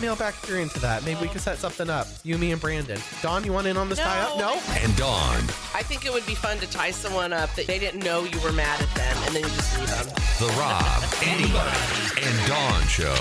email back if you're into that. Maybe we could set something up. You, me, and Brandon. Don, you want in on this No. tie up? No? and Dawn. I think it would be fun to tie someone up that they didn't know you were mad at them, and then you just leave them. The Rob, Anybody, and Dawn Show.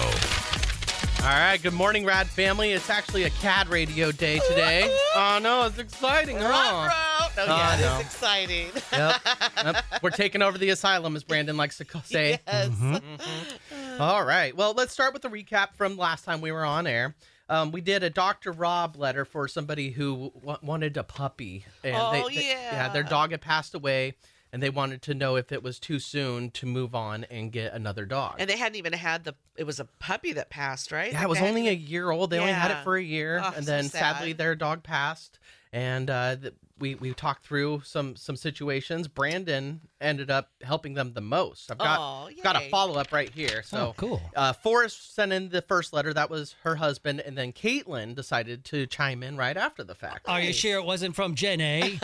All right, good morning, Rad family. It's actually a CAD radio day today. oh, no, it's exciting, huh? Ruh-roh. No, Oh, yeah, no. it's exciting. yep, yep. We're taking over the asylum, as Brandon likes to ca- say. Yes. Mm-hmm. All right. Well, let's start with a recap from last time we were on air. Um, we did a Dr. Rob letter for somebody who w- wanted a puppy. And Oh, they, yeah. yeah. Their dog had passed away, and they wanted to know if it was too soon to move on and get another dog. And they hadn't even had the. It was a puppy that passed, right? Yeah, it was They only a hadn't year old. They only had it Yeah. for a year, Oh, and so then sad. sadly their dog passed. And uh, th- we we talked through some some situations. Brandon ended up helping them the most. I've got Aw, got a yay. follow up right here. So Oh, cool. Uh, Forrest sent in the first letter. That was her husband, and then Caitlin decided to chime in right after the fact. Oh, Are you sure it wasn't from Jen A?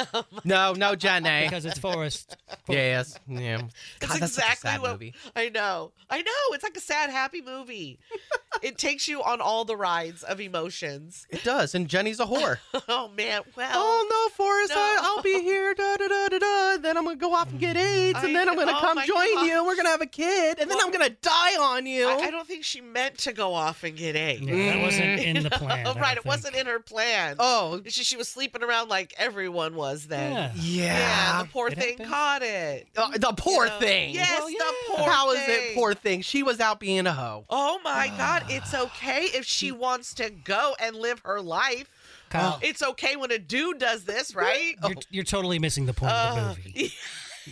No, no, Jenny. because it's Forrest. yes, yeah. It's God, that's such a exactly sad what movie. I know. I know. It's like a sad, happy movie. it takes you on all the rides of emotions. It does, and Jenny's a whore. Oh man. Well. Oh no, Forrest! I, No. I'll be here. Da, da, da, da, da. Then I'm gonna go off and get AIDS, I and then I'm know. gonna Oh, come my join you. and We're gonna have a kid, and then Well, I'm gonna die on you. I, I don't think she meant to go off and get AIDS. Yeah, that wasn't in the plan. I Oh, don't right. It think. wasn't in her plan. oh She, she was sleeping around like everyone was then. Yeah. yeah, Yeah, the poor It thing happens. caught it. Uh, the poor You know? thing. Yes, Well, the yeah. poor How is thing. it poor thing? She was out being a hoe. Oh my God, it's okay if she wants to go and live her life. Kyle, It's okay when a dude does this, right? you're, you're totally missing the point Uh, of the movie.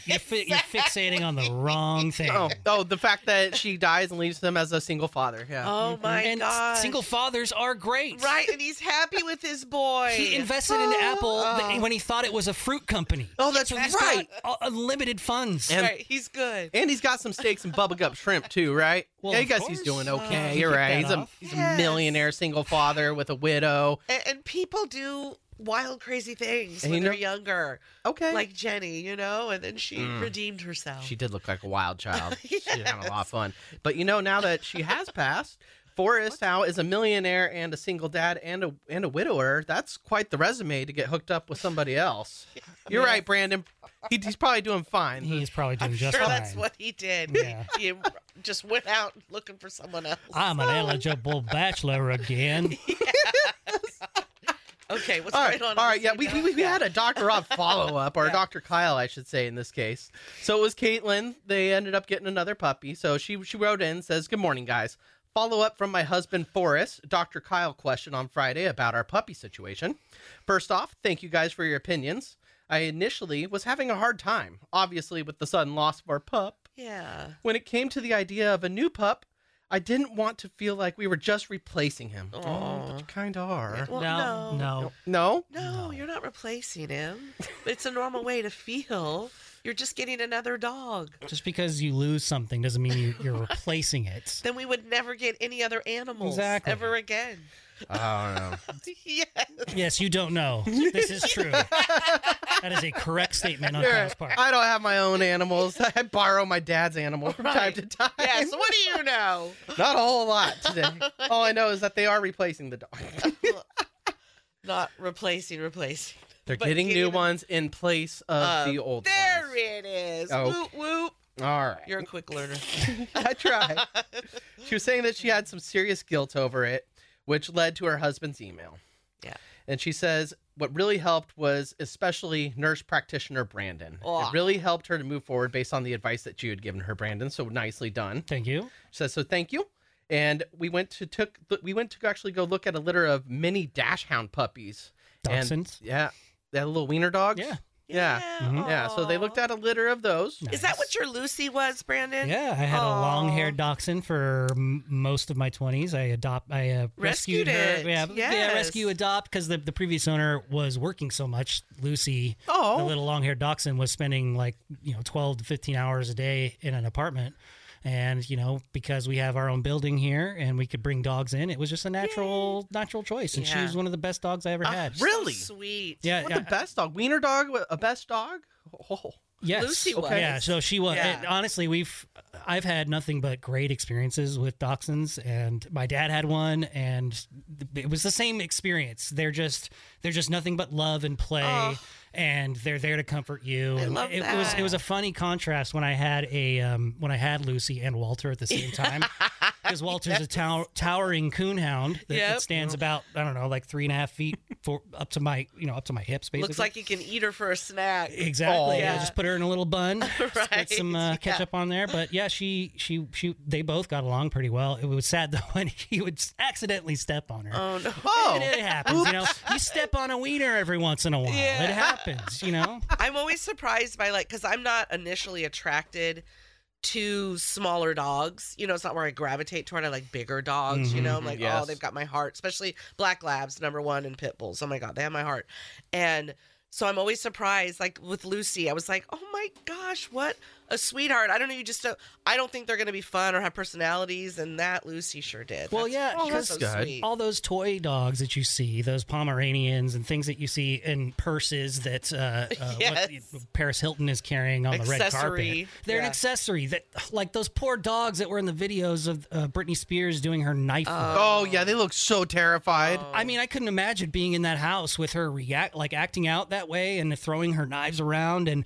You're, fi- you're fixating on the wrong thing. Oh, oh, the fact that she dies and leaves him as a single father. Yeah. Oh my and s- God. single fathers are great. Right, and he's happy with his boy. He invested in Apple Oh. th- when he thought it was a fruit company. oh, that's He's got right. u- unlimited funds. And- Right, he's good. And he's got some steaks and bubblegum shrimp too, right? Well, yeah, I of guess he's course. doing okay. Uh, You're he right. picked He's that a off. he's a Yes. millionaire single father with a widow. And, and people do wild, crazy things And when you they're know- younger, Okay. like Jenny, you know. And then she redeemed herself. She did look like a wild child. She had a lot of fun. But you know, now that she has passed, Forrest now is a millionaire and a single dad and a and a widower. That's quite the resume to get hooked up with somebody else. You're right, Brandon. He, he's probably doing fine. he is probably doing I'm just sure fine. that's what he did. Yeah. He, he just went out looking for someone else. I'm an eligible bachelor again. Okay, what's all going right, all on? right, yeah, we, we, we had a Dr. Rob follow up, or a Dr. Kyle, I should say, in this case. So it was Caitlin. They ended up getting another puppy. So she she wrote in, says, "Good morning, guys. Follow up from my husband Forrest, Dr. Kyle question on Friday about our puppy situation. First off, thank you guys for your opinions. I initially was having a hard time, obviously, with the sudden loss of our pup. Yeah. When it came to the idea of a new pup." I didn't want to feel like we were just replacing him. Aw. but you kind of are. Well, no, no. No? No, you're not replacing him. It's a normal way to feel. You're just getting another dog. Just because you lose something doesn't mean you, you're replacing it. Then we would never get any other animals Exactly. ever again. I don't know. yes. Yes, you don't know. This is true. that is a correct statement on Kyle's part. I don't have my own animals. I borrow my dad's animal from time to time. Yeah, so what do you know? Not a whole lot today. All I know is that they are replacing the dog. Not replacing, replacing. They're But getting getting new them- ones in place of Um, the old there ones. it is. Oh. Whoop, whoop. All right. You're a quick learner. I tried. She was saying that she had some serious guilt over it, which led to her husband's email. Yeah. And she says what really helped was especially nurse practitioner Brandon. Aw. It really helped her to move forward based on the advice that you had given her, Brandon. So nicely done. Thank you. She says, "So thank you." And we went to took we went to actually go look at a litter of mini dash hound puppies. And- Dachshunds. yeah, that little wiener dogs. Yeah. Yeah. Mhm. yeah. So they looked aw. at a litter of those. Is that what your Lucy was, Brandon? Yeah, I had Aw. a long-haired dachshund for m- most of my twenties. I adopt, I uh, Rescued rescued, her. it, Yeah, yeah, yes. rescue, adopt, because the, the previous owner was working so much. Lucy, Oh. the little long-haired dachshund, was spending like you know twelve to fifteen hours a day in an apartment. And you know, because we have our own building here, and we could bring dogs in, it was just a natural, natural choice. And she Yeah. was one of the best dogs I ever Oh, had. so Really? sweet. Yeah, What yeah. the best dog? Wiener dog? A best dog? Oh, Yes. Lucy was. Yeah, so she was. Yeah. and honestly, we've I've had nothing but great experiences with dachshunds, and my dad had one, and th- it was the same experience. They're just they're just nothing but love and play, Oh. and they're there to comfort you. I and love it was that. it was a funny contrast when I had a um, when I had Lucy and Walter at the same time. Because Walter's a tow- towering coonhound that, Yep. that stands about I don't know like three and a half feet for, up to my you know up to my hips basically. Looks like you can eat her for a snack. Exactly. Oh. yeah. Yeah. Just put her in a little bun, just Right, put some uh, yeah. ketchup on there. But yeah, she she she they both got along pretty well. It was sad though when he would accidentally step on her. Oh no. And it happens, you know. You step on a wiener every once in a while. Yeah. It happens, you know. I'm always surprised by like because I'm not initially attracted to smaller dogs. You know, it's not where I gravitate toward. I like bigger dogs. You know, I'm like, oh, Mm-hmm. Yes. they've got my heart. Especially black labs, number one, and pit bulls. Oh my god, they have my heart. And so I'm always surprised. Like with Lucy, I was like, oh my gosh, what a sweetheart. I don't know. You just don't. I don't think they're gonna be fun or have personalities, and that Lucy sure did. Well, That's- yeah, she was because so good. sweet. all those toy dogs that you see, those Pomeranians and things that you see in purses that uh, uh, Yes. what Paris Hilton is carrying on the red Accessory. carpet. They're Yeah. an accessory that, like those poor dogs that were in the videos of uh, Britney Spears doing her knife. work. Oh yeah, they look so terrified. I mean, I couldn't imagine being in that house with her react like acting out that way and throwing her knives around, and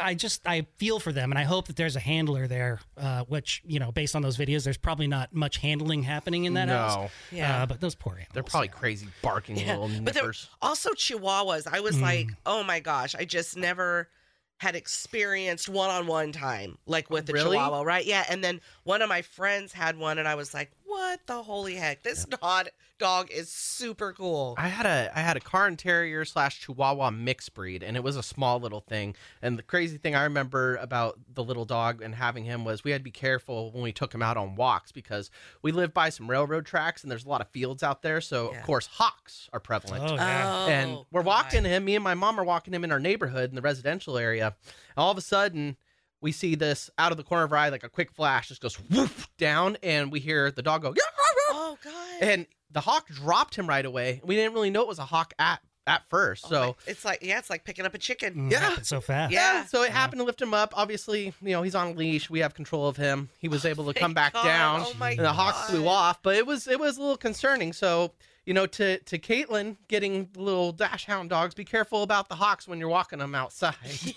I just I feel for them, and I hope that there's a handler there, uh, which you know, based on those videos, there's probably not much handling happening in that No. house. Yeah. uh, but those poor animals. They're probably crazy barking little but there- nippers. Mm. also chihuahuas. I was like, oh my gosh, I just never had experienced one-on-one time like with the Really? chihuahua, right? Yeah, and then one of my friends had one, and I was like, what the holy heck? This dog dog is super cool. I had a I had a Cairn Terrier slash Chihuahua mixed breed, and it was a small little thing. And the crazy thing I remember about the little dog and having him was we had to be careful when we took him out on walks because we live by some railroad tracks and there's a lot of fields out there. So Yeah. of course hawks are prevalent. Oh yeah. and Oh, we're walking God. him. Me and my mom are walking him in our neighborhood in the residential area. And all of a sudden, we see this out of the corner of our eye, like a quick flash, just goes woof down, and we hear the dog go. "Yeah, yeah, yeah." Oh god. And the hawk dropped him right away. We didn't really know it was a hawk at at first. Oh my- so it's like yeah, it's like picking up a chicken. Mm, Yeah. happened so fast. Oh. Yeah. so it happened to lift him up. Obviously, you know he's on a leash. We have control of him. He was able to come back Oh God. down, Oh my and the hawk God. flew off. But it was it was a little concerning. So you know to to Caitlin getting the little dash hound dogs, be careful about the hawks when you're walking them outside.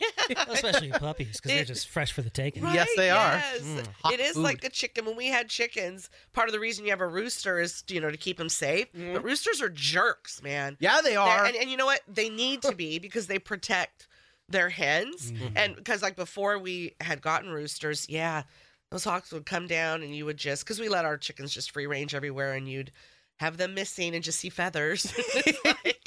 especially puppies because they're just fresh for the taking. Right? Yes, they are. Yes. Mm, hot it is food. like a chicken. When we had chickens, part of the reason you have a rooster is you know to keep them safe. But roosters are jerks, man. yeah, Mm-hmm. they They're- are. And, and you know what? They need to be because they protect their hens. Mm-hmm. And because, like, before we had gotten roosters, yeah, those hawks would come down and you would just, because we let our chickens just free range everywhere and you'd have them missing and just see feathers.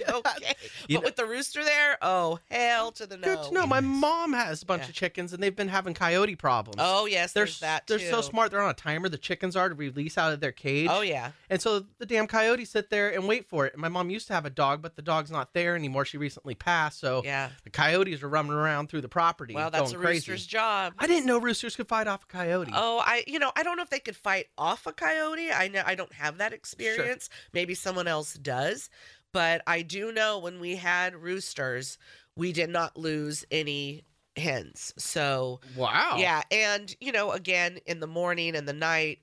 It's like, okay. You but know- with the rooster there, oh, hell to the no. Good to know. My mom has a bunch Yeah. of chickens, and they've been having coyote problems. Oh, yes, They're, there's that. they're so too. smart. They're on a timer. The chickens are to release out of their cage. Oh, yeah. And so the damn coyotes sit there and wait for it. And my mom used to have a dog, but the dog's not there anymore. She recently passed, so Yeah. the coyotes are roaming around through the property. Well, that's a going crazy. rooster's job. I didn't know roosters could fight off a coyote. Oh, I you know I don't know if they could fight off a coyote. I know I don't have that experience. Maybe someone else does, but I do know when we had roosters, we did not lose any hens. So wow. yeah, and you know again in the morning and the night,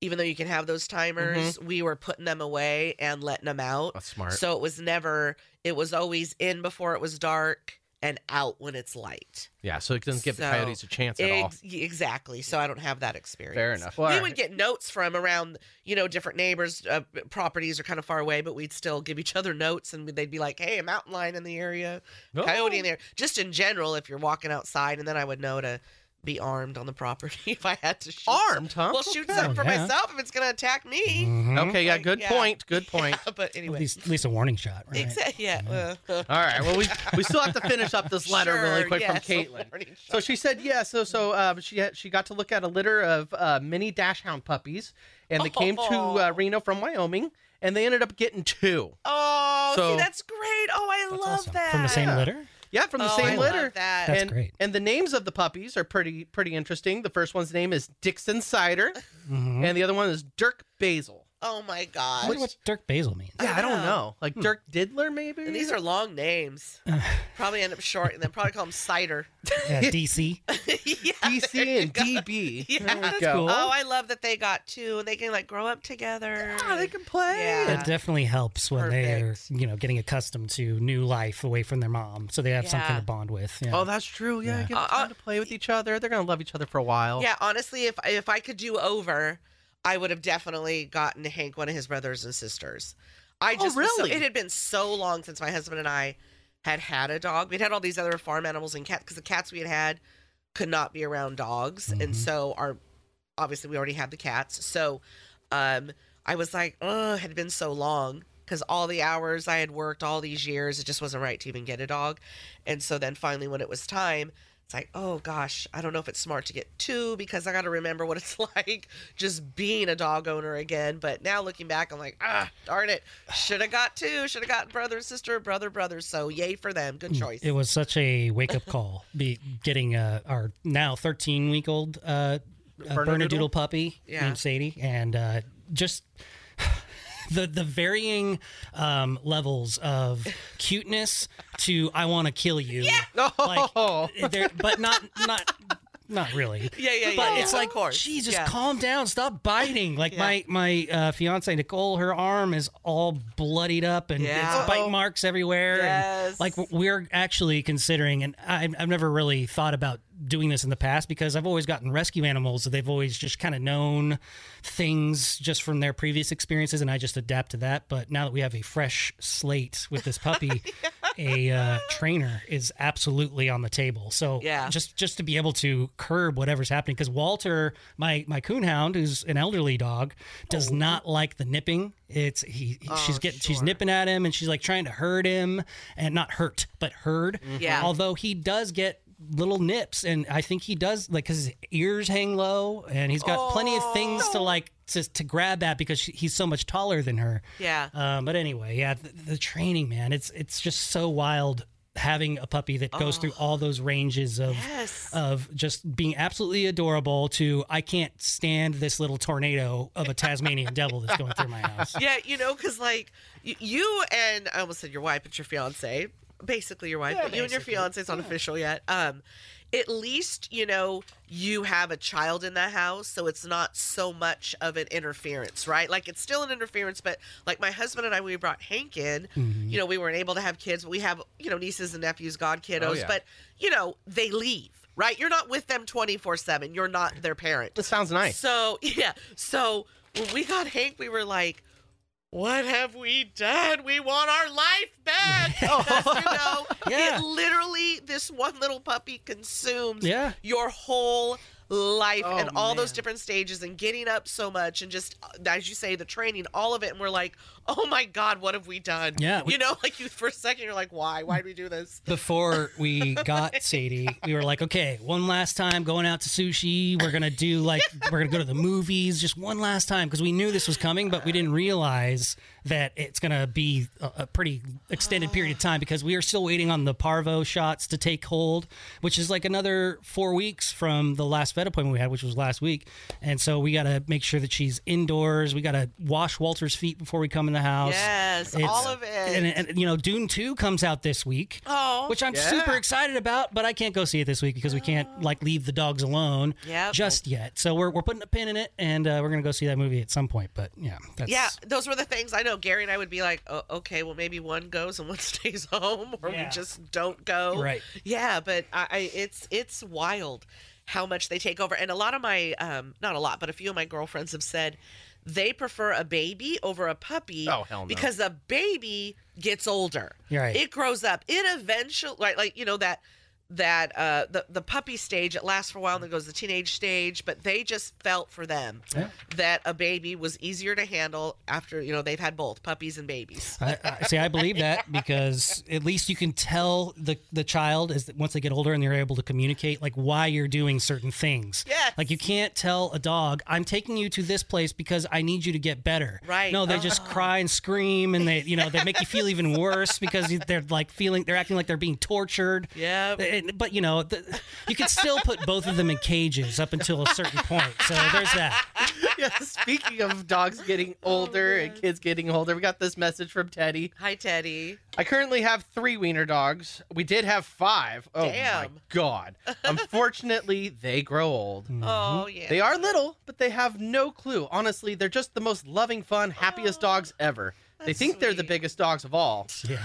even though you can have those Mm-hmm. timers, we were putting them away and letting them out. That's smart. So it was never. It was always in before it was dark and out when it's light. yeah, so it doesn't give So- the coyotes a chance at all. Ex- Exactly. So I don't have that experience. Fair enough. we Well, all would right. get notes from around, you know, different neighbors' uh, properties are kind of far away, but we'd still give each other notes, and they'd be like, "Hey, a mountain lion in the area, coyote in there." Just in general, if you're walking outside, and then I would know to be armed on the property if I had to shoot. some- Armed, huh? Well, shoot Okay. some for Yeah. myself if it's going to attack me. Mhm. Okay, yeah, Like, good yeah. point. Good point. But At anyway, least, at least a warning shot, right? Mm-hmm. exactly. Yeah. uh, All right. Well, we we still have to finish up this letter really sure, quick yes, from a Caitlin. warning shot. So she said yes. so so uh, she had, she got to look at a litter of uh, mini dash hound puppies, and they came to uh, Oh. Reno from Wyoming, and they ended up getting two. oh, So- see, that's great. Oh, I That's love awesome. that. From the same litter. Yeah, from the Oh, I same love litter. that. That's and, great. And the names of the puppies are pretty pretty interesting. The first one's name is Dixon Cider, Mhm. and the other one is Dirk Basil. Oh my I gosh. wonder what Dirk Basil means. Yeah, I don't know. Like Hmm. Dirk Diddler, maybe. And these are long names. probably end up short and then probably call them cider. Yeah, DC. yeah. there DC you and go. DB. Yeah. That's go. cool. Oh, I love that they got two and they can like grow up together. Ah, they can play. Yeah. That definitely helps when they're, Perfect. you know, getting accustomed to new life away from their mom, so they have something Yeah. to bond with. Yeah. Oh, that's true. Yeah, Yeah. give them Uh, time uh, to play with each other. They're gonna love each other for a while. Yeah, honestly, if if I could do over, I would have definitely gotten Hank one of his brothers and sisters. I Oh, just was so- really? it had been so long since my husband and I had had a dog. We'd had all these other farm animals and cats because the cats we had had could not be around dogs, and so our obviously we already had the cats. So um, I was like, oh, it had been so long because all the hours I had worked all these years, it just wasn't right to even get a dog. And so then finally, when it was time, it's like, oh gosh, I don't know if it's smart to get two because I got to remember what it's like just being a dog owner again. But now looking back, I'm like, ah, darn it, should have got two, should have gotten brother, sister, brother, brother. So yay for them, good choice. Mm, It was such a wake up call. Be getting uh, our now thirteen week old uh, uh, Bernedoodle? Bernedoodle puppy Yeah. named Sadie, and uh, just the the varying um, levels of cuteness to I want to kill you. Oh. Like, they're- but not not not really. Yeah, yeah, yeah. But yeah. it's like, of course, Jesus, yeah. calm down, stop biting. Like my my uh, fiance Nicole, her arm is all bloodied up and Yeah. it's bite marks everywhere. Yes. And like w- we're actually considering, and I've, I've never really thought about doing this in the past because I've always gotten rescue animals that they've always just kind of known things just from their previous experiences, and I just adapt to that. But now that we have a fresh slate with this puppy. A uh, trainer is absolutely on the table. So Yeah. just just to be able to curb whatever's happening because Walter, my my coonhound, who's an elderly dog, Oh. does not like the nipping. It's he, he- she's getting she's nipping at him and she's like trying to hurt him and not hurt but herd. Mm-hmm. Yeah. Although he does get little nips and I think he does like because his ears hang low and he's got plenty of things Oh. to like to, to grab at because she, he's so much taller than her. yeah. Um, but anyway, yeah, the, the training, man, it's it's just so wild having a puppy that goes through all those ranges of Yes. of just being absolutely adorable to I can't stand this little tornado of a Tasmanian devil that's going through my house. yeah, you know, because like y- you and I almost said your wife, but your fiance, basically your wife, but you and your fiance, it's not official yet. Um, at least you know you have a child in the house, so it's not so much of an interference, right? Like it's still an interference, but like my husband and I, we brought Hank in. Mm-hmm. You know, we weren't able to have kids, but we have you know nieces and nephews, god kiddos, Oh, yeah. but you know they leave. Right, you're not with them 24 seven. You're not their parent. This sounds nice. So yeah, so when we got Hank, we were like, "What have we done? We want our life back." Because, you know, Yeah. it literally this one little puppy consumes Yeah. your whole life Oh, and all those man. different stages and getting up so much and just uh, as you say the training all of it and we're like oh my god what have we done Yeah, we- you know like you for a second you're like why why did we do this Before we got Sadie, we were like, okay, one last time going out to sushi. We're gonna do like we're gonna go to the movies just one last time because we knew this was coming, but we didn't realize that it's gonna be a, a pretty extended period of time because we are still waiting on the parvo shots to take hold, which is like another four weeks from the last vet appointment we had, which was last week. And so we gotta make sure that she's indoors. We gotta wash Walter's feet before we come in the house. yes It's- all of it And, and you know, Dune Two comes out this week, oh which I'm super excited about, but I can't go see it this week because we can't like leave the dogs alone Oh. Yep. just yet. So we're, we're putting a pin in it, and uh, we're gonna go see that movie at some point. But yeah, that's Yeah, those were the things I know. Gary and I would be like, oh, okay, well, maybe one goes and one stays home, or Yeah. we just don't go. Right. Yeah, but I, I, it's it's wild how much they take over, and a lot of my, um, not a lot, but a few of my girlfriends have said they prefer a baby over a puppy. Oh, hell no. Because a baby gets older. You're right. It grows up. It eventually, like, like you know that. That uh, the the puppy stage it lasts for a while and then goes to the teenage stage, but they just felt for them Yeah. that a baby was easier to handle after you know they've had both puppies and babies. I, I, see, I believe that because at least you can tell the the child is that once they get older and they're able to communicate, like why you're doing certain things. Yes. Like you can't tell a dog, "I'm taking you to this place because I need you to get better." Right. Oh. No, they just cry and scream, and they you know they make you feel even worse because you- they're like feeling they're acting like they're being tortured. Yeah. And- but you know, the, you can still put both of them in cages up until a certain point. So there's that. yeah, speaking of dogs getting Oh, older and kids getting older, we got this message from Teddy. Hi, Teddy. I currently have three wiener dogs. We did have five. Oh my Damn. god! Unfortunately, they grow old. Oh yeah. Mm-hmm. They are little, but they have no clue. Honestly, they're just the most loving, fun, happiest dogs ever. They Oh, that's think they're the sweet. biggest dogs of all. Yeah.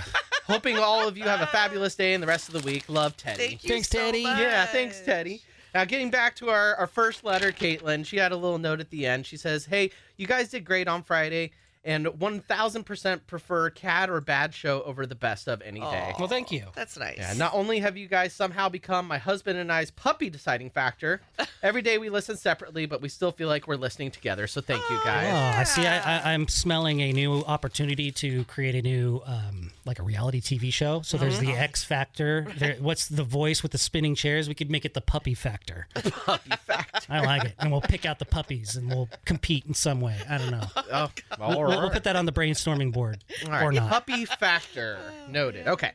Hoping all of you have a fabulous day and the rest of the week. Love, Teddy. Thank you Thanks, so Teddy. much. Yeah, thanks, Teddy. Now, getting back to our, our first letter, Caitlin, she had a little note at the end. She says, Hey, you guys did great on Friday, and 1000% prefer Cat or Bad Show over the best of any day. Well, thank you. That's nice. Yeah, not only have you guys somehow become my husband and I's puppy deciding factor, every day we listen separately, but we still feel like we're listening together. So thank you Oh, guys. I see. I, I, I'm smelling a new opportunity to create a new, um, like a reality TV show. So there's Mm-hmm. the X Factor. There, what's the voice with the spinning chairs? We could make it the Puppy Factor. Puppy factor. I like it. And we'll pick out the puppies and we'll compete in some way. I don't know. Oh, all We'll, we'll right. put that on the brainstorming board All right. or not. Puppy factor Oh, noted. Okay.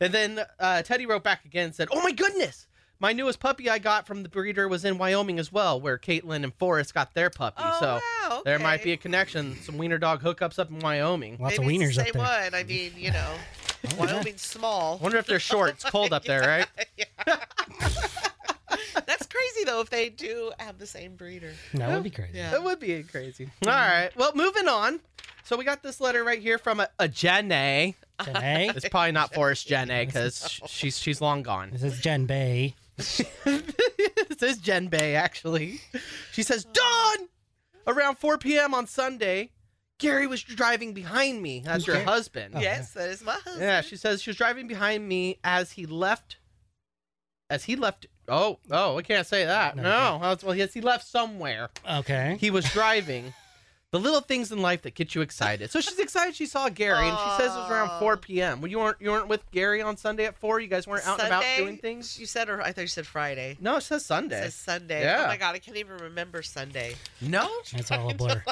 And then uh, Teddy wrote back again and said, Oh my goodness. My newest puppy I got from the breeder was in Wyoming as well, where Caitlin and Forrest got their puppy. Oh, so wow, there might okay. be a connection. Some wiener dog hookups up in Wyoming. Lots Maybe of it's wieners the up same there. one. I mean, you know, Oh, Wyoming's small. Wonder if they're short. It's cold up there, right? That's crazy though if they do have the same breeder. That would be crazy. Yeah. That would be crazy. All right. Well, moving on. So we got this letter right here from a, a Jen A. Jen A. It's probably not Forrest Jen A because she's she's long gone. This is Jen Bay. this is Jen Bay, actually. She says, Dawn! Around 4 p.m. on Sunday, Gary was driving behind me. That's Who's your Gary? husband. Oh, yes, that is my husband. Yeah, she says she was driving behind me as he left. As he left. Oh, oh, I can't say that. No, No. you can't. that's- Well, yes, he left somewhere. Okay. He was driving. The little things in life that get you excited. So she's excited she saw Gary, and she says it was around 4 p.m. Well, you weren't you weren't with Gary on Sunday at four. You guys weren't out and about Sunday? doing things. You said, or I thought you said Friday. No, it says It Sunday. says Sunday. Yeah. Oh my god, I can't even remember Sunday. no, That's all a blur.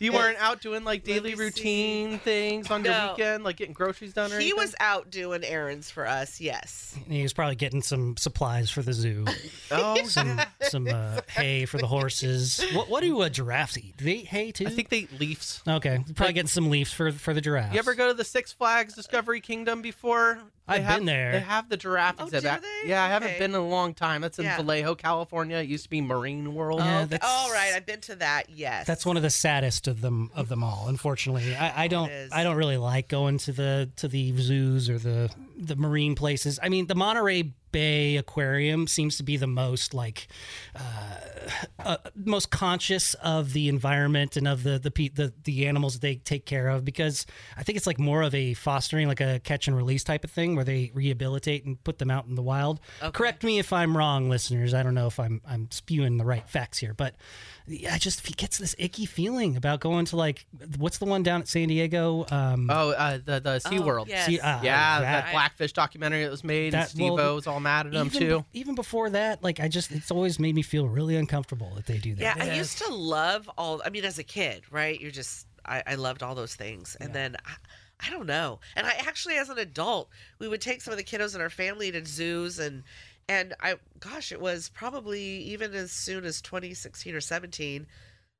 You weren't out doing like Let daily me see. routine things on your No. weekend, like getting groceries done or He anything? was out doing errands for us. Yes. And he was probably getting some supplies for the zoo, Oh, some some uh, hay for the horses. What, what do uh, giraffes eat? Do they eat hay too? I think they eat leaves. Okay, probably getting some leaves for for the giraffes. You ever go to the Six Flags Discovery Kingdom before? They I've have, been there. They have the giraffe Oh, exhibit. do I- they? Yeah, I haven't Okay. been in a long time. That's in Yeah. Oh, Vallejo, California. It used to be Marine World. Yeah, Okay. that's- All right, I've been to that. Yes. That's one of the saddest of them of them all. Unfortunately, I, I don't is. I don't really like going to the to the zoos or the the marine places. I mean, the Monterey Bay Aquarium seems to be the most like uh, uh, most conscious of the environment and of the the pe- the the animals that they take care of because I think it's like more of a fostering like a catch and release type of thing where they rehabilitate and put them out in the wild. Correct me if I'm wrong, listeners. I don't know if I'm I'm spewing the right facts here, but I just he gets this icky feeling about going to like what's the one down at San Diego? Um, Oh, uh, the, the Sea World. yes. see- uh, Yeah, that- that Blackfish documentary that was made. and That- Steve well, O was all mad at him, even, too. be- even before that, like I just it's always made me feel really uncomfortable that they do that. Yeah, I used to love all. I mean, as a kid, right? You're just I, I loved all those things, and then I, I don't know. And I actually, as an adult, we would take some of the kiddos in our family to zoos, and and I, gosh, it was probably even as soon as 2016 or 17.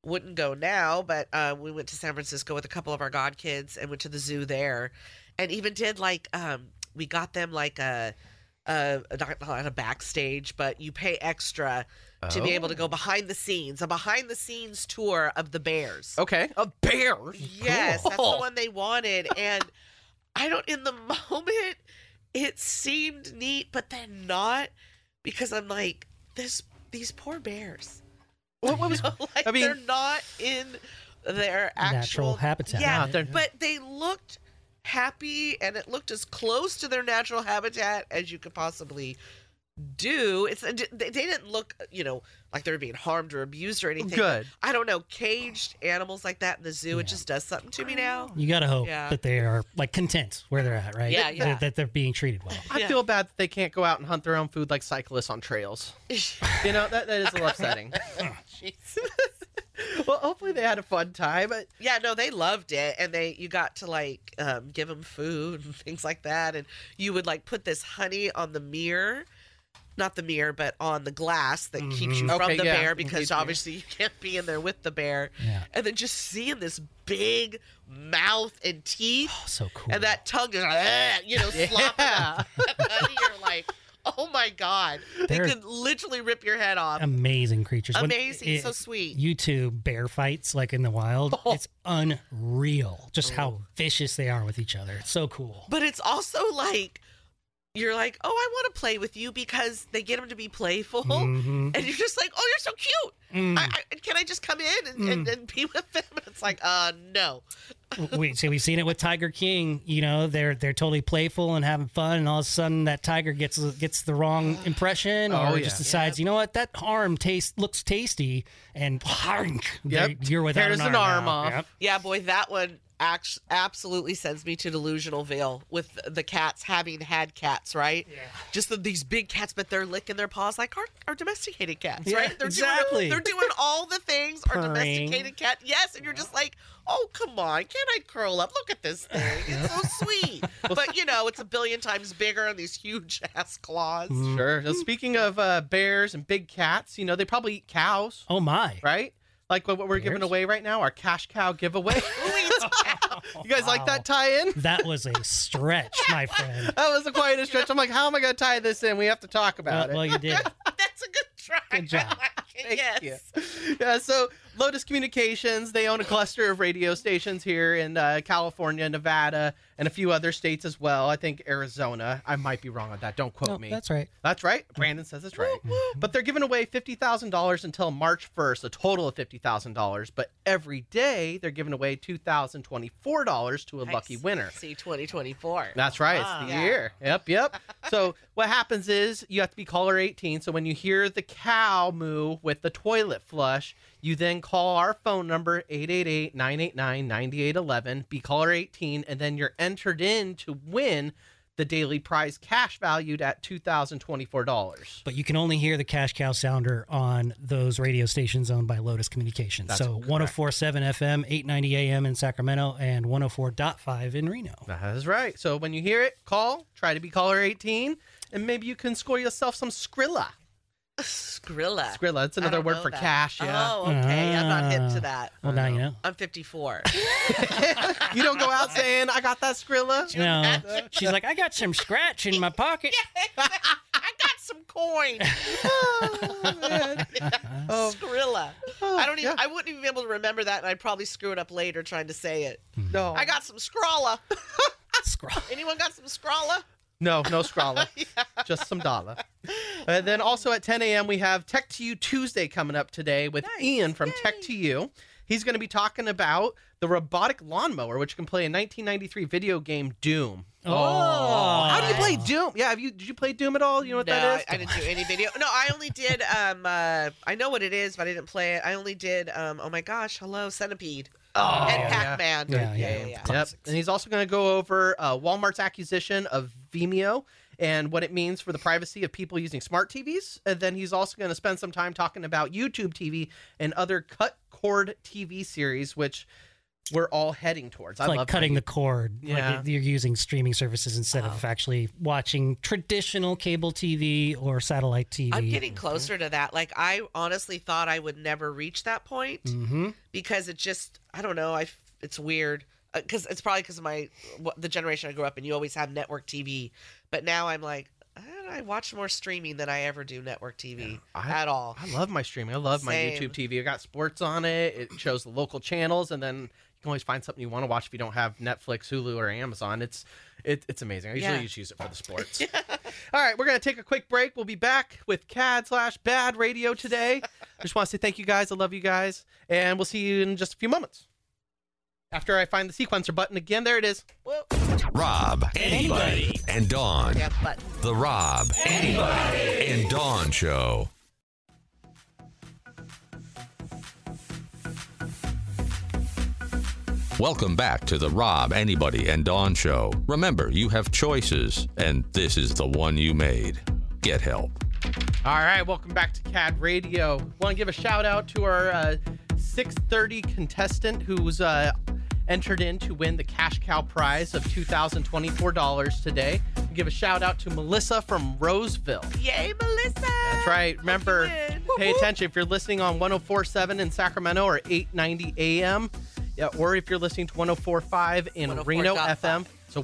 Wouldn't go now, but uh, we went to San Francisco with a couple of our godkids and went to the zoo there, and even did like um, we got them like a, a not, not a backstage, but you pay extra to be able to go behind the scenes, a behind the scenes tour of the Bears. Okay. A bear. Yes, that's Cool. the one they wanted. And I don't, in the moment, it seemed neat, but then not because I'm like, this, these poor bears. What, what was, like, I mean- they're not in their actual Natural habitat. Yeah, Yeah, they're- but they looked happy and it looked as close to their natural habitat as you could possibly do. It's they they didn't look, you know, like they were being harmed or abused or anything. Good. I don't know, caged animals like that in the zoo, it just does something to me now. You gotta hope Yeah. that they are like content where they're at, right? Yeah, That- yeah. That they're being treated well. Oh, I Yeah. feel bad that they can't go out and hunt their own food like cyclists on trails. You know, that, that is a little upsetting. well, hopefully they had a fun time. I- Yeah, no, they loved it, and they you got to like um, give them food and things like that, and you would like put this honey on the mirror, not the mirror, but on the glass that keeps you Mm-hmm. from Okay, the yeah. bear It because keeps you- obviously you can't be in there with the bear. Yeah. And then just seeing this big mouth and teeth Oh, so cool. and that tongue just, "Ugh," you know, slopping up. And you're like, oh my God. They They're- could literally rip your head off. amazing creatures. When- Amazing, it- so sweet. YouTube bear fights like in the wild. It's unreal just how vicious they are with each other. It's so cool. But it's also like, you're like, oh, I want to play with you because they get them to be playful. Mhm. And you're just like, oh, you're so cute. Mm. I, I, can I just come in and, and, and be with them? And it's like, uh, no. we see Mm. we've seen it with Tiger King. You know, they're they're totally playful and having fun, and all of a sudden that tiger gets gets the wrong impression, or Oh, yeah. just decides, you know what, that arm taste looks tasty, and Yep. you're without Tears an arm, an arm now. off. Yep. Yeah, boy, that one act- absolutely sends me to delusional veil with the cats having had cats, right? Yeah. Just the, these big cats, but they're licking their paws like our, our domesticated cats, Yeah, right? They're exactly. Doing, they're doing all the things our Purring. domesticated cat. Yes, and you're just like, oh, come on, can't I curl up? Look at this thing, it's so sweet. But you know, it's a billion times bigger on these huge ass claws. Sure. So speaking of uh, bears and big cats, you know they probably eat cows, Oh my! right? Like what, what we're giving Bears? away right now, our cash cow giveaway. you guys like that tie-in? That was a stretch, my friend. That was the quietest stretch. I'm like, how am I going to tie this in? We have to talk Well, about it. well, you did. That's a good try. Good job. I like it, Thank yes. you. Yeah, so Lotus Communications, they own a cluster of radio stations here in uh, California, Nevada, and a few other states as well. I think Arizona. I might be wrong on that. Don't quote No, me. that's right. That's right. Brandon says it's right. But they're giving away $50,000 until March 1st, a total of $50,000. But every day, they're giving away $2,024 to a lucky Nice. winner. See 2024. That's right. Ah. it's the Yeah. year. Yep, yep. so what happens is you have to be caller 18. So when you hear the cow moo with the toilet flush, you then call our phone number 888-989-9811, be caller 18, and then you're entered in to win the daily prize cash valued at $2,024. But you can only hear the cash cow sounder on those radio stations owned by Lotus Communications. so 1047 FM, 890 AM in Sacramento, and 104.5 in Reno. That is right. So when you hear it, call, try to be caller 18, and maybe you can score yourself some Skrilla. Skrilla. Skrilla, it's I another don't word know for that. cash, yeah. Oh, okay. I'm not hip Ah. to that. Well, now you know. I'm 54. you don't go out saying, I got that Skrilla. No. She's like, I got some scratch in my pocket. I got some coin. oh, man. Oh, Skrilla. Oh, I don't even. yeah. I wouldn't even be able to remember that, and I'd probably screw it up later trying to say it. no. I got some Skrawla. Scroll. Anyone got some Skrawla? no, no Scrawler. Just some dollar. And then also at 10 a.m., we have Tech to You Tuesday coming up today with Ian from Tech to You. He's going to be talking about the robotic lawnmower, which can play a 1993 video game Doom. Oh. How do you play Doom? Yeah, have you did you play Doom at all? You know what no, that is? I, I didn't do any video. No, I only did. Um, uh, I know what it is, but I didn't play it. I only did. Um, oh my gosh, hello centipede. Oh, and yeah. Pac-Man. Yeah, yeah, Yep. And he's also going to go over uh, Walmart's acquisition of Vimeo and what it means for the privacy of people using smart TVs. And then he's also going to spend some time talking about YouTube TV and other cut cord TV series, which we're all heading towards. I It's like love cutting that. the cord. Yeah. Like you're using streaming services instead of actually watching traditional cable TV or satellite TV. I'm getting closer to that. Like I honestly thought I would never reach that point hmm because it just I don't know. I f- it's weird because it's probably because of my wh- the generation I grew up in. You always have network TV, but now I'm like I, don't know, I watch more streaming than I ever do network TV I- at all. I love my streaming. I love my Same. YouTube TV. I got sports on it. It shows the local channels, and then you can always find something you want to watch if you don't have Netflix, Hulu, or Amazon. It's it, it's amazing. I usually Yeah. just use it for the sports. All right, we're gonna take a quick break. We'll be back with CAD slash Bad Radio today. I just want to say thank you guys. I love you guys, and we'll see you in just a few moments. After I find the sequencer button again, there it is. Well, Rob. Anybody. And Dawn. yeah, but The Rob. Anybody. And Dawn Show. Welcome back to the Rob, Anybody, and Dawn Show. Remember, you have choices, and this is the one you made. Get help. All right, welcome back to CAD Radio. Want to give a shout out to our uh, 630 contestant who's uh, entered in to win the Cash Cow prize of $2,024 today. give a shout out to Melissa from Roseville. Yay, Melissa! That's right. Remember, pay attention if you're listening on 1047 in Sacramento or 890 AM, yeah, or if you're listening to 1045 in oh Reno 104.5. FM. So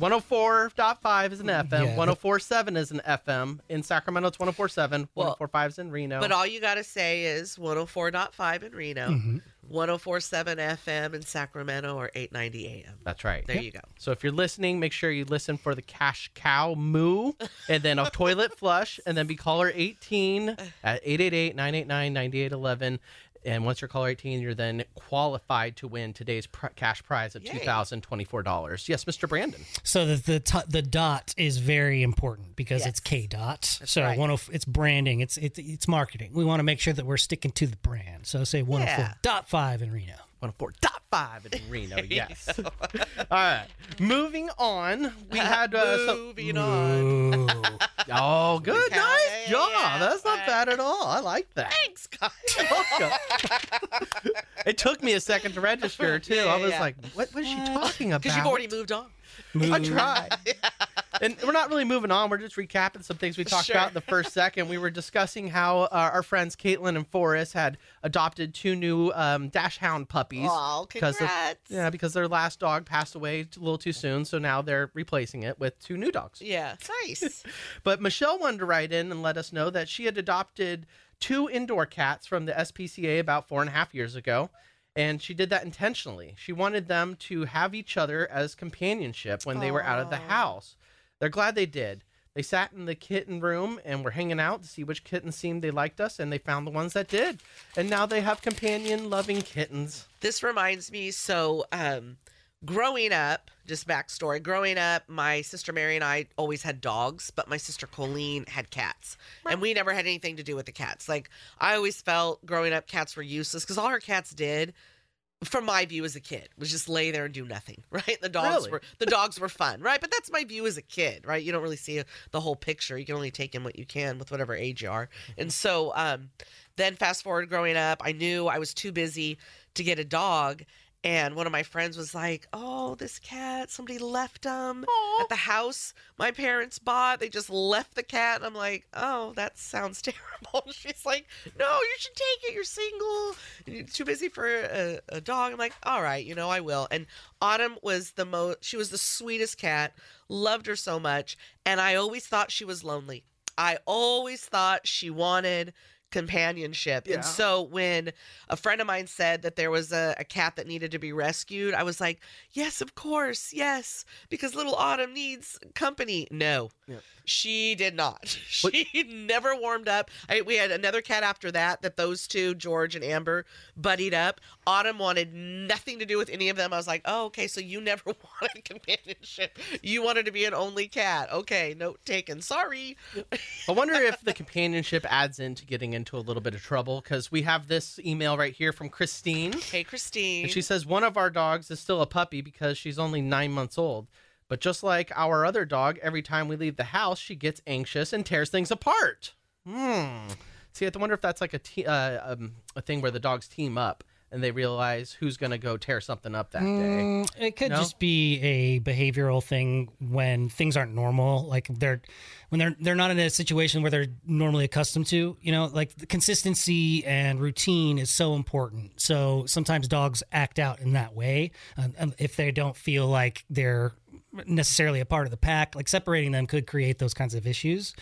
104.5 is an FM, Yeah, but- 1047 is an FM. In Sacramento, it's 1047, Well, 1045 is in Reno. But all you got to say is 104.5 in Reno, Mm-hmm. 1047 FM in Sacramento, or 890 AM. That's right. There you go. So if you're listening, make sure you listen for the cash cow moo and then a toilet flush and then be caller 18 at 888-989-9811. And once you're caller 18, you're then qualified to win today's pr- cash prize of Yay. $2,024. Yes, Mr. Brandon. So the the, t- the dot is very important because it's K dot. so right. one of it's branding. It's it's it's marketing. We want to make sure that we're sticking to the brand. So say one hundred four dot five in Reno. 104.5 in Reno. Yes. All right. Moving on, we had uh, some. Moving on. Ooh. Oh, good. Okay. Nice job. Yeah, That's not right. bad at all. I like that. Thanks, guys. Welcome. it took me a second to register too. I yeah, was yeah. like, "What was she talking about?" Because you've already moved on. I tried. and we're not really moving on. We're just recapping some things we talked Sure. about in the first second. We were discussing how uh, our friends Caitlin and Forrest had adopted two new um, Dash Hound puppies. Oh, because of- congrats. yeah, because their last dog passed away a little too soon, so now they're replacing it with two new dogs. Yeah. Nice. But Michelle wanted to write in and let us know that she had adopted two indoor cats from the SPCA about four and a half years ago. And she did that intentionally. She wanted them to have each other as companionship when they were out of the house. They're glad they did. They sat in the kitten room and were hanging out to see which kittens seemed they liked us, and they found the ones that did. And now they have companion loving kittens. this reminds me so um growing up just backstory growing up my sister mary and i always had dogs but my sister colleen had cats and we never had anything to do with the cats like i always felt growing up cats were useless because all her cats did from my view as a kid was just lay there and do nothing right the dogs Really? were the dogs were fun right but that's my view as a kid right you don't really see the whole picture you can only take in what you can with whatever age you are and so um then fast forward growing up i knew i was too busy to get a dog and one of my friends was like oh this cat somebody left him at the house my parents bought they just left the cat and i'm like oh that sounds terrible she's like no you should take it you're single you're too busy for a, a dog i'm like all right you know i will and autumn was the most she was the sweetest cat loved her so much and i always thought she was lonely i always thought she wanted companionship Yeah. and so when a friend of mine said that there was a, a cat that needed to be rescued i was like yes of course yes because little autumn needs company no Yeah. she did not What- she never warmed up I, we had another cat after that that those two george and amber buddied up autumn wanted nothing to do with any of them i was like oh okay so you never wanted companionship you wanted to be an only cat okay note taken sorry I wonder if the companionship adds into getting into a little bit of trouble because we have this email right here from Christine. hey christine And she says one of our dogs is still a puppy because she's only nine months old. But just like our other dog, every time we leave the house, she gets anxious and tears things apart. Hmm. See, I wonder if that's like a te- uh, um, a thing where the dogs team up and they realize who's gonna go tear something up that day. Mm, It could No? just be a behavioral thing when things aren't normal, like they're when they're they're not in a situation where they're normally accustomed to. You know, like the consistency and routine is so important. So sometimes dogs act out in that way um, um, if they don't feel like they're necessarily a part of the pack. Like separating them could create those kinds of issues.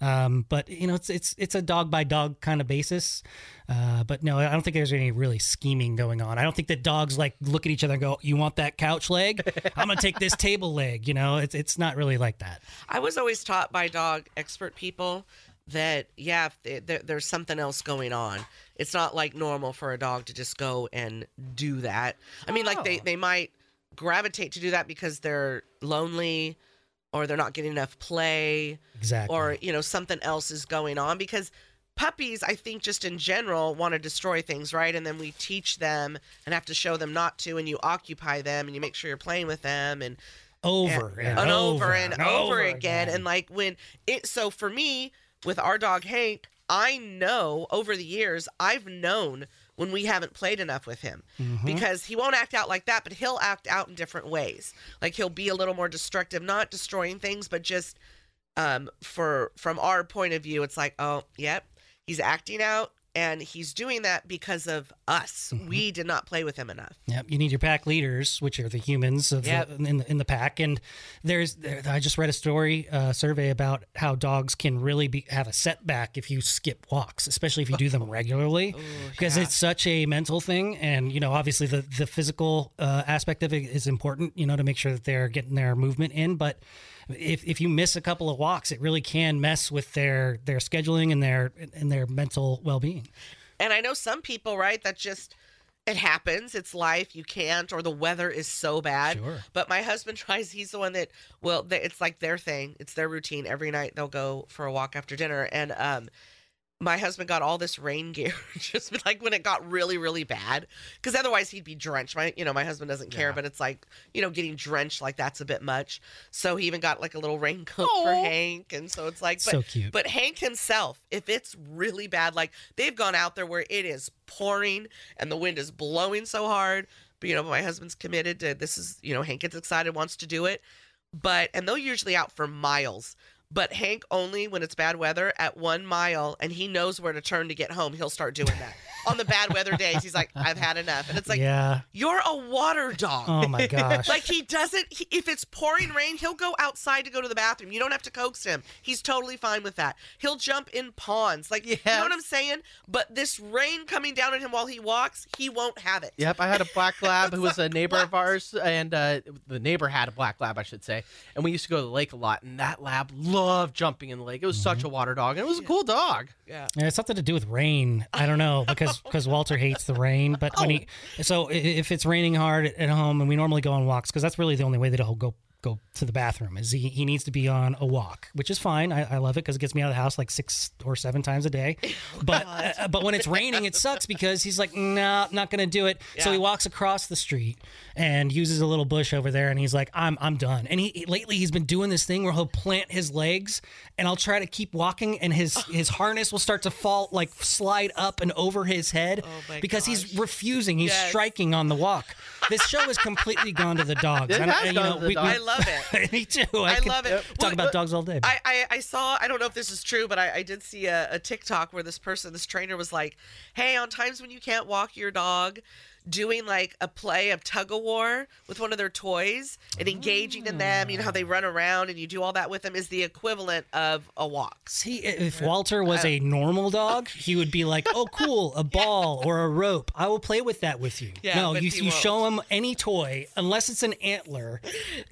Um, but you know, it's it's it's a dog by dog kind of basis. Uh, but no, I don't think there's any really scheming going on. I don't think that dogs like look at each other and go, "You want that couch leg? I'm gonna take this table leg." You know, it's it's not really like that. I was always taught by dog expert people that yeah, if th- there, there's something else going on. It's not like normal for a dog to just go and do that. I mean, like they Oh. they might gravitate to do that because they're lonely or they're not getting enough play Exactly. or you know something else is going on because puppies i think just in general want to destroy things right and then we teach them and have to show them not to and you occupy them and you make sure you're playing with them and over Yeah. and, and over, and over, again. And like when it, so for me, with our dog Hank, I know over the years, I've known when we haven't played enough with him Mm-hmm. because he won't act out like that, but he'll act out in different ways. Like he'll be a little more destructive, not destroying things, but just um, for from our point of view, it's like, oh, yep, he's acting out, and he's doing that because of us. We did not play with him enough. Yep, you need your pack leaders, which are the humans of Yep. the, in the in the pack. And there's, there, I just read a story uh, survey about how dogs can really be, have a setback if you skip walks, especially if you do them regularly, because it's such a mental thing. And you know, obviously the the physical uh, aspect of it is important, you know, to make sure that they're getting their movement in. But if if you miss a couple of walks, it really can mess with their their scheduling and their and their mental well being. And I know some people, right, that just it happens. It's life. You can't, or the weather is so bad. Sure. But my husband tries. He's the one that will. th- It's like their thing. It's their routine. Every night they'll go for a walk after dinner. And um, my husband got all this rain gear, just like when it got really, really bad, because otherwise he'd be drenched. My, you know, my husband doesn't care, but it's like you know, getting drenched like that's a bit much. So he even got like a little raincoat for Hank, and so it's like, but, So cute. but Hank himself, if it's really bad, like they've gone out there where it is pouring and the wind is blowing so hard. But you know, my husband's committed to this is, you know, Hank gets excited, wants to do it. But and they're usually out for miles. But Hank only when it's bad weather at one mile and he knows where to turn to get home, he'll start doing that. On the bad weather days, he's like, I've had enough. And it's like, yeah. you're a water dog. Oh my gosh. Like he doesn't. He, if it's pouring rain, he'll go outside to go to the bathroom. You don't have to coax him. He's totally fine with that. He'll jump in ponds. Like you Yeah. know what I'm saying. But this rain coming down on him while he walks, he won't have it. Yep, I had a black lab who was a neighbor of ours, and uh, the neighbor had a black lab, I should say. And we used to go to the lake a lot, and that lab loved jumping in the lake. It was such a water dog, and it was a cool dog. Yeah, it's something to do with rain. I don't know because because Walter hates the rain. But when he so i- if it's raining hard at home and we normally go on walks because that's really the only way that he'll go go to the bathroom is he, he needs to be on a walk, which is fine. I, I love it because it gets me out of the house like six or seven times a day. But uh, but when it's raining, it sucks because he's like, no, nah, not gonna do it. So he walks across the street and uses a little bush over there, and he's like, I'm I'm done. And he lately he's been doing this thing where he'll plant his legs, and I'll try to keep walking, and his his harness will start to fall like slide up and over his Oh head because he's refusing. He's striking on the walk. This show has completely gone to the dogs. It I don't- has you gone know, to the we- we- dogs. I love it. me too. I, I could love it. Talk Well, about but- dogs all day. I, I, I saw I don't know if this is true, but I, I did see a, a TikTok where this person, this trainer was like, Hey, on times when you can't walk your dog, doing like a play of tug of war with one of their toys and engaging in them, you know how they run around and you do all that with them is the equivalent of a walk. See, if Walter was a normal dog, he would be like, "Oh, cool, a ball or a rope. I will play with that with you." Yeah, no, but you, he you won't. show him any toy unless it's an antler,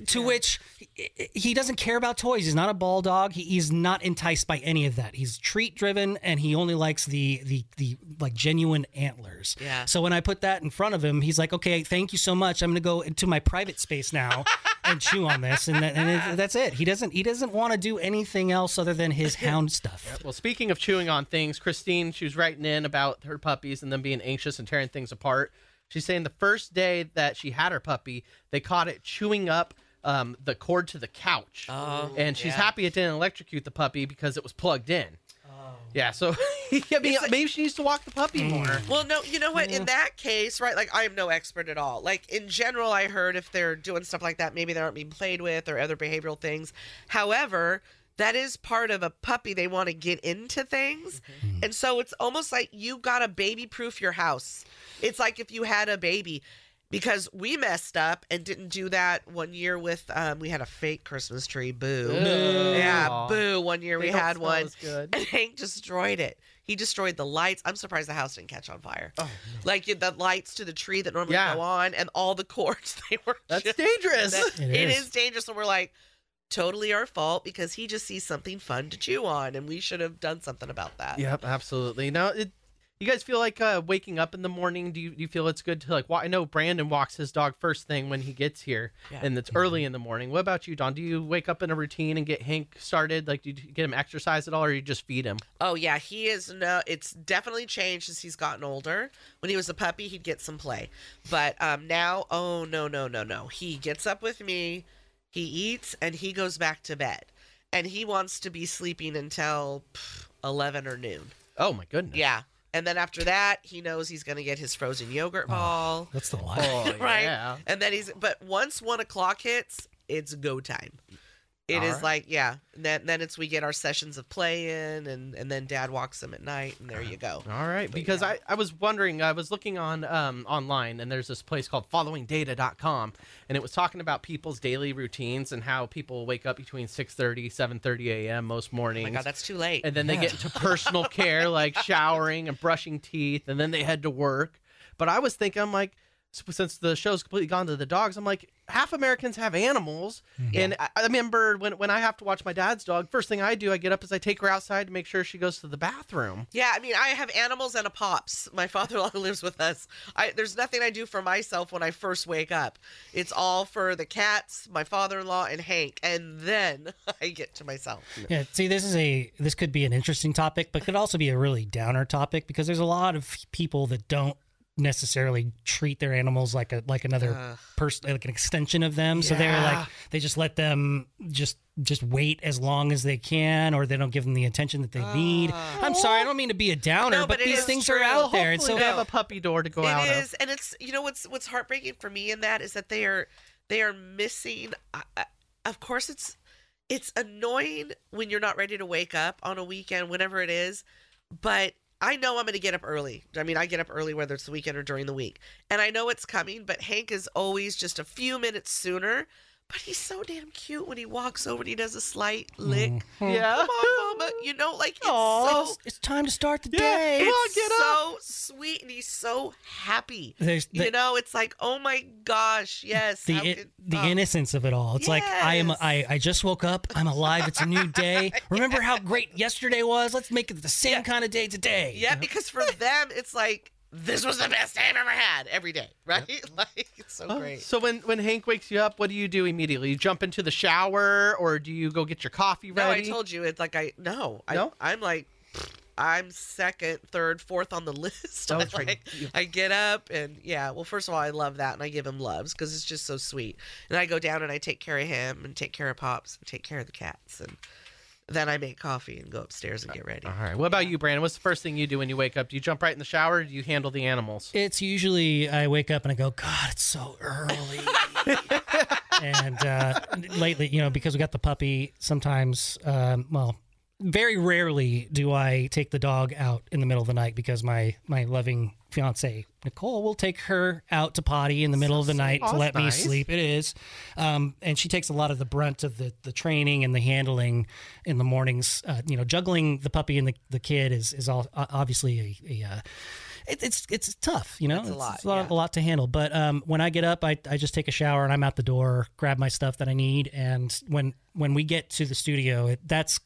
to which he- he doesn't care about toys. He's not a ball dog. He, he's not enticed by any of that. He's treat driven, and he only likes the the the like genuine antlers. Yeah. So when I put that in front of him, he's like, "Okay, thank you so much. I'm going to go into my private space now." and chew on this and, that, and it, that's it he doesn't he doesn't want to do anything else other than his hound stuff Well, speaking of chewing on things, Christine, she was writing in about her puppies and them being anxious and tearing things apart. She's saying the first day that she had her puppy, they caught it chewing up um, the cord to the couch. Oh, and she's happy it didn't electrocute the puppy because it was plugged in. Oh. Yeah, so I mean, maybe she needs to walk the puppy Mm. more. Well, no, you know what? In that case, right? Like, I am no expert at all. Like, in general, I heard if they're doing stuff like that, maybe they aren't being played with or other behavioral things. However, that is part of a puppy. They want to get into things. And so it's almost like you got to baby proof your house. It's like if you had a baby. Because we messed up and didn't do that one year with um, we had a fake Christmas tree, boo, yeah, Aw. boo. One year They we don't had smell one, as good. and Hank destroyed it. He destroyed the lights. I'm surprised the house didn't catch on fire. Oh, Like the lights to the tree that normally Yeah. go on, and all the cords they were. That's just- dangerous. that- It it is. is. dangerous, and we're like, totally our fault because he just sees something fun to chew on, and we should have done something about that. Yep, absolutely. Now, it, you guys feel like uh, waking up in the morning? Do you, do you feel it's good to like? Wa- I know Brandon walks his dog first thing when he gets here, and it's early in the morning. What about you, Don? Do you wake up in a routine and get Hank started? Like, do you get him exercise at all, or you just feed him? Oh yeah, he is no. It's definitely changed since he's gotten older. When he was a puppy, he'd get some play, but um, now, oh no, no, no, no. He gets up with me, he eats, and he goes back to bed, and he wants to be sleeping until pff, eleven or noon. Oh my goodness. Yeah, and then after that, he knows he's gonna get his frozen yogurt ball, that's the lie Oh, right? yeah. And then he's. But once one o'clock hits, it's go time. It is All right. like yeah. Then then it's we get our sessions of play in, and and then Dad walks them at night, and there you go. Oh All right, But because yeah. I, I was wondering, I was looking on um, online, and there's this place called followingdata.com, and it was talking about people's daily routines and how people wake up between 6.30, 7.30 a.m. most Oh mornings. my God, that's too late. and then they get into personal care, like showering and brushing teeth, and then they head to work. But I was thinking, I'm like, s- since the show's completely gone to the dogs, I'm like, half Americans have animals. And I, I remember when, when I have to watch my dad's dog, first thing I do, I get up is I take her outside to make sure she goes to the bathroom. Yeah, I mean, I have animals and a pops. My father-in-law lives with us. I, there's nothing I do for myself when I first wake up. It's all for the cats, my father-in-law, and Hank, and then I get to myself. Yeah, see, this is a this could be an interesting topic, but could also be a really downer topic because there's a lot of people that don't necessarily treat their animals like a like another person, like an extension of them. So they're Yeah. like they just let them just just wait as long as they can, or they don't give them the attention that they need. I'm sorry, I don't mean to be a downer, No, but, but it these is things true. are out there, and Hopefully so they have a puppy door to go out It of. is, and it's you know what's what's heartbreaking for me in that is that they are they are missing. I, I, of course, it's it's annoying when you're not ready to wake up on a weekend, whenever it is. But I know I'm going to get up early. I mean, I get up early whether it's the weekend or during the week, and I know it's coming. But Hank is always just a few minutes sooner. But he's so damn cute when he walks over and he does a slight lick. Yeah. Come on, Mama. You know, like it's Mm. Aw. so it's time to start the Yeah. day. Come on, it's get so sweet and he's so happy. There's the- you know, it's like, oh my gosh, yes. the how it, could- the oh. innocence of it all. It's like I am Yes. I I just woke up. I'm alive. It's a new day. Remember how great yesterday was? Let's make it the same kind of day today. Yeah, because for them, it's like, this was the best day I've ever had every day, right? Like, it's so Oh, great. So when when Hank wakes you up, what do you do immediately? You jump into the shower, or do you go get your coffee No, I ready? told you, it's like, I, no, I, No? I'm like, I'm second, third, fourth on the list. Oh, I, that's right. like- You- I get up and yeah, well, first of all, I love that and I give him loves because it's just so sweet. And I go down and I take care of him and take care of Pops and take care of the cats. And then I make coffee and go upstairs and get ready. All right. What about you, Brandon? What's the first thing you do when you wake up? Do you jump right in the shower? Or do you handle the animals? It's usually I wake up and I go, God, it's so early. and uh, lately, you know, because we got the puppy, sometimes, um, well, very rarely do I take the dog out in the middle of the night because my my loving fiance Nicole will take her out to potty in the middle of the night Oh, to let that's nice. me sleep. It is, um, and she takes a lot of the brunt of the the training and the handling in the mornings. Uh, you know, juggling the puppy and the, the kid is is all uh, obviously a, a uh, it, it's it's tough. You know, It's a lot, it's a, lot yeah. a lot to handle. But um, when I get up, I, I just take a shower and I'm out the door, grab my stuff that I need. And when when we get to the studio, it, that's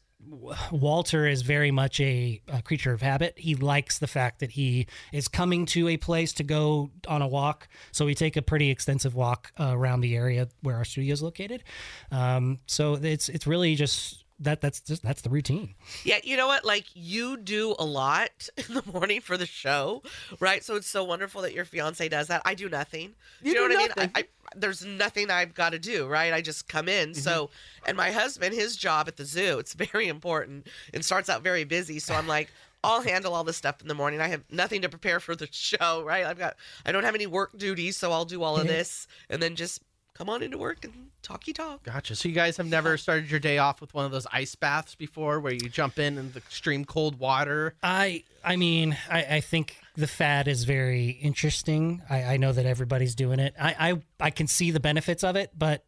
Walter is very much a, a creature of habit. He likes the fact that he is coming to a place to go on a walk. So we take a pretty extensive walk uh, around the area where our studio is located. Um, so it's it's really just that that's just that's the routine. Yeah, you know what? Like you do a lot in the morning for the show, right? So it's so wonderful that your fiance does that. I do nothing. You know do what I mean? nothing. I, I, there's nothing I've got to do, right? I just come in. Mm-hmm. So, and my husband, his job at the zoo, it's very important and starts out very busy. So I'm like, I'll handle all this stuff in the morning. I have nothing to prepare for the show, right? I've got, I don't have any work duties, so I'll do all of this and then just come on into work and talky talk. Gotcha. So you guys have never started your day off with one of those ice baths before, where you jump in in the extreme cold water. I I mean, I, I think the fad is very interesting. I, I know that everybody's doing it. I, I I can see the benefits of it, but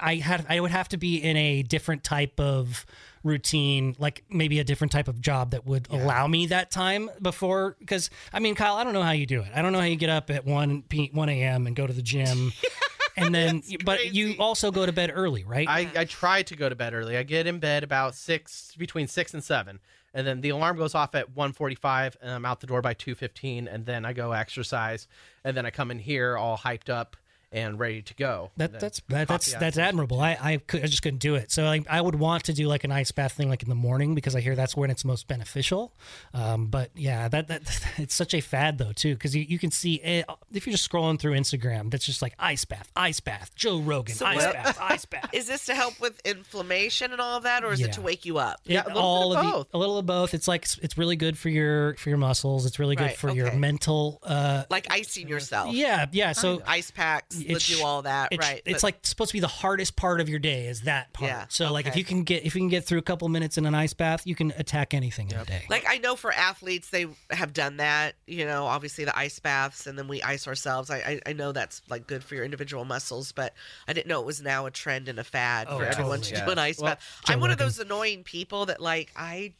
I had I would have to be in a different type of routine, like maybe a different type of job that would allow me that time before. Because I mean, Kyle, I don't know how you do it. I don't know how you get up at one p one a.m. and go to the gym, and then but you crazy. also go to bed early, right? I, I try to go to bed early. I get in bed about six, between six and seven, and then the alarm goes off at 1.45, and I'm out the door by two fifteen, and then I go exercise, and then I come in here all hyped up and ready to go. That, Then that's that, that's coffee that's admirable. I I, could, I just couldn't do it. So like, I would want to do like an ice bath thing like in the morning because I hear that's when it's most beneficial. Um, but yeah, that that it's such a fad though too because you, you can see it, if you're just scrolling through Instagram that's just like ice bath, ice bath, Joe Rogan, So ice what- bath, ice bath. Is this to help with inflammation and all of that, or is Yeah. it to wake you up? It- Yeah, a little bit all of the- both. a little of both. It's like it's really good for your for your muscles. It's really good Right, for your okay. mental. Uh, like icing yourself. yeah, yeah. So Ice packs. that sh- do all that, it sh- right? but- It's like supposed to be the hardest part of your day is that part. Yeah, So like if okay. you can get if you can get through a couple minutes in an ice bath, you can attack anything in a day. like I know for athletes they have done that. You know, obviously the ice baths, and then we ice ourselves. I I, I know that's like good for your individual muscles, but I didn't know it was now a trend and a fad Oh, for yeah. everyone to Totally. do an Yeah. ice Well, bath. I'm Joe one of Rogan. those annoying people that like I.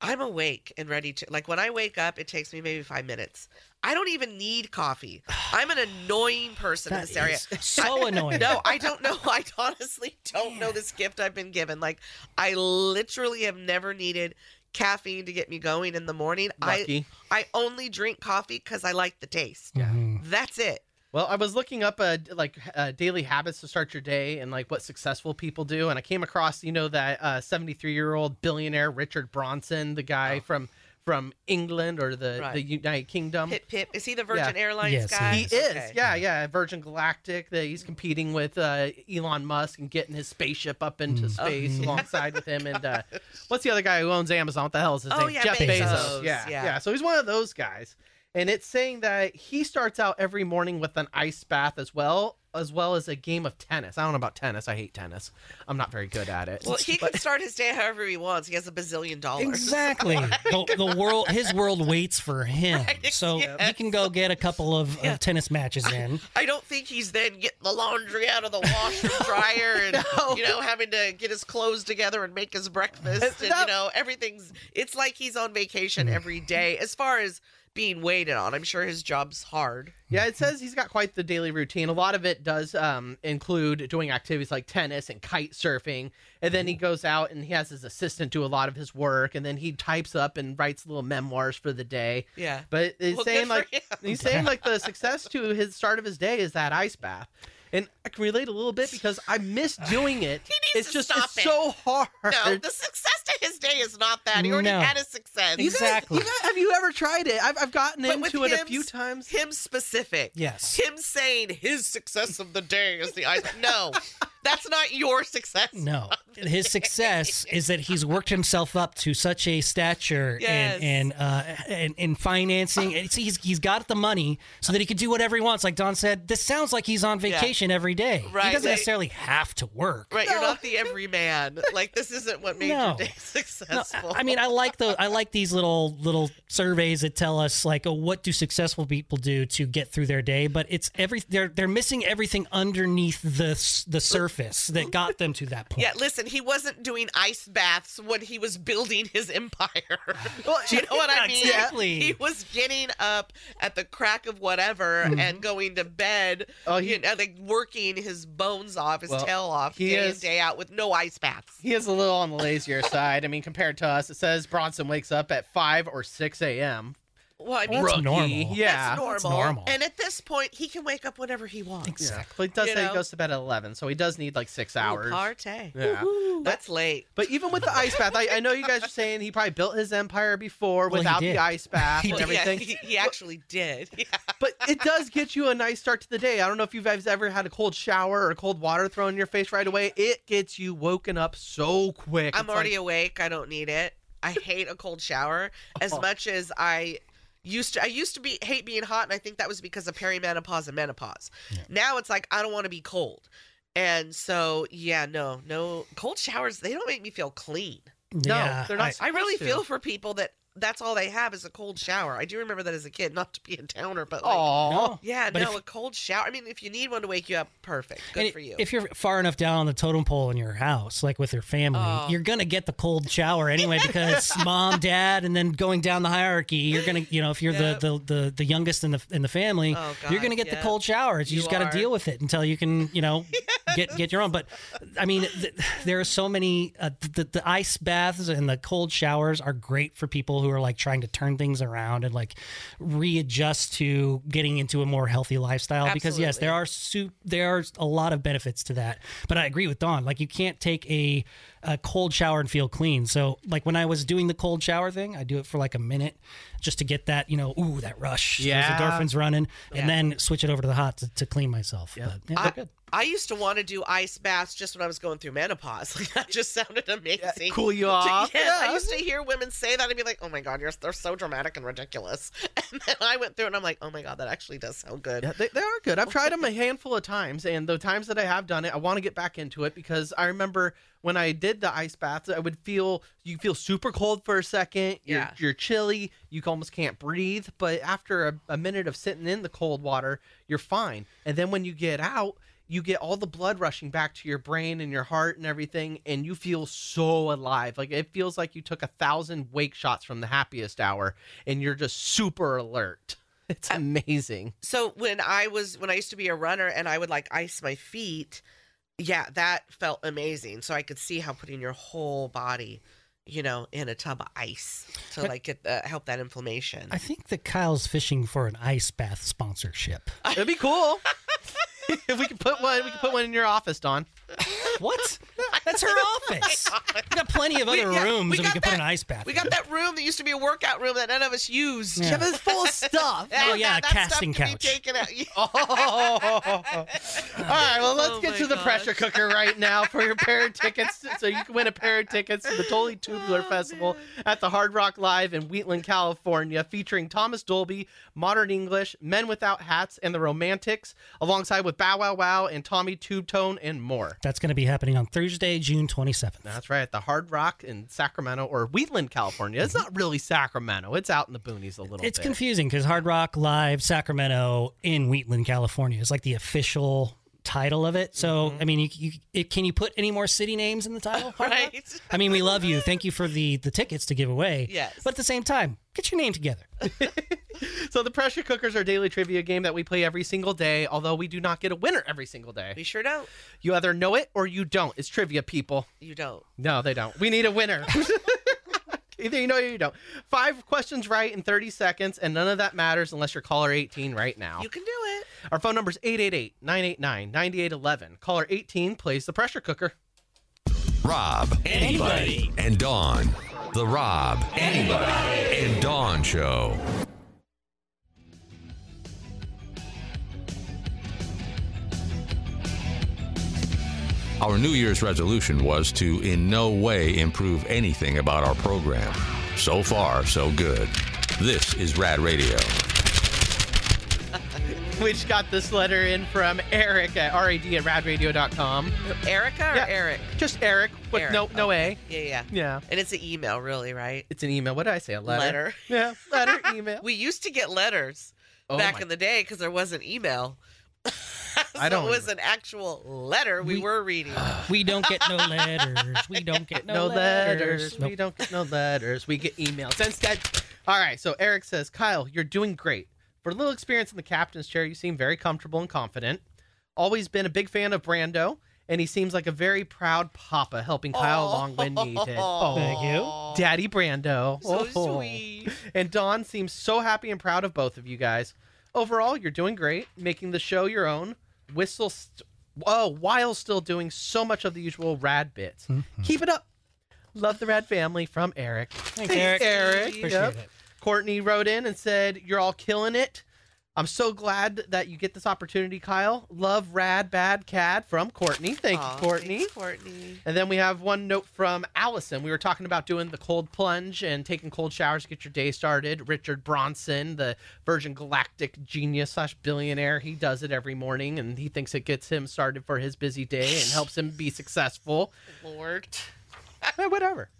I'm awake and ready to like when I wake up it takes me maybe 5 minutes. I don't even need coffee. I'm an annoying person in That this area. is so annoying. No, I don't know. I honestly don't know this gift I've been given. Like, I literally have never needed caffeine to get me going in the morning. Lucky. I I only drink coffee because I like the taste. Mm-hmm. Mhm. That's it. Well, I was looking up uh, like uh, daily habits to start your day and like what successful people do, and I came across you know that uh, seventy-three-year-old billionaire Richard Bronson, the guy from from England or the Right. the United Kingdom. Pip pip. Is he the Virgin Airlines Um, Yes, he guy? he is, Okay. yeah, yeah. Virgin Galactic. That he's competing with uh, Elon Musk and getting his spaceship up into Mm. Oh, space alongside with him. And uh, what's the other guy who owns Amazon? What the hell is his Oh, name? yeah, Jeff Bezos. Yeah, Yeah. yeah, So he's one of those guys. And it's saying that he starts out every morning with an ice bath as well, as well as a game of tennis. I don't know about tennis. I hate tennis. I'm not very good at it. Well, he can start his day however he wants. He has a bazillion dollars. Exactly. the, the world, his world waits for him, Right, so yes. he can go get a couple of, of tennis matches in. I don't think he's then getting the laundry out of the washer dryer and you know having to get his clothes together and make his breakfast and you not- know everything's it's like he's on vacation Mm. every day as far as being waited on. I'm sure his job's hard. Yeah, it says he's got quite the daily routine. A lot of it does um, include doing activities like tennis and kite surfing. And then he goes out and he has his assistant do a lot of his work. And then he types up and writes little memoirs for the day. Yeah. But it's Well, good saying for like him. he's saying like the success to his start of his day is that ice bath. And I can relate a little bit because I miss doing it. He needs it's to just stop it's it. so hard. No, the success to his day is not that. He already No. had a success. You guys- Exactly. you guys- have you ever tried it? I've, I've gotten But with into it a him- few times. him specific. Yes. Him saying his success of the day is the ice. No. That's not your success. No, his success is that he's worked himself up to such a stature Yes. and and, uh, and and financing. And see, he's he's got the money so that he can do whatever he wants. Like Don said, this sounds like he's on vacation every day. Right. He doesn't They- necessarily have to work. Right, you're not the everyman. Like this isn't what made No. your day No, I- successful. I mean, I like the I like these little little surveys that tell us like, oh, what do successful people do to get through their day? But it's every they're they're missing everything underneath the s- the surface that got them to that point. yeah, listen, he wasn't doing ice baths when he was building his empire. Do you know what I mean? Exactly. He was getting up at the crack of whatever and going to bed. Oh, you he- know, like working his bones off, his Well, tail off, he day in is- day out with no ice baths. He is a little on the lazier side. I mean, compared to us, it says Bronson wakes up at 5 or 6 a.m. Well, I mean, That's Rookie. normal. Yeah. that's normal. normal. And at this point, he can wake up whenever he wants. Exactly. But it does You say know? he goes to bed at 11, so he does need like six hours. Ooh, Parte. Yeah. That's late. But even with the ice bath, I, I know you guys are saying he probably built his empire before Well, he without did. the ice bath He and did. Yeah, everything. he, he actually did. Yeah. But it does get you a nice start to the day. I don't know if you guys ever had a cold shower or cold water thrown in your face right away. It gets you woken up so quick. I'm It's like- already awake. I don't need it. I hate a cold shower as Oh. much as I used to. I used to be hate being hot, and I think that was because of perimenopause and menopause. Now it's like I don't want to be cold, and so yeah, no, no cold showers. They don't make me feel clean. no, Yeah, they're not. I- I supposed really to. feel for people that that's all they have is a cold shower. I do remember that as a kid, not to be a downer, but like, Aw. No. yeah, But no, if- a cold shower. I mean, if you need one to wake you up, perfect, good And for you. If you're far enough down on the totem pole in your house, like with your family, Oh. you're gonna get the cold shower anyway because mom, dad, and then going down the hierarchy, you're gonna, you know, if you're Yep. the, the the the youngest in the in the family, Oh, you're God, gonna get yeah. the cold showers. You, You just got are. to deal with it until you can, you know, get get your own. But I mean, th- there are so many. Uh, the, the ice baths and the cold showers are great for people who are like trying to turn things around and like readjust to getting into a more healthy lifestyle. Because yes, there Absolutely. are are su- there are a lot of benefits to that. But I agree with Don. Like you can't take a a cold shower and feel clean. So like when I was doing the cold shower thing, I do it for like a minute just to get that you know ooh that rush, Yeah. those endorphins running, and then switch it over to the hot to, to clean myself. But, yeah, I, they're good. I used to want to do ice baths just when I was going through menopause. Like that just sounded amazing. cool you off. Yes, I Yeah. used to hear women say that and be like, "Oh my god, you're they're so dramatic and ridiculous." And then I went through and I'm like, "Oh my god, that actually does sound good." Yeah, they, they are good. I've tried them a handful of times, and the times that I have done it, I want to get back into it because I remember when I did the ice baths, I would feel you feel super cold for a second. You're, Yeah. you're chilly. You almost can't breathe. But after a, a minute of sitting in the cold water, you're fine. And then when you get out, you get all the blood rushing back to your brain and your heart and everything, and you feel so alive. Like it feels like you took a thousand wake shots from the happiest hour, and you're just super alert. It's amazing. So when I was when I used to be a runner and I would like ice my feet, yeah, that felt amazing. So I could see how putting your whole body, you know, in a tub of ice to But- like get uh, help that inflammation. I think that Kyle's fishing for an ice bath sponsorship. It'd be cool. if we could put one, we could put one in your office, Don. What? That's her office. We got plenty of other Oh We- yeah, rooms we that we got could put that. an ice bath. we in. got that room that used to be a workout room that none of us used. Yeah. it's full of stuff. And Oh, that- yeah, a that stuff casting can be couch. taken out. Yeah. Oh. All right, well, let's Oh get my to the gosh. pressure cooker right now for your pair of tickets. So you can win a pair of tickets to the Totally Oh, Tubular Festival at the Hard Rock Live in Wheatland, California, featuring Thomas Dolby, Modern English, Men Without Hats, and the Romantics, alongside with Bow Wow Wow and Tommy Tube Tone and more. That's going to be happening on Thursday, June 27th. That's right, at the Hard Rock in Sacramento or Wheatland, California. It's not really Sacramento. It's out in the boonies a little it's bit. confusing because Hard Rock Live Sacramento in Wheatland, California is like the official title of it. So, I mean, you, you, it, can you put any more city names in the title? Hard Rock? Right. I mean, we love you. Thank you for the the tickets to give away. Yes. But at the same time, get your name together. So the pressure cookers are a daily trivia game that we play every single day, although we do not get a winner every single We day. sure don't. You either know it or you don't. It's trivia, people. You don't. No, they don't. We need a winner. Either you know or you don't. Five questions right in 30 seconds, and none of that matters unless you're caller 18 right now. You can do it. Our phone number is 888 989 9811. Caller 18 plays the pressure cooker. Rob, anybody, and Dawn. The Rob, anybody, and Dawn Show. Our New Year's resolution was to in no way improve anything about our program. So far, so good. This is Rad Radio. Which got this letter in from Eric at rad at radradio.com. Erica or Yeah. Eric? Just Eric, with Eric, no no A. Yeah, yeah. Yeah. And it's an email, really, right? It's an email. What did I say? A letter. Letter. Yeah. Letter email. We used to get letters Oh back my- in the day because there wasn't email. so I don't It was even- an actual letter we, We- were reading. We don't get no letters. We don't get no no, letters. Nope. We don't get no letters. We get emails instead. All right. So Eric says, Kyle, you're doing great. For a little experience in the captain's chair, you seem very comfortable and confident. Always been a big fan of Brando, and he seems like a very proud papa, helping Kyle along when needed. Oh, Thank you. Daddy Brando. So Oh. sweet. And Dawn seems so happy and proud of both of you guys. Overall, you're doing great, making the show your own. Whistle, st- oh, while still doing so much of the usual rad bits. Keep it up. Love the rad family from Eric. Thanks, Eric. Appreciate Yep. it. Courtney wrote in and said, "You're all killing it. I'm so glad that you get this opportunity, Kyle. Love rad bad cad from Courtney. Thank Aw, you, Courtney." thanks, Courtney. And then we have one note from Allison. We were talking about doing the cold plunge and taking cold showers to get your day started. Richard Bronson, the Virgin Galactic genius slash billionaire, he does it every morning and he thinks it gets him started for his busy day and helps him be successful. Lord. Eh, whatever.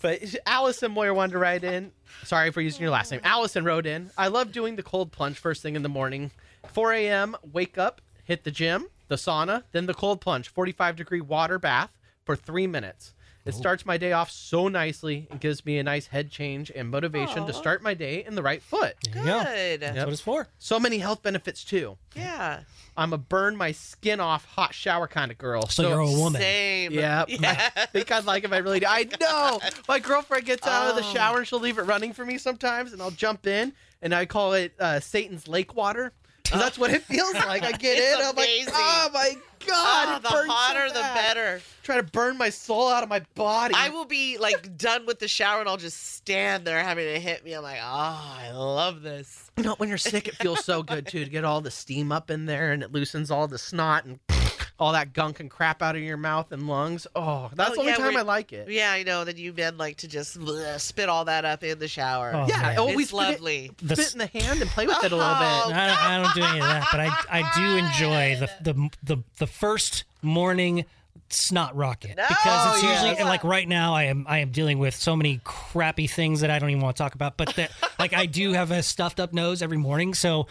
But Allison Moyer wanted to write in. Sorry for using your last name. Allison wrote in. I love doing the cold plunge first thing in the morning. 4 a.m. Wake up, hit the gym, the sauna, then the cold plunge, 45 degree water bath for three minutes. It Oh. starts my day off so nicely and gives me a nice head change and motivation to Aw. start my day in the right foot. There you go. That's Good. what it's for. So many health benefits too. Yeah. I'm a burn my skin off hot shower kind of girl. So you're a woman. Same. Yeah, I think I'd like if I really did. I know my girlfriend gets out of the Oh. shower and she'll leave it running for me sometimes, and I'll jump in and I call it uh, Satan's lake water That's what it feels like. I get It's in. I'm like, amazing. oh my god! Ah, it the burns so hotter, the bad." better. Trying to burn my soul out of my body. I will be like done with the shower and I'll just stand there having it hit me. I'm like, ah, I love this. No, when you're sick, it feels so good too to get all the steam up in there and it loosens all the snot and all that gunk and crap out of your mouth and lungs. Oh, that's Oh, the only yeah, time we're- I like it. Yeah, I know. Then you men like to just bleh, spit all that up in the shower. Oh, yeah, man. oh, we it's spit it- lovely. The spit s- in the hand and play with it a little Oh. bit. I don't, I don't do any of that, but I, I do enjoy the, the the the first morning snot rocket because it's No, usually yes. and like right now I am I am dealing with so many crappy things that I don't even want to talk about, but that like I do have a stuffed up nose every morning, so.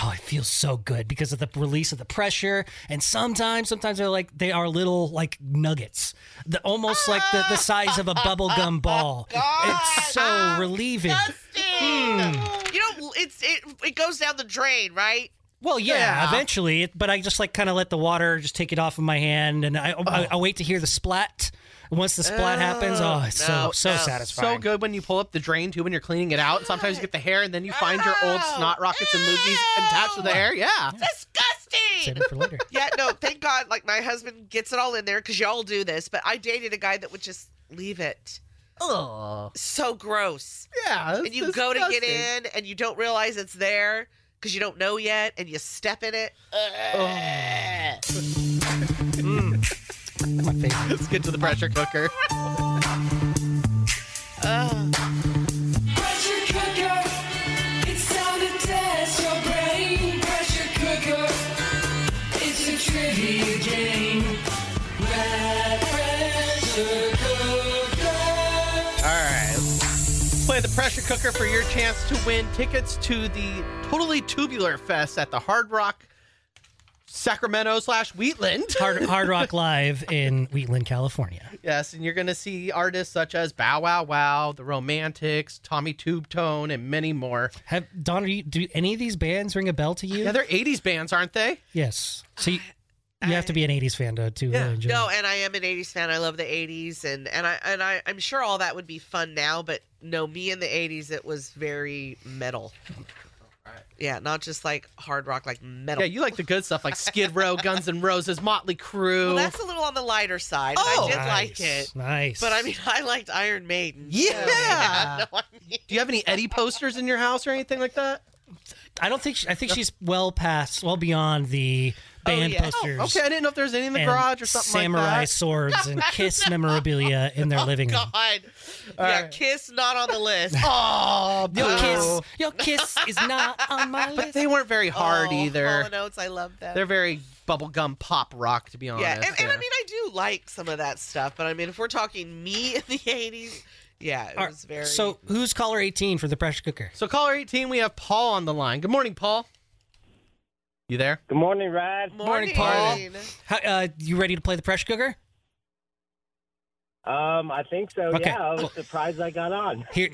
Oh, it feels so good because of the release of the pressure, and sometimes, sometimes they're like they are little like nuggets, the, almost like the, the size of a bubblegum ball. it's so relieving. Hmm. You know, it's it, it goes down the drain, right? Well, yeah, Yeah. eventually. But I just like kind of let the water just take it off of my hand, and I, Oh. I, I wait to hear the splat. Once the splat happens, oh, it's no, so so no. satisfying. So good when you pull up the drain too when you're cleaning it out. And sometimes you get the hair and then you find your old snot rockets and loogies attached to the hair. Yeah. Save Disgusting. it for later. yeah, no, thank God. Like my husband gets it all in there because y'all do this, but I dated a guy that would just leave it. Oh. So gross. Yeah. and you go to get in and you don't realize it's there because you don't know yet and you step in it My favorite. Let's get to the pressure cooker. Pressure cooker. It's time to test your brain. Pressure cooker. It's a trivia game. Red pressure cooker. All right. Let's play the pressure cooker for your chance to win tickets to the Totally Tubular Fest at the Hard Rock Sacramento slash Wheatland. Hard, Hard Rock Live in Wheatland, California. Yes, and you're going to see artists such as Bow Wow Wow, The Romantics, Tommy Tube Tone, and many more. Have Don? Are you, do any of these bands ring a bell to you? Yeah, they're 80s bands, aren't they? yes. So you, you have to be an '80s fan to to Yeah. really enjoy. no it. and i am an 80s fan i love the 80s and and i and I, i'm sure all that would be fun now but no me in the 80s it was very metal yeah not just like hard rock like metal Yeah, you like the good stuff like Skid Row, Guns N' Roses, Motley Crue. well, that's a little on the lighter side and Oh. i did like Nice, it Nice. but i mean i liked iron maiden Oh, so, Yeah. no, I mean- Do you have any Eddie posters in your house or anything like that? I don't think she, I think she's well past, well beyond the band yeah. Oh, posters. Okay, I didn't know if there's any in the and garage or something samurai like that. swords and kiss memorabilia in their living room. god yeah right. kiss not on the list Oh, Your boo. kiss, your kiss is not on my list. But they weren't very hard oh, either. Hall & Oates, i love that They're very bubblegum pop rock, to be honest. Yeah, and, and I yeah. mean, I do like some of that stuff, but I mean, if we're talking me in the '80s, yeah, it All right, was very. So who's caller eighteen for the pressure cooker? So, caller 18, we have Paul on the line. Good morning, Paul. You there? Good morning, Rod. Morning, How, uh, you ready to play the pressure cooker? Um, I think so. Okay, Yeah, I was cool. surprised I got on. Here,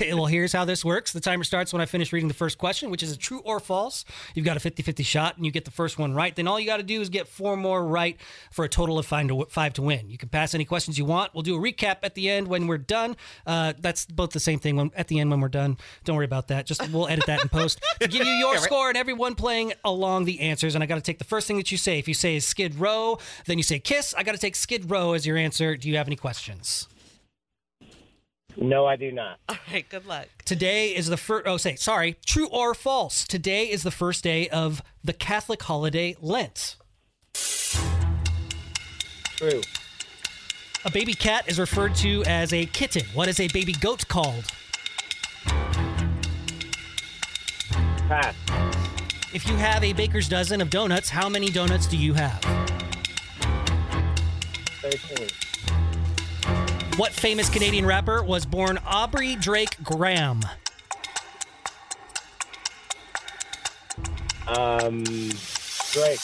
well, here's how this works. The timer starts when I finish reading the first question, which is a true or false. You've got a 50 50 shot and you get the first one right. Then all you got to do is get four more right for a total of five to, five to win. You can pass any questions you want. We'll do a recap at the end when we're done. Uh, that's both the same thing when, at the end when we're done. Don't worry about that. Just we'll edit that in post to give you your score and everyone playing along the answers. And I got to take the first thing that you say. If you say Skid Row, then you say Kiss. I got to take Skid Row as your answer. Do you have any questions? No, I do not. All right, good luck. Today is the first. Oh, say sorry. True or false? Today is the first day of the Catholic holiday Lent. True. A baby cat is referred to as a kitten. What is a baby goat called? Pass. If you have a baker's dozen of donuts, how many donuts do you have? Thirteen. What famous Canadian rapper was born Aubrey Drake Graham? Um, Drake.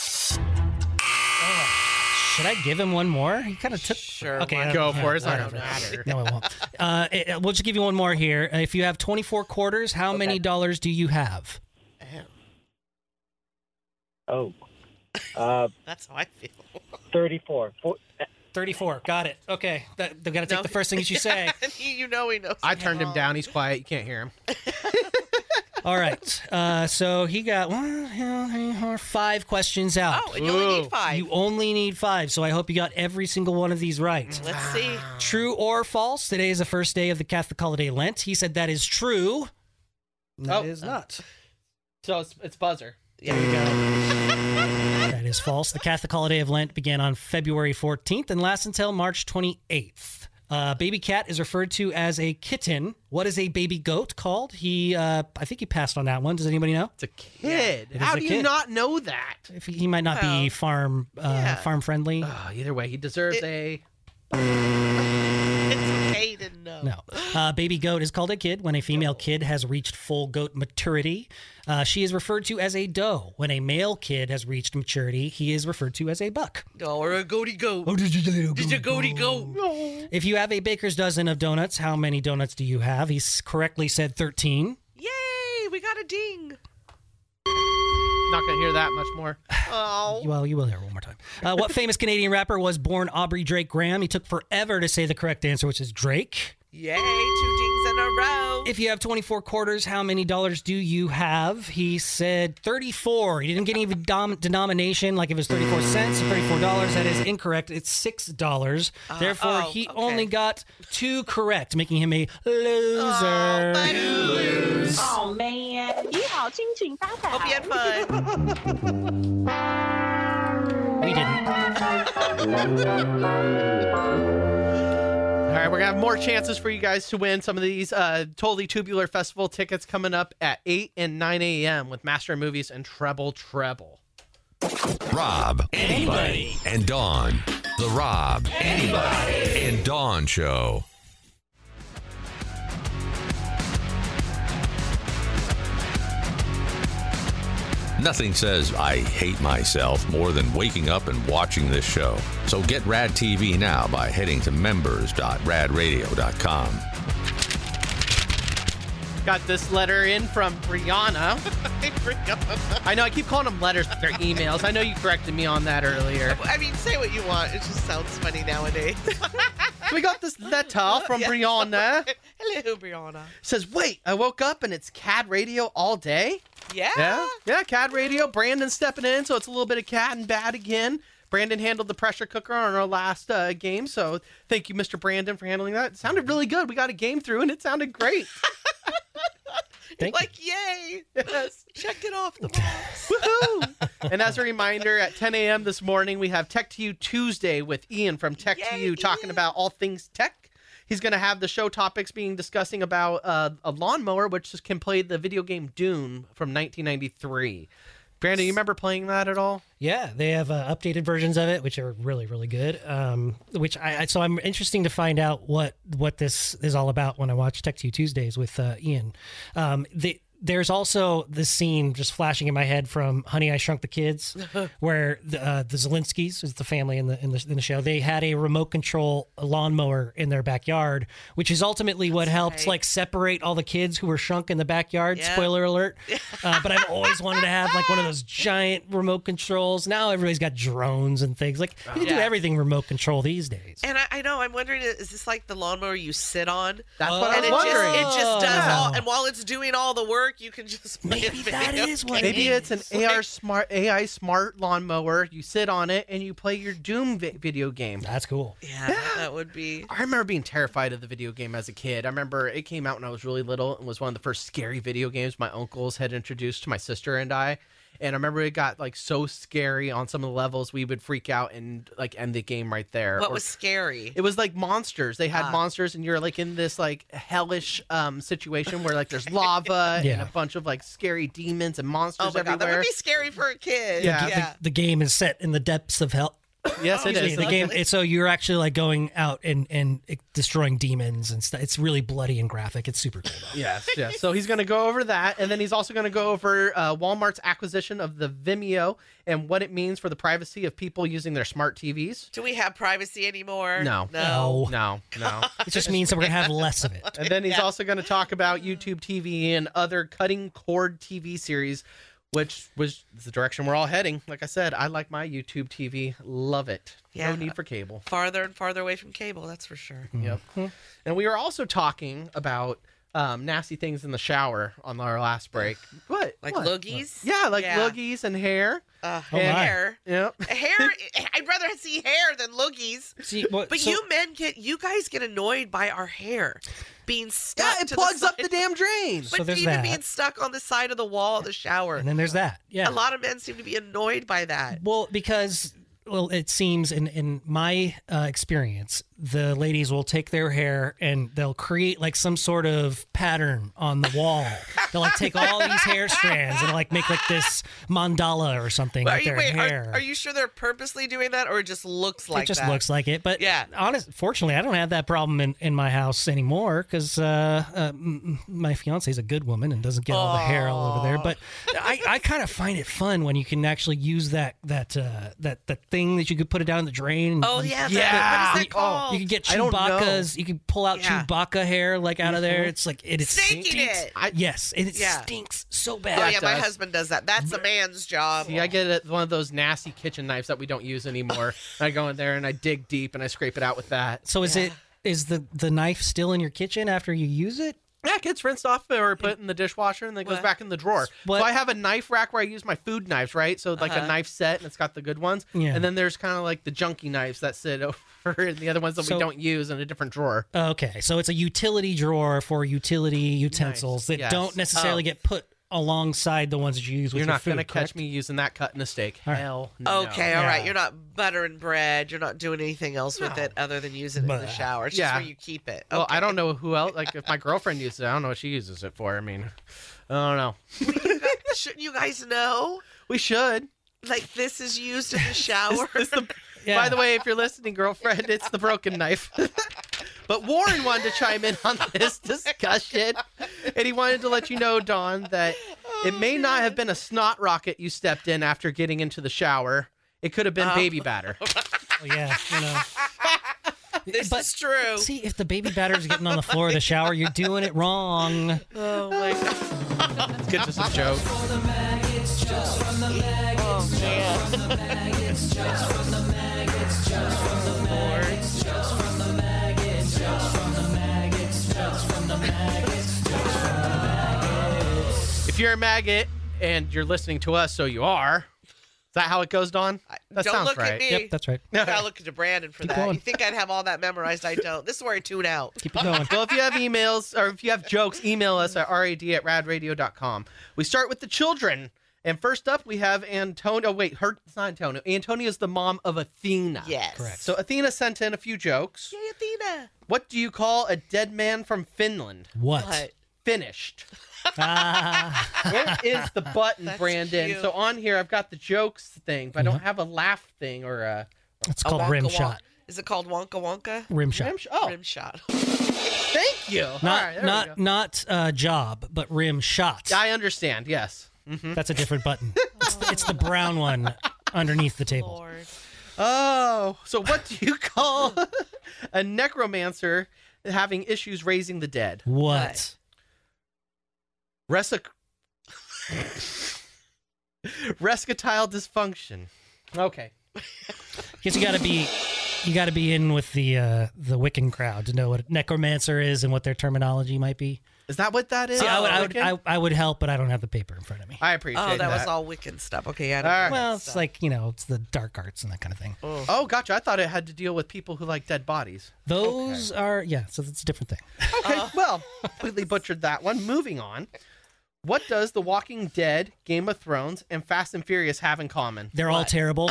Should I give him one more? He kind of took. Sure, Okay. why I don't- Go yeah, for it. It's not whatever. going to matter. No, it won't. Uh, it- it- we'll just give you one more here. Uh, If you have 24 quarters, how many dollars do you have? Oh. Uh, That's how I feel. thirty-four. Four, 34. Got it. Okay. That, they've got to take No. the first thing that you say. you know he knows. I turned him down. He's quiet. You can't hear him. All right. Uh, so he got one, two, three, four, five questions out. Oh, and you only need five. You only need five, so I hope you got every single one of these right. Let's see. True or false? Today is the first day of the Catholic holiday Lent. He said that is true. That Oh. is not. So it's, it's buzzer. Yeah, you go. That is false. The Catholic holiday of Lent began on February 14th and lasts until March 28th. Uh, baby cat is referred to as a kitten. What is a baby goat called? He, uh, I think he passed on that one. Does anybody know? It's a kid. It is How a do you kid. not know that? If he he might not Well, be farm uh, yeah. farm friendly. Ah, either way, he deserves It- a. It's okay to know. No. Uh, baby goat is called a kid when a female kid has reached full goat maturity. Uh, she is referred to as a doe. When a male kid has reached maturity, he is referred to as a buck. No, or a goaty goat. Oh, did you Did you goaty goat? If you have a baker's dozen of donuts, how many donuts do you have? He s- correctly said 13. Yay, we got a ding. Not gonna hear that much more. Oh. Well, you will hear it one more time. Uh, what famous Canadian rapper was born Aubrey Drake Graham? He took forever to say the correct answer, which is Drake. Yay, two dings in a row. If you have 24 quarters, how many dollars do you have? He said 34. He didn't get any dom- denomination, like if it was 34 cents or $34. That is incorrect. It's $6. Therefore, oh, he okay. only got two correct, making him a Oh, loser. buddy. Oh man，你好，清群发财。 Hope you had fun. we didn't. All right, we're gonna have more chances for you guys to win some of these uh, Totally Tubular Festival tickets coming up at eight and nine a.m. with Master Movies and Treble Treble. Rob, anybody, and Dawn. The Rob, anybody, and Dawn Show. Nothing says I hate myself more than waking up and watching this show. So get Rad TV now by heading to members.radradio.com. Got this letter in from Brianna. I know I keep calling them letters, but they're emails. I know you corrected me on that earlier. I mean, say what you want. It just sounds funny nowadays. So we got this letter from Brianna. Hello, Brianna. Says, wait, I woke up and it's CAD radio all day. Yeah. Yeah, yeah, Cat Radio. Brandon stepping in, so it's a little bit of cat and bat again. Brandon handled the pressure cooker on our last uh, game, so thank you, Mr. Brandon, for handling that. It sounded really good. We got a game through, and it sounded great. Thank you. Like, yay. Yes. Check it off the box. Woohoo! And as a reminder, at 10 a.m. this morning, we have Tech to You Tuesday with Ian from Tech to Yay, You talking Ian. about all things tech. He's going to have the show topics being discussing about uh, a lawnmower, which just can play the video game Doom from 1993. Brandon, you remember playing that at all? Yeah, they have uh, updated versions of it, which are really, really good. Um, which I I- so I'm interesting to find out what what this is all about when I watch Tech to You Tuesdays with uh, Ian. Um, the, there's also this scene just flashing in my head from Honey I Shrunk the Kids, where the, uh, the Zelinskys is the family in the, in the in the show. They had a remote control lawnmower in their backyard, which is ultimately what helped right. like separate all the kids who were shrunk in the backyard. Yeah. Spoiler alert! Uh, but I've always wanted to have like one of those giant remote controls. Now everybody's got drones and things. Like you can do Yeah. everything remote control these days. And I, I know, I'm wondering, is this like the lawnmower you sit on? That's what I and was it wondering. just it just does Oh. all and while it's doing all the work you can just play a Maybe that video is what game. Maybe it's an AR smart AI smart lawnmower. You sit on it and you play your Doom vi- video game. That's cool. yeah, that would be I remember being terrified of the video game as a kid. I remember it came out when I was really little and was one of the first scary video games my uncles had introduced to my sister and I. And I remember it got like so scary on some of the levels we would freak out and like end the game right there. what Or- was scary. it was like monsters. They had Ah. monsters, and you're like in this like hellish um, situation where like there's lava and Yeah. a bunch of like scary demons and monsters oh my everywhere. god, that would be scary for a kid. Yeah. The, the game is set in the depths of hell. yes, it Excuse is. me, the game. it's- So you're actually like going out and and destroying demons and stuff. It's really bloody and graphic. It's super cool. though. Yes, yes. So he's going to go over that, and then he's also going to go over uh, Walmart's acquisition of the Vimeo and what it means for the privacy of people using their smart TVs. Do we have privacy anymore? No. No. Oh. No, no. It just means that we're gonna have less of it. And then he's also going to talk about YouTube TV and other cutting cord TV series, which was the direction we're all heading. Like I said, I like my YouTube TV. Love it. Yeah. No need for cable. Mm-hmm. Farther and farther away from cable, that's for sure. Yep. And we were also talking about um, nasty things in the shower on our last break. What? Like what? loogies? Yeah, like Yeah. loogies and hair. Uh, Oh, my. hair. Yep. hair. I'd rather see hair than loogies. See, what, But so- you men get you guys get annoyed by our hair being stuck. Yeah, to it the plugs up side- the damn drain. But So there's even that. being stuck on the side of the wall of the shower. and then there's that. Yeah. A lot of men seem to be annoyed by that. Well, because well, it seems in in my uh, experience, the ladies will take their hair and they'll create like some sort of pattern on the wall. they'll like take all these hair strands and like make like this mandala or something Are with you, their wait, hair. are, are you sure they're purposely doing that, or it just looks like it just that? looks like it, but Yeah. Honest, fortunately, I don't have that problem in, in my house anymore because uh, uh, m- m- my fiance is a good woman and doesn't get all the hair all over there. But I, I kind of find it fun when you can actually use that that uh, that that thing that you could put it down the drain. And Oh you- yeah, Yeah. That, what is Oh, that called? You can get I don't know. Chewbacca's. You can pull out Yeah. Mm-hmm. Chewbacca hair like out of there. It's like it is Stinking stinks. it. I- yes, and it Yeah. stinks so oh bad. yeah, my does. husband does that. That's a man's job. See, I get it, one of those nasty kitchen knives that we don't use anymore. and I go in there and I dig deep and I scrape it out with that. So is it is the the knife still in your kitchen after you use it? Yeah, it gets rinsed off or put in the dishwasher and then it goes What? back in the drawer. What? So I have a knife rack where I use my food knives, right? So like a knife set and it's got the good ones. Yeah. And then there's kind of like the junky knives that sit over and the other ones that So- we don't use in a different drawer. Okay, so it's a utility drawer for utility utensils that Yes. don't necessarily Oh. get put alongside the ones that you use with You're your not food. going to catch correct? me using that cut in a steak. All right. Hell no. Okay, all right. Yeah. You're not buttering bread. You're not doing anything else with it other than using it in the Bleh. shower. It's Yeah. just where you keep it. Oh, Well, okay. I don't know who else. Like, if my girlfriend uses it, I don't know what she uses it for. I mean, I don't know. Shouldn't you guys know? We should. Like this is used in the shower. It's the- Yeah. By the way, if you're listening, girlfriend, it's the broken knife. but Warren wanted to chime in on this discussion, and he wanted to let you know, Don, that it may not have been a snot rocket you stepped in after getting into the shower. It could have been baby batter. Oh, yeah, you know. this but- is true. See, if the baby batter's getting on the floor of the shower, you're doing it wrong. oh my god. Let's get to some jokes. Oh man. If you're a maggot and you're listening to us, so you are. Is that how it goes, Don? That don't sounds look right. at me. Yep, that's right. I gotta look to Brandon for that. going. You think I'd have all that memorized? I don't. This is where I tune out. Keep it going. well, if you have emails or if you have jokes, email us at rad at radradio.com. We start with the children. And first up, we have Antonio. Oh, wait, her, it's not Antonio. Antonio is the mom of Athena. Yes. Correct. So Athena sent in a few jokes. Yay, Athena. What do you call a dead man from Finland? What? What? Finished. Ah, Where is the button, That's Brandon? cute. So on here, I've got the jokes thing, but I Uh-huh. don't have a laugh thing or a it's A called wonka rim wonk- shot. Is it called Wonka Wonka? Rim shot. rim shot. Oh, Rim shot. thank you. All Not right, there we not go. not uh, job, but rim shot. I understand. Yes. Mm-hmm. That's a different button. It's the, it's the brown one underneath the table. Lord. Oh, so what do you call a necromancer having issues raising the dead? What? Resic- Rescatile dysfunction. Okay. Guess you gotta be you gotta be in with the uh the Wiccan crowd to know what a necromancer is and what their terminology might be. Is that what that is? See, I would I would, Wiccan? I, I would help, but I don't have the paper in front of me. I appreciate Oh, that, that. was all Wiccan stuff. Okay, yeah. I don't All know right. that Well, it's stuff. like you know, it's the dark arts and that kind of thing. Oh, gotcha. I thought it had to deal with people who like dead bodies. Those are yeah, so that's a different thing. Okay, well, completely butchered that one. Moving on. What does The Walking Dead, Game of Thrones, and Fast and Furious have in common? They're all terrible.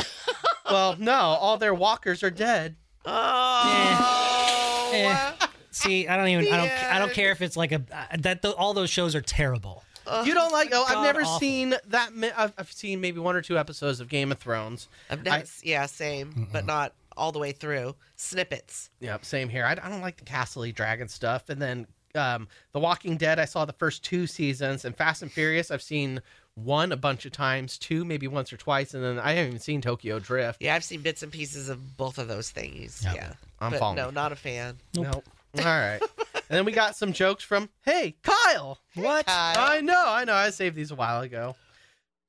Well, no, all their walkers are dead. Oh. Eh. See, I don't even I don't I don't Yeah. care if it's like a uh, that th- all those shows are terrible. You don't like? Oh, I've never God-awful. seen that. ma- I've, I've seen maybe one or two episodes of Game of Thrones. I've never, I- s- yeah, same, but not all the way through. Snippets. Yep, same here. I, I don't like the Castle Dragon stuff. And then um, The Walking Dead, I saw the first two seasons, and Fast and Furious, I've seen one a bunch of times, two maybe once or twice, and then I haven't even seen Tokyo Drift. Yeah, I've seen bits and pieces of both of those things. Yeah, I'm but following No, you. not a fan. Nope. All right. and then we got some jokes from Hey Kyle. What? Kyle. I know, I know. I saved these a while ago.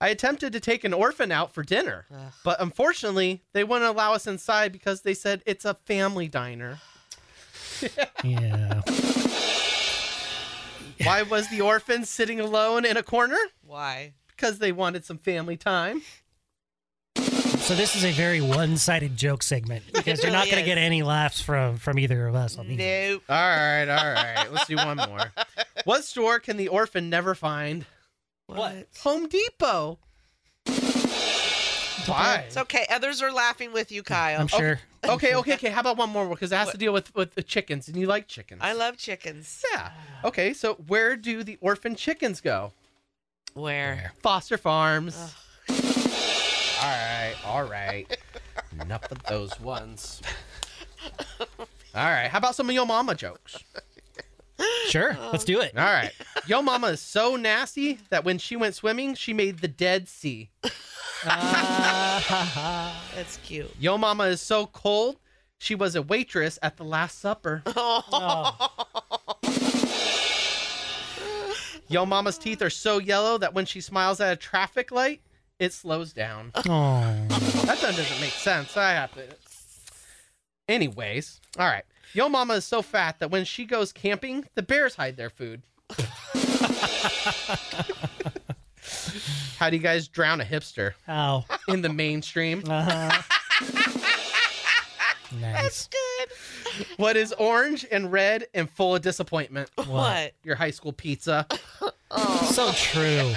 I attempted to take an orphan out for dinner, Ugh. but unfortunately, they wouldn't allow us inside because they said it's a family diner. Yeah. Why was the orphan sitting alone in a corner? Why? Because they wanted some family time. So this is a very one-sided joke segment because you're really not going is. to get any laughs from from either of us. On these. Nope. All right, all right. Let's do one more. What store can the orphan never find? What? Home Depot. Why? It's okay. Others are laughing with you, Kyle. I'm sure. Okay, okay, okay. How about one more? Because it has to deal with with the chickens, and you like chickens. I love chickens. Yeah. Okay, so where do the orphan chickens go? Where? Foster farms. All right, all right. Enough of those ones. All right. How about some of your mama jokes? Sure, Um, let's do it. All right. Yo mama is so nasty that when she went swimming, she made the Dead Sea. That's cute. Yo mama is so cold, she was a waitress at the Last Supper. Yo mama's teeth are so yellow that when she smiles at a traffic light, it slows down. Oh. That one doesn't make sense. I have to. Anyways, all right. Yo mama is so fat that when she goes camping, the bears hide their food. How do you guys drown a hipster Ow. in the mainstream? Uh-huh. nice. What is orange and red and full of disappointment? What? Your high school pizza. So true.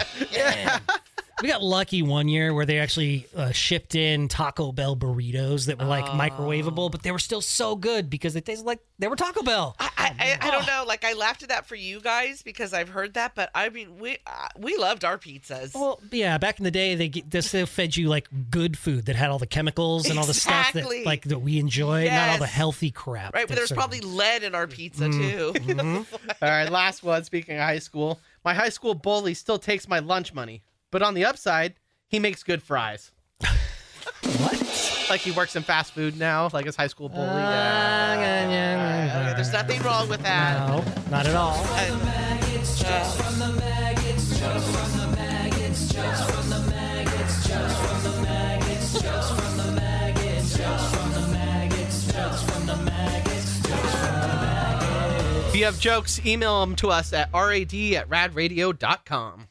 We got lucky one year where they actually uh, shipped in Taco Bell burritos that were like Oh. microwavable, but they were still so good because they tasted like they were Taco Bell. I, I, I, I don't know. Like I laughed at that for you guys because I've heard that, but I mean, we uh, we loved our pizzas. Well, yeah, back in the day, they get- they still fed you like good food that had all the chemicals and all the stuff Exactly. that like that we enjoy, not all the Yes. healthy crap. right, but that's there's probably served. lead in our pizza too. All right, last one. Speaking of high school, my high school bully still takes my lunch money, but on the upside, he makes good fries. what? Like he works in fast food now, like his high school bully. Ah, yeah. yeah, yeah, yeah. Okay, there's nothing wrong with that. No, not at all. If you have jokes, email them to us at rad at radradio.com.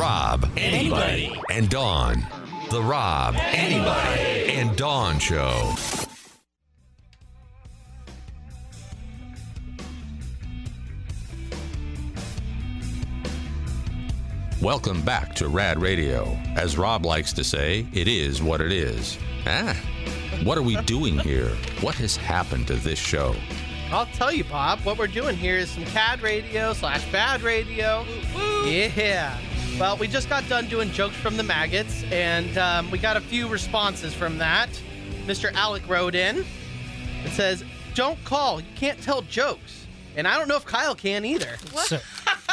Rob, anybody, and Dawn. The Rob, anybody, and Dawn Show. Welcome back to Rad Radio. As Rob likes to say, it is what it is. Ah, what are we doing here? What has happened to this show? I'll tell you, Bob, what we're doing here is some CAD radio slash bad radio. Yeah. Well, we just got done doing jokes from the maggots, and um, we got a few responses from that. Mr. Alec wrote in and says, Don't call, you can't tell jokes. And I don't know if Kyle can either. So,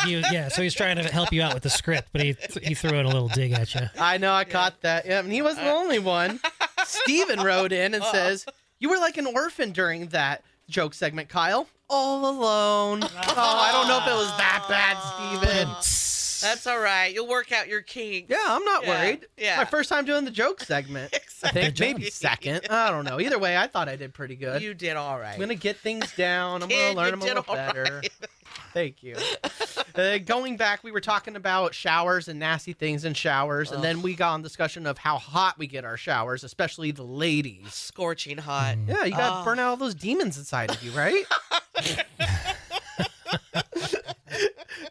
you, yeah, so he's trying to help you out with the script, but he he threw in a little dig at you. I know, I caught that. Yeah, and he wasn't the only one. Steven wrote in and says, You were like an orphan during that joke segment, Kyle. All alone. Oh, I don't know if it was that bad, Steven. That's all right. You'll work out your kinks. Yeah, I'm not Yeah, worried. yeah. My first time doing the joke segment. I think Good job. maybe second. I don't know. Either way, I thought I did pretty good. You did all right. I'm gonna get things down. I'm Kid, gonna you learn them a did little all right. better. Thank you. Uh, going back, we were talking about showers and nasty things in showers, and then we got on discussion of how hot we get our showers, especially the ladies. Scorching hot. Yeah, you gotta burn out all those demons inside of you, right?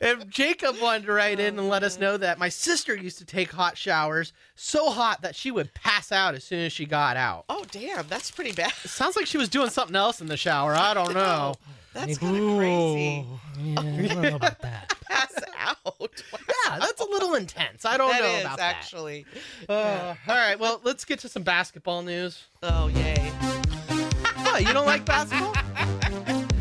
if Jacob wanted to write in and let us know that my sister used to take hot showers so hot that she would pass out as soon as she got out. Oh damn, that's pretty bad. Sounds like she was doing something else in the shower. I don't know. That's kind of crazy. Yeah, I don't know about that. Pass out. Yeah, that's a little intense. I don't That know is about actually. that. Uh, all right, well, let's get to some basketball news. Oh yay. What, Oh, you don't like basketball?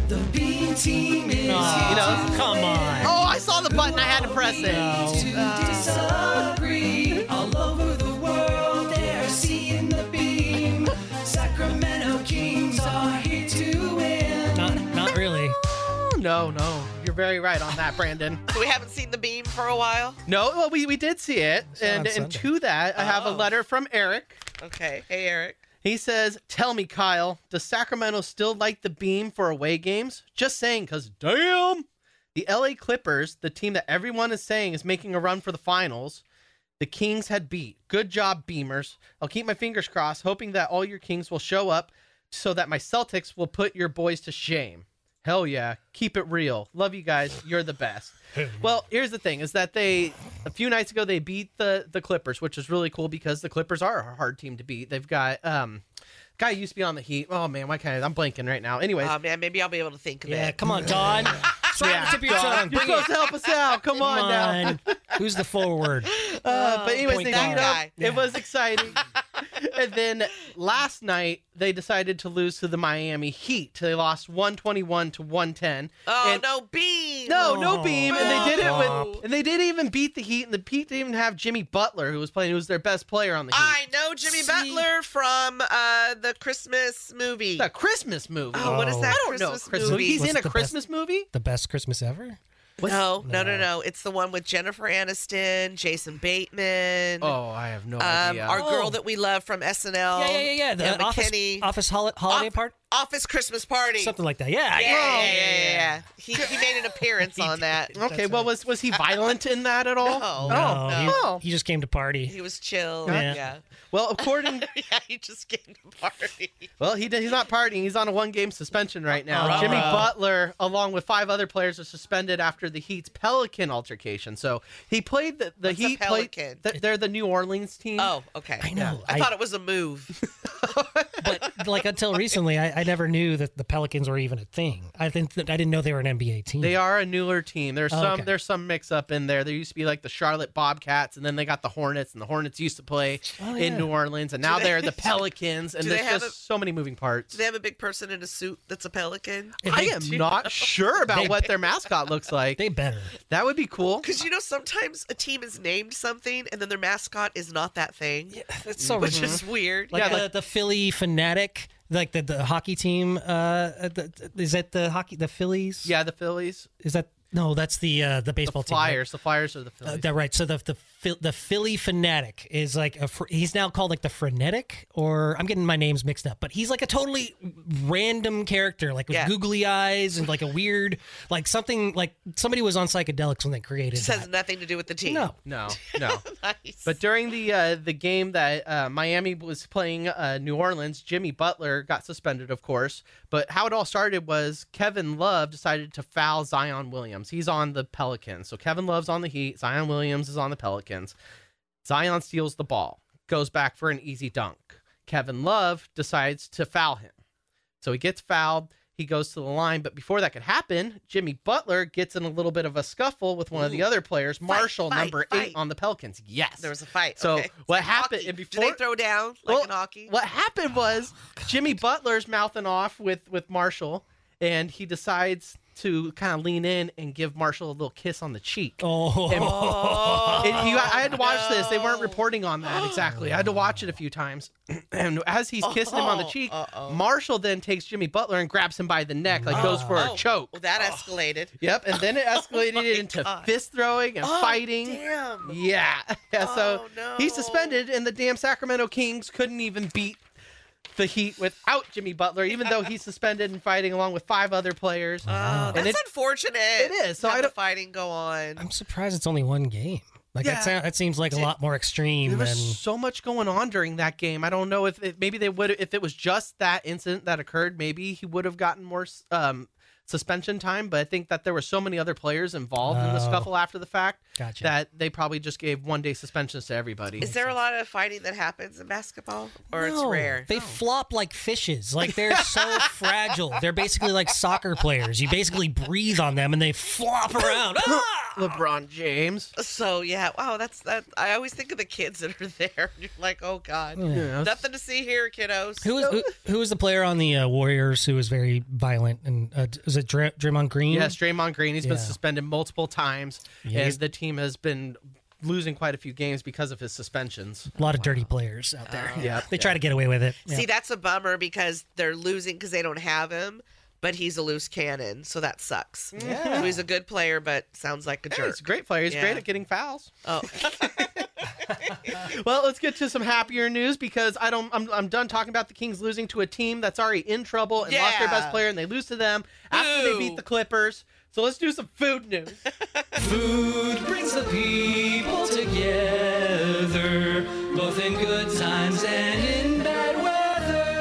The B team is You know, Come on. oh, I saw the button. I had to press it. to disagree. All over the world, they're seeing the beam. Sacramento Kings are here to win. Not, not really. Oh, no, no. You're very right on that, Brandon. We haven't seen the beam for a while. No, well, we, we did see it. And, on and Sunday. to that, I have a Oh. letter from Eric. Okay. Hey Eric. He says, Tell me, Kyle, does Sacramento still like the beam for away games? Just saying, because damn, The LA Clippers, the team that everyone is saying is making a run for the finals, the Kings had beat. Good job, Beamers. I'll keep my fingers crossed, hoping that all your Kings will show up so that my Celtics will put your boys to shame. Hell yeah. Keep it real. Love you guys. You're the best. well, here's the thing is that they a few nights ago they beat the the Clippers, which is really cool because the Clippers are a hard team to beat. They've got um guy who used to be on the Heat. Oh man, why can't I I'm blanking right now. Anyways, Oh man, maybe I'll be able to think of Yeah, it. come on, Don. It's right on the tip of your tongue. you're Bring supposed it. to help us out. Come on, now. on. Who's the forward? Uh, Um, but anyways, point they guard. beat up. That guy. It was exciting. and then last night they decided to lose to the Miami Heat. They lost 121 to 110. Oh and no, Oh, Bean. No, no beam, and they did it Boo. with, and they didn't even beat the Heat, and the Heat didn't even have Jimmy Butler, who was playing, who was their best player on the Heat. I know Jimmy Butler from uh, the Christmas movie. the Christmas movie. oh, what is Oh. that I don't know Christmas, Christmas. movie? He's What's in a the best- Christmas movie. The best Christmas ever? No, no, no, No. no. It's the one with Jennifer Aniston, Jason Bateman, um, Oh, I have no idea. our Oh. girl that we love from SNL. Yeah, yeah, yeah, yeah. The and office, McKinney. office holi- holiday Off- part? Um, Office Christmas Party. Something like that. yeah, Yeah. yeah, yeah, yeah. Oh. yeah, yeah. He, he made an appearance He on did. that. okay, that's well, a- was was he violent in that at all? No. No, Oh, he- no. He, just came to party. He was chill. Yeah. Yeah. Well, according, Yeah, he just came to party. well, he did, he's not partying. He's on a one game suspension right now. Uh-oh. Jimmy Butler, along with five other players, are suspended after the Heat's Pelican altercation. So he played the the What's a Heat. played- Pelican? th- they're the New Orleans team. Oh, okay. I know. I, thought it was a move. but like until recently, I, I never knew that the Pelicans were even a thing. I think that I didn't know they were an NBA team. They are a newer team. There's Oh, some okay. there's some mix up in there. There used to be like the Charlotte Bobcats, and then they got the Hornets, and the Hornets used to play Oh, in yeah. New Orleans, and now they, are the Pelicans, and do they there's have just a- so many moving parts. Do they have a big person in a suit that's a pelican? I am not sure about what their mascot looks like. They better. that would be cool. Because you know, sometimes a team is named something and then their mascot is not that thing, That's so which is weird. like Yeah, the, like- the Philly fanatic, like the, the hockey team. Uh, uh, the, is that the hockey the Phillies? Yeah, the Phillies, Is that no? That's the uh, the baseball the Flyers, the Flyers are the team. right? Uh, Phillies. that right. So the the Phil- the Philly fanatic is like a fr- he's now called like the frenetic, or I'm getting my names mixed up, but he's like a totally random character, like with Yeah. googly eyes and like a weird, like something like somebody was on psychedelics when they created This has that. nothing to do with the team. No, no, no. Nice. But during the uh, the game that uh, Miami was playing uh, New Orleans, Jimmy Butler got suspended, of course. But how it all started was Kevin Love decided to foul Zion Williams. He's on the Pelicans, so Kevin Love's on the Heat. Zion Williams is on the Pelicans. Zion steals the ball, goes back for an easy dunk. Kevin Love decides to foul him. So he gets fouled. He goes to the line, but before that could happen, Jimmy Butler gets in a little bit of a scuffle with one of the other players, Marshall, fight, number fight. eight on the Pelicans. Yes, there was a fight. So okay. what happened? Hockey. And Do before they throw down like Well, an hockey? Oh, what happened was Jimmy Butler's mouthing off with with Marshall, and he decides to kind of lean in and give Marshall a little kiss on the cheek. oh, And- Oh, It- you- I had to watch this. They weren't no. reporting on that exactly. I had to watch it a few times. and as he's kissing him on the Oh, cheek, uh-oh. Marshall then takes Jimmy Butler and grabs him by the neck, like goes for a Oh, choke. Well, that escalated. Yep, and then it escalated my into God. fist throwing and Oh, fighting. Damn. Yeah. Yeah. So Oh, no. he's suspended, and the damn Sacramento Kings couldn't even beat the Heat without Jimmy Butler, even though he's suspended and fighting along with five other players. Oh, And that's it- unfortunate. it is, so Have I the don't- fighting go on. I'm surprised it's only one game. Like Yeah. that, sound, that seems like a lot more extreme there than. was so much going on during that game. I don't know if it, maybe they would if it was just that incident that occurred. Maybe he would have gotten more um, suspension time. But I think that there were so many other players involved in the Oh. scuffle after the fact Gotcha. that they probably just gave one day suspensions to everybody. Is there a lot of fighting that happens in basketball, or it's No, rare? Oh. They flop like fishes. Like they're so fragile. They're basically like soccer players. You basically breathe on them and they flop around. Ah! LeBron James. So yeah, wow, that's that. I always think of the kids that are there. You're like, oh god, Yeah. You know, nothing to see here, kiddos. Who was who, who was the player on the uh, Warriors who was very violent and uh, was it Dr- Draymond Green? Yes, Draymond Green. He's been Yeah. suspended multiple times, Yeah, and he's- the team has been losing quite a few games because of his suspensions. a lot of dirty players out there. Yeah, they try to get away with it. Yeah. See, that's a bummer because they're losing because they don't have him. But he's a loose cannon, so that sucks. So he's a good player, but sounds like a Yeah, he's jerk. Oh, a great player. He's Yeah. great at getting fouls. Oh, Well, let's get to some happier news because I don't. I'm, I'm done talking about the Kings losing to a team that's already in trouble and lost their Yeah. best player, and they lose to them after Boo. they beat the Clippers. So let's do some food news. Food brings the people together, both in good times and in bad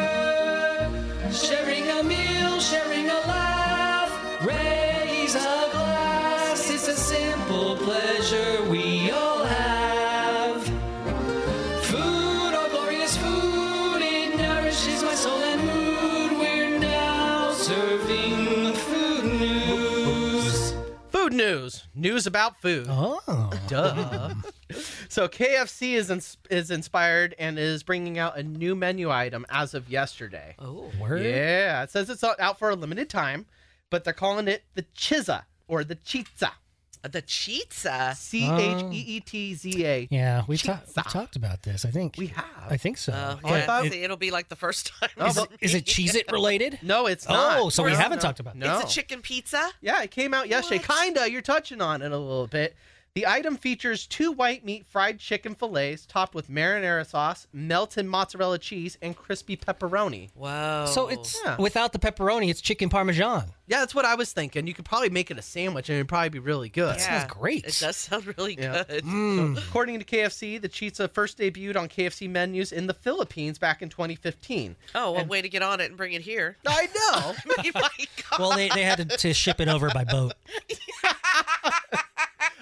weather. Sharing a meal, sharing a laugh, raise a glass. It's a simple pleasure we all have. Food, oh glorious food, it nourishes my soul and mood. We're now serving food news. food news. News about food. Oh. Duh. so KFC is ins- is inspired and is bringing out a new menu item as of yesterday. Oh. Word. Yeah, it says it's out out for a limited time, but they're calling it the Chizza or the Chizza. The chizza. C H E E T Z A. Yeah, we've, ta- Chizza. we've talked about this. I think. We have. I think so. Oh, I yeah, thought- see, it'll be like the first time. Oh, Is, but- is it cheese it related? No, it's not. Oh, so we No, haven't no, talked about No. It's a chicken pizza. Yeah, it came out yesterday. What? Kinda, you're touching on it a little bit. The item features two white meat fried chicken fillets topped with marinara sauce, melted mozzarella cheese, and crispy pepperoni. Whoa. So it's Yeah. without the pepperoni, it's chicken parmesan. Yeah, that's what I was thinking. You could probably make it a sandwich and it'd probably be really good. Yeah, great. It does sound really Yeah. good. Mm. According to KFC, the chizza first debuted on KFC menus in the Philippines back in 2015. Oh, what way to get on it and bring it here. Oh I know. My God. Well, they, they had to, to ship it over by boat.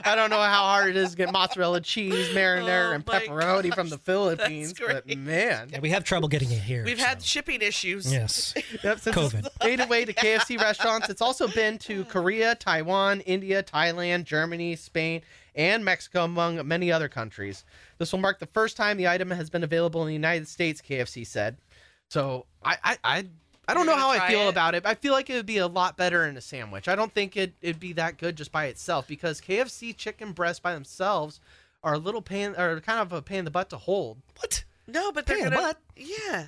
I don't know how hard it is to get mozzarella cheese, marinara, Oh and my pepperoni from the Philippines, but great. man. Yeah, we have trouble getting it here. We've so- had shipping issues. Yes. Yep, since it's COVID. made away to KFC restaurants, it's also been to Korea, Taiwan, India, Thailand, Germany, Spain, and Mexico, among many other countries. This will mark the first time the item has been available in the United States, KFC said. So I I I, I don't You're know how I gonna try feel it? about it. I feel like it would be a lot better in a sandwich. I don't think it, it'd be that good just by itself because KFC chicken breasts by themselves are a little pain are kind of a pain in the butt to hold. What? No, but they're Yeah, gonna. but- Yeah.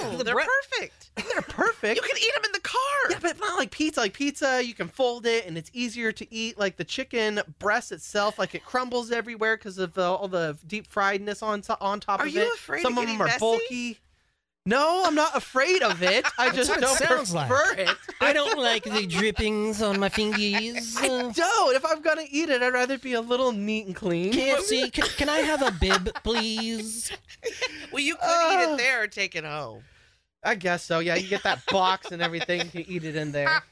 No, The they're bre- perfect. They're perfect. You can eat them in the car. Yeah, but not like pizza. Like pizza, you can fold it, and it's easier to eat. Like the chicken breast itself, like it crumbles everywhere because of uh, all the deep friedness on to- on top Are of it. you afraid of Some of getting them are messy? bulky. No, I'm not afraid of it. I just what it don't sounds like. prefer it. I don't like the drippings on my fingers. Uh, Don't. If I'm gonna eat it, I'd rather be a little neat and clean. KFC, can, can I have a bib, please? Well, you could eat Oh. it there or take it home. I guess so. Yeah, you get that box and everything. You eat it in there.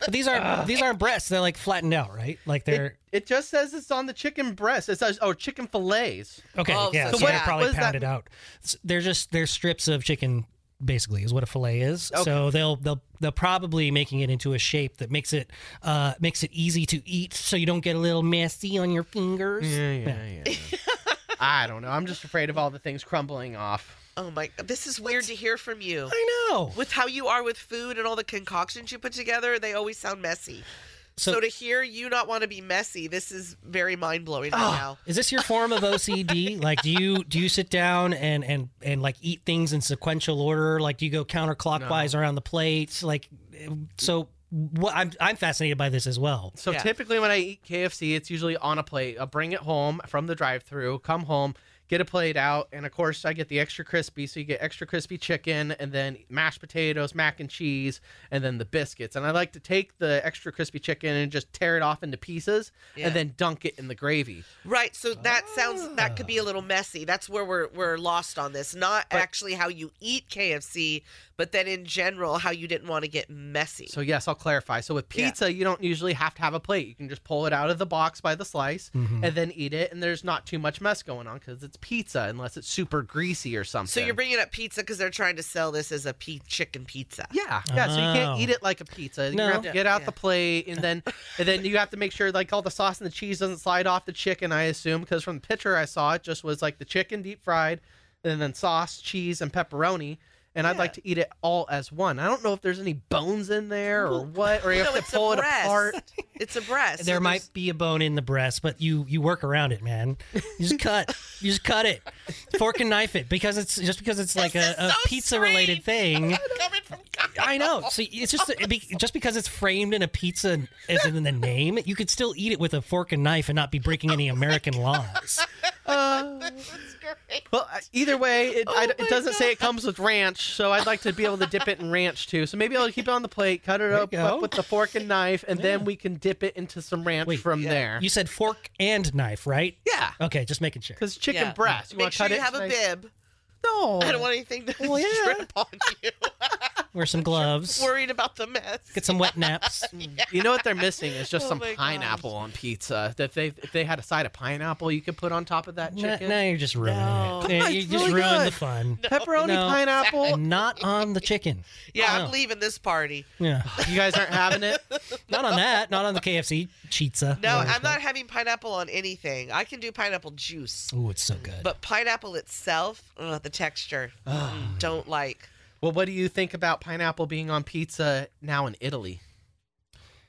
But these aren't these aren't breasts. They're like flattened out, right? Like It, they're it just says it's on the chicken breast. It says oh chicken fillets. okay. Oh, yeah, so so, what- they're what probably does that pounded out. S- They're just they're strips of chicken, basically, is what a fillet is. So they'll they'll they'll probably making it into a shape that makes it uh makes it easy to eat, so you don't get a little messy on your fingers. yeah, yeah. yeah. I don't know. I'm just afraid of all the things crumbling off. Oh my! This is weird to hear from you. I know. With how you are with food and all the concoctions you put together, they always sound messy. So, So- to hear you not want to be messy, this is very mind blowing right now. Is this your form of OCD? like, do you do you sit down and and and like eat things in sequential order? Like, do you go counterclockwise around the plates? Like, so what? I'm I'm fascinated by this as well. So Yeah. typically when I eat KFC, it's usually on a plate. I'll bring it home from the drive-through, come home, get a plate out, and of course I get the extra crispy. So you get extra crispy chicken, and then mashed potatoes, mac and cheese, and then the biscuits. And I like to take the extra crispy chicken and just tear it off into pieces, Yeah. and then dunk it in the gravy. Right. So that sounds that could be a Ah. little messy. That's where we're we're lost on this. Not actually how you eat KFC, but then in general how you didn't want to get messy. So yes, I'll clarify. So with Yeah. pizza, you don't usually have to have a plate. You can just pull it out of the box by the slice Mm-hmm. and then eat it, and there's not too much mess going on because it's pizza, unless it's super greasy or something. So you're bringing up pizza because they're trying to sell this as a pe- chicken pizza. yeah, yeah. So you can't Oh. eat it like a pizza. You No. have to get out Yeah. the plate, and then and then you have to make sure like all the sauce and the cheese doesn't slide off the chicken. I assume because from the picture I saw, it just was like the chicken deep fried, and then sauce, cheese, and pepperoni. And I'd like to eat it all as one. I don't know if there's any bones in there or what, or you No, have to it's a pull it breast. apart. It's a breast. So There might there's- be a bone in the breast, but you you work around it, man. You just cut, you just cut it, fork and knife it because it's just because it's like This a, is a so pizza related strange. thing. coming from I know. So it's just it be, just because it's framed in a pizza Oh as in the name, you could still eat it with a fork and knife and not be breaking any American laws. Uh, That's great. well, uh, either way, it, Oh I, it doesn't say it comes with ranch, so I'd like to be able to dip it in ranch too. So maybe I'll keep it on the plate, cut it you up, go. up with the fork and knife, and then we can dip it into some ranch Wait, from there. You said fork and knife, right? yeah, Okay, just making sure. because chicken Yeah. breast. You Make want to sure cut you it? have a nice- bib. No, I don't want anything to Well, yeah. drip on you. Wear some gloves. Worried about the mess. Get some wet naps. You know what they're missing is just Oh some my gosh. pineapple on pizza. If they if they had a side of pineapple, you could put on top of that Now chicken. now you're just ruining No. it. Yeah, on, you it's just really ruined the good. fun. Pepperoni No. pineapple. Not on the chicken. Yeah, Oh. I'm leaving this party. Yeah. you guys aren't having it. Not on that. Not on the KFC pizza. No, I'm not having pineapple on anything. I can do pineapple juice, Ooh, it's so good. but pineapple itself, ugh, the texture, mm, don't like. Well, what do you think about pineapple being on pizza now in Italy?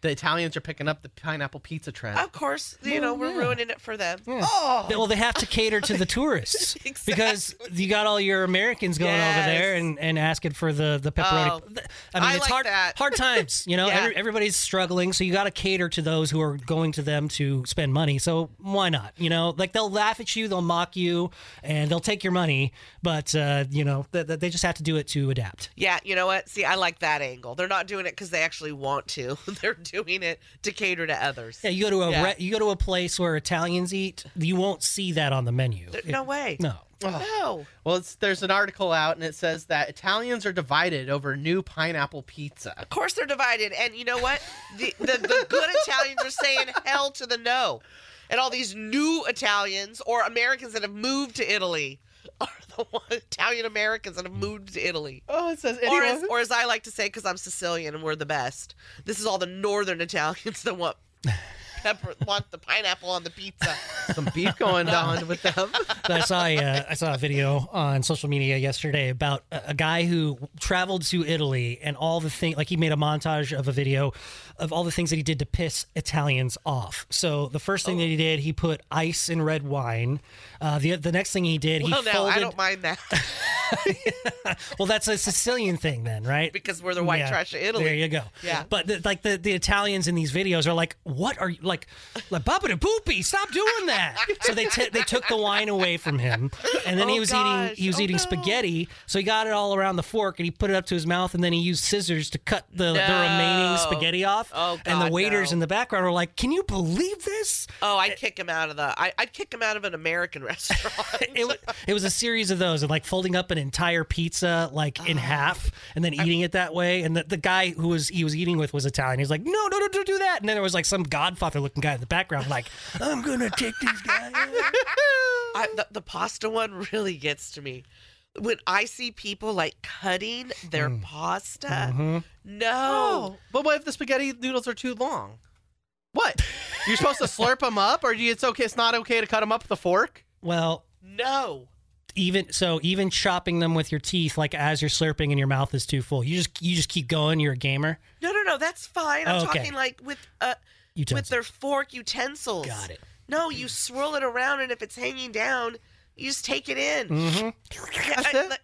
The Italians are picking up the pineapple pizza trend. Of course, you know we're ruining it for them. Oh! Yeah. They- Well, they have to cater to the tourists because you got all your Americans going over there Yes. and, and asking for the the pepperoni. Oh. Th- I it's like hard that. hard times. You know, Yeah. Every- everybody's struggling, so you got to cater to those who are going to them to spend money. So why not? You know, like they'll laugh at you, they'll mock you, and they'll take your money. But uh, you know, th- th- they just have to do it to adapt. Yeah, you know what? See, I like that angle. They're not doing it because they actually want to. They're doing it to cater to others. Yeah, you go to a Yeah. re- you go to a place where Italians eat. You won't see that on the menu. There- no way. No. No. Well, it's, there's an article out and it says that Italians are divided over new pineapple pizza. Of course they're divided. And you know what? The, the, the good Italians are saying hell to the no. And all these new Italians or Americans that have moved to Italy are the one, Italian Americans that have moved to Italy. Oh, it says Or as, or as I like to say, because I'm Sicilian and we're the best, this is all the northern Italians that want pepper, want the pineapple on the pizza. some beef going on with them. I saw a, uh, I saw a video on social media yesterday about a, a guy who traveled to Italy and all the thing like he made a montage of a video of all the things that he did to piss Italians off. So the first thing that he did, he put ice in red wine. Uh, the the next thing he did, Well, he no, folded. I don't mind that well, that's a Sicilian thing then, right? because we're the white Yeah. trash of There Italy. you go. Yeah. But the, like the, the Italians in these videos are like, what are you like, like Baba da Boopy, stop doing that. so they t- they took the wine away from him, and then he Oh, was gosh. eating he was Oh, eating no. spaghetti. So he got it all around the fork and he put it up to his mouth, and then he used scissors to cut the, the remaining No. spaghetti off. Oh, and the God, waiters no. in the background were like, can you believe this? Oh, I'd kick him out of the. I, I'd kick him out of an American restaurant. It, wa- it was a series of those, and like folding up an entire pizza like Oh. in half, and then eating it that way. And the, the guy who was he was eating with was Italian. He's like, no, no, no, don't do that. And then there was like some Godfather looking guy in the background, like, I'm gonna take these guys. I, the, the pasta one really gets to me. When I see people like cutting their pasta, no. Oh, but what if the spaghetti noodles are too long? What? You're supposed to slurp them up, or you- it's okay? It's not okay to cut them up with a fork. Well, No. even so, even chopping them with your teeth, like as you're slurping and your mouth is too full, you just you just keep going. You're a gamer. No, no, no. That's fine. I'm Oh, okay. talking like with uh, You with their fork utensils. Got it. No, you swirl it around, and if it's hanging down, you just take it in. Yeah, That's I- it. like-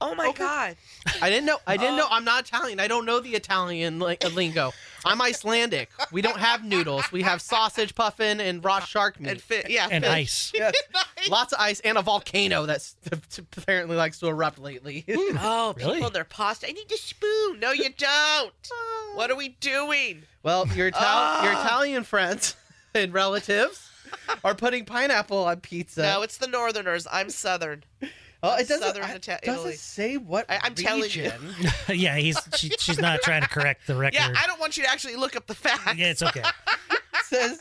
oh my god. I didn't know. I didn't know. Oh. I'm not Italian. I don't know the Italian like, uh, lingo. I'm Icelandic. We don't have noodles. We have sausage puffin and raw shark meat. And fit, yeah. Mm. and fish. ice. Lots of ice and a volcano that's apparently likes to erupt lately. Oh, Really? people, their pasta. I need a spoon. No, you don't. what are we doing? well, your Ital- Ah. your Italian friends and relatives are putting pineapple on pizza. no, it's the Northerners. I'm Southern. oh, it doesn't, Southern I- Ita- doesn't Italy. say what I- I'm telling you. region. yeah, he's she, she's not trying to correct the record. Yeah, I don't want you to actually look up the facts. yeah, it's okay. says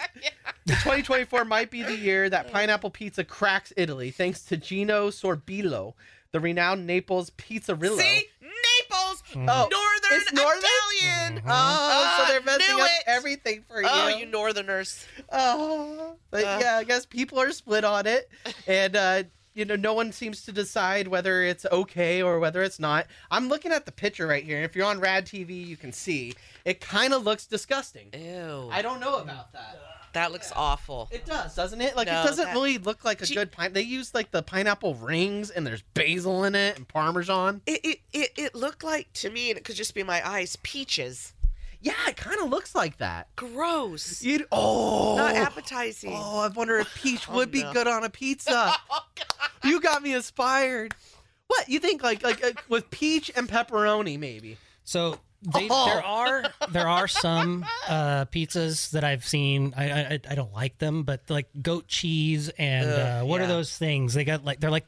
the 2024 might be the year that pineapple pizza cracks Italy, thanks to Gino Sorbillo, the renowned Naples pizzerillo. See, Naples, Mm-hmm. Oh, Northern, it's northern? Italian. Oh, so they're Ah, messing knew up it. everything for Oh, you. you Northerners. Oh, but Uh. yeah, I guess people are split on it, and uh, you know, no one seems to decide whether it's okay or whether it's not. I'm looking at the picture right here. If you're on Rad TV, you can see it kind of looks disgusting. Ew, I don't know about that. that looks awful. It does, doesn't it? Like No, it doesn't that- really look like a Gee- good pine. They use like the pineapple rings, and there's basil in it and parmesan. It it, it, it looked like to me, and it could just be my eyes, peaches. Yeah, it kind of looks like that. Gross. You'd, oh, Not appetizing. Oh, I wonder if peach Oh, would be no. Oh, good on a pizza. you got me inspired. What you think? Like like uh, with peach and pepperoni, maybe. So they, Oh. there are there are some uh, pizzas that I've seen. I, I I don't like them, but like goat cheese and uh, Ugh, what yeah. are those things? They got like they're like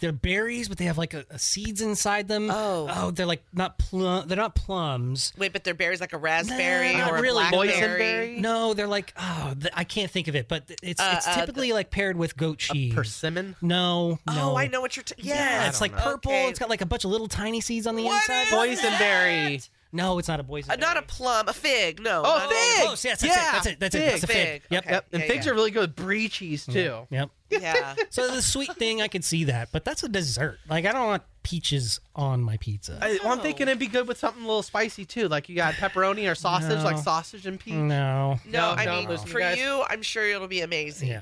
they're berries, but they have like a, a seeds inside them. Oh. oh, they're like not plum. They're not plums. Wait, but their berries like a raspberry not or a really. blackberry. No, they're like oh, th- I can't think of it, but it's Uh, it's uh, typically like paired with goat cheese. Persimmon. no, no. Oh, I know what you're. T- Yeah, yes. it's like purple. Okay. It's got like a bunch of little tiny seeds on the What inside. is Boysenberry. that? No, it's not a boysenberry. Uh, not a plum, a fig. No. Oh, not fig! Close. Yes, that's Yeah, it. That's it. That's it. fig, That's a fig. fig. Yep. Okay. Yep. And Yeah, figs yeah. are really good with brie cheese Mm. too. Yep. Yeah. So the sweet thing, I could see that, but that's a dessert. Like I don't want peaches on my pizza. I, well, I'm Oh. thinking it'd be good with something a little spicy too, like you got pepperoni or sausage, like No. sausage and peach. no. No, No, I no, mean listen, for guys. you, I'm sure it'll be amazing. Yeah.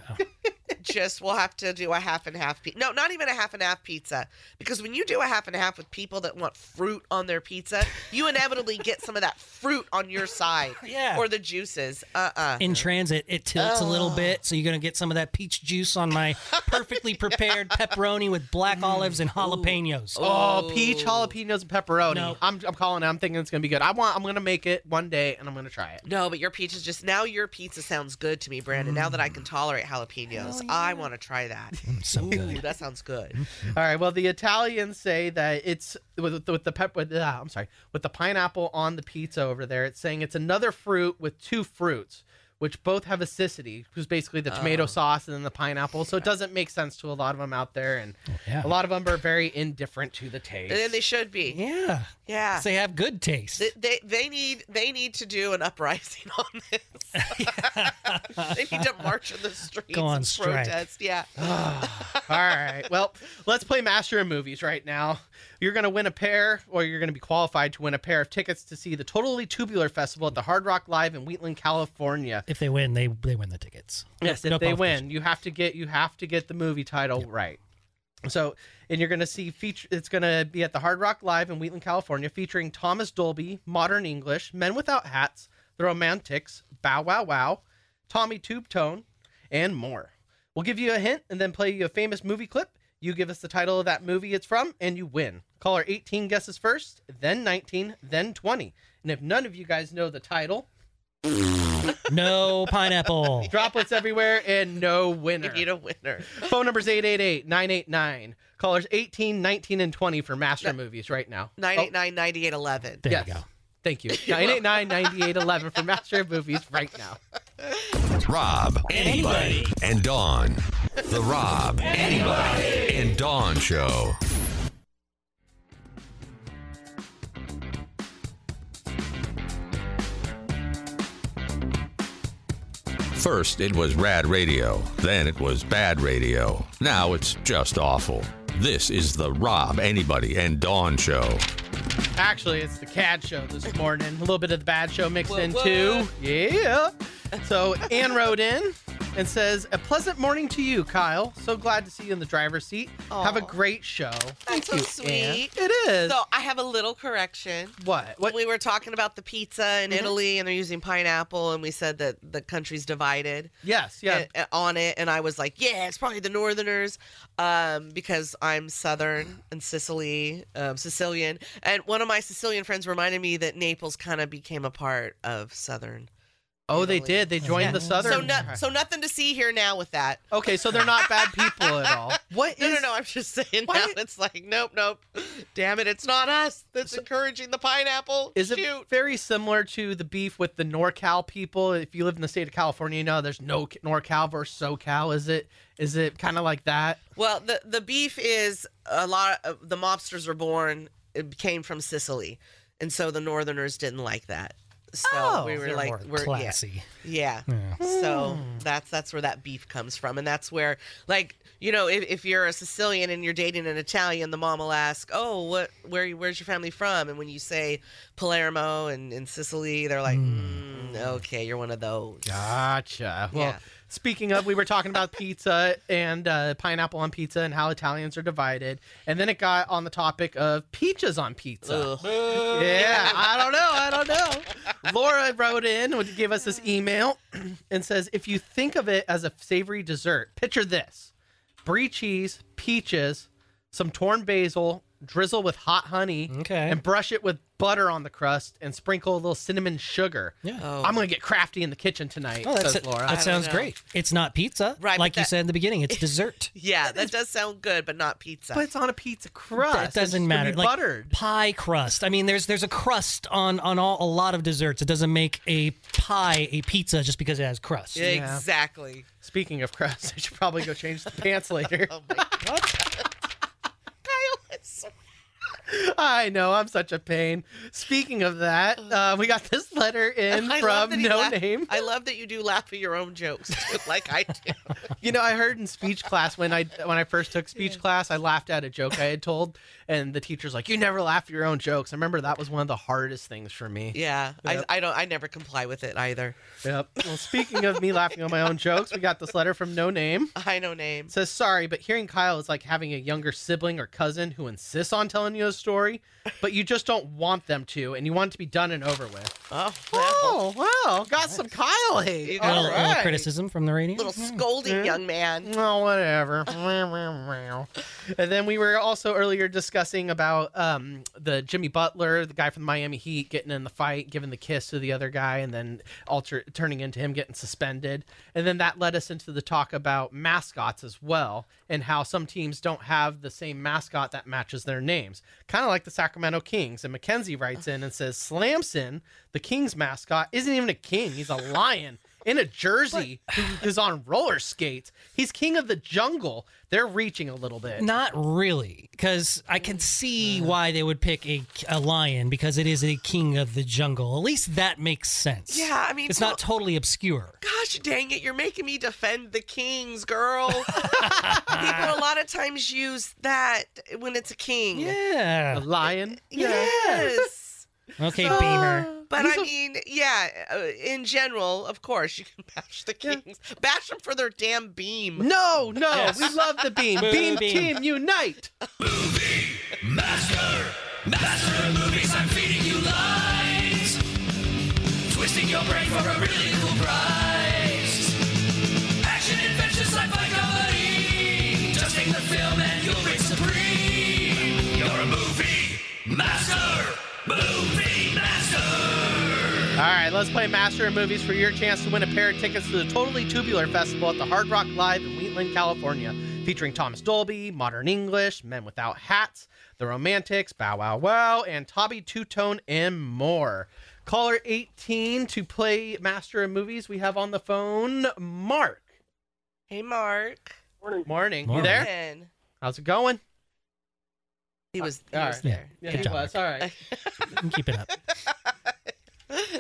Just we'll have to do a half and half. Pe- no, not even a half and half pizza, because when you do a half and half with people that want fruit on their pizza, you inevitably get some of that fruit on your side. Yeah. Or the juices. Uh uh In transit, it tilts a little bit, so you're gonna get some of that peach juice on my perfectly prepared pepperoni with black olives and jalapenos. Oh, peach jalapenos and pepperoni. No. I'm, I'm calling it. I'm thinking it's gonna be good. I want. I'm gonna make it one day, and I'm gonna try it. No, but your peach is just now. Your pizza sounds good to me, Brandon. Now that I Mm. can tolerate jalapenos, I want to try that. Oh, so Ooh, good. Mm. that sounds good. All right. Well, the Italians say that it's with, with the pep. With, ah, I'm sorry, with the pineapple on the pizza over there. It's saying it's another fruit with two fruits, which both have acidity, which is basically the tomato sauce and then the pineapple. So it doesn't make sense to a lot of them out there, and yeah. a lot of them are very indifferent to the taste. And then they should be. Yeah. Yeah. They have good taste. They, they they need they need to do an uprising on this. they need to march in the streets Go on and strike. protest. Yeah. All right. Well, let's play Master of Movies right now. You're going to win a pair, or you're going to be qualified to win a pair of tickets to see the Totally Tubular Festival at the Hard Rock Live in Wheatland, California. if they win, they they win the tickets. Yes, if No they qualification. win, you have to get you have to get the movie title right. So, and you're going to see feature. It's going to be at the Hard Rock Live in Wheatland, California, featuring Thomas Dolby, Modern English, Men Without Hats, The Romantics, Bow Wow Wow, Tommy Tube Tone, and more. We'll give you a hint and then play you a famous movie clip. You give us the title of that movie it's from, and you win. Caller 18 guesses first, then 19, then 20. And if none of you guys know the title, No pineapple. droplets everywhere and no winner. We need a winner. Phone number's 888-989. Callers 18, 19, and 20 for Master Movies right now. Oh, 989 9811. There yes. you go. Thank you. 989-9811 for Master Movies right now. Rob, anybody, and Dawn. The Rob, anybody, and Dawn Show. First, it was rad radio. Then it was bad radio. Now it's just awful. This is the Rob, anybody, and Dawn Show. Actually, it's the CAD show this morning. A little bit of the bad show mixed in too. Yeah. So Ann wrote in and says, A pleasant morning to you, Kyle. So glad to see you in the driver's seat. Have a Aw. great show. That's so Ann. sweet. It is. So I have a little correction. what? What? We were talking about the pizza in Mm-hmm. Italy and they're using pineapple, and we said that the country's divided. Yes, yeah. a- a- on it and I was like, yeah, it's probably the Northerners um, because I'm Southern and Sicily, um, Sicilian. And one of my Sicilian friends reminded me that Naples kind of became a part of Southern. oh, they Italy. did. They joined the Southern. So, no, so nothing to see here now with that. Okay, so they're not bad people at all. What No, is no, no. I'm just saying Why now did- it's like, nope, nope. Damn it, it's not us that's encouraging the pineapple. Is it Shoot. very similar to the beef with the NorCal people? If you live in the state of California, you know there's no NorCal versus SoCal. Is it? Is it kind of like that? Well, the the beef is a lot of the mobsters were born it came from Sicily, and so the Northerners didn't like that. So Oh. we were They're like, more we're yeah, classy. yeah. So that's that's where that beef comes from, and that's where like you know if, if you're a Sicilian and you're dating an Italian, the mom will ask, oh, what where you- where's your family from? And when you say Palermo and in Sicily, they're like, mm. okay, you're one of those. Gotcha. Well, Yeah. Speaking of, we were talking about pizza and uh, pineapple on pizza and how Italians are divided, and then it got on the topic of peaches on pizza. Yeah, I don't know. I don't know. Laura wrote in, would give us this email, and says if you think of it as a savory dessert, picture this brie cheese, peaches, some torn basil, drizzle with hot honey, Okay. and brush it with butter on the crust and sprinkle a little cinnamon sugar. Yeah. Oh. I'm going to get crafty in the kitchen tonight, Oh, that's says it. Laura. That sounds know. great. It's not pizza, Right, but Like you that- said in the beginning, it's dessert. Yeah, that does sound good, but not pizza. but it's on a pizza crust. It It's doesn't gonna matter. Be Like buttered. pie crust. I mean, there's there's a crust on on all a lot of desserts. It doesn't make a pie a pizza just because it has crust. Yeah. Exactly. Speaking of crust, I should probably go change the pants later. Oh my god. Kyle, it's so I know, I'm such a pain. Speaking of that, uh, we got this letter in I love that from he No laugh- Name. I love that you do laugh at your own jokes too, like I do. You know, I heard in speech class when I when I first took speech class, I laughed at a joke I had told, and the teacher's like, "You never laugh at your own jokes." I remember that was one of the hardest things for me. Yeah, Yep. I, I don't. I never comply with it either. Yep. Well, speaking of me laughing on my own jokes, we got this letter from No Name. I know name. It says sorry, but hearing Kyle is like having a younger sibling or cousin who insists on telling you a story, but you just don't want them to, and you want it to be done and over with. Oh, well, Oh wow, got some Kyle You hate. got A All little, a little right. criticism from the radio. little Yeah. scolding young man. Oh, whatever. and then we were also earlier discussing about um, the Jimmy Butler, the guy from the Miami Heat, getting in the fight, giving the kiss to the other guy, and then alter turning into him getting suspended. And then that led us into the talk about mascots as well, and how some teams don't have the same mascot that matches their names, kind of like the Sacramento Kings. And Mackenzie writes in and says, Slamson, the Kings mascot, isn't even a king; he's a lion in a jersey who is on roller skates. He's king of the jungle. They're reaching a little bit. Not really, because I can see why they would pick a, a lion because it is a king of the jungle. At least that makes sense. Yeah, I mean, it's well- not totally obscure. Gosh dang it! You're making me defend the kings, girl. People a lot of times use that when it's a A king. Yeah. lion. Yes. Okay, Beamer. Ah, But I mean, yeah. uh, In general, of course, you can bash the kings. Bash them for their damn beam. No, no, we love the beam. Boo, beam, beam. team unite. Master, master of movies, I'm feeding you lies. Twisting your brain for a really cool prize. Action, adventure, sci-fi, comedy. Just take the film and you'll reign supreme. You're a movie master, movie master. All right, let's play Master of Movies for your chance to win a pair of tickets to the Totally Tubular Festival at the Hard Rock Live in Wheatland, California, featuring Thomas Dolby, Modern English, Men Without Hats, The Romantics, Bow Wow Wow, and Toby Two Tone, and more. Caller 18 to play Master of Movies. We have on the phone Mark. Hey, Mark. Morning. Morning. You there? Man, How's it going? He was, Uh, he All was right. Yeah. there. Good job, was. All right. You can Keep it up.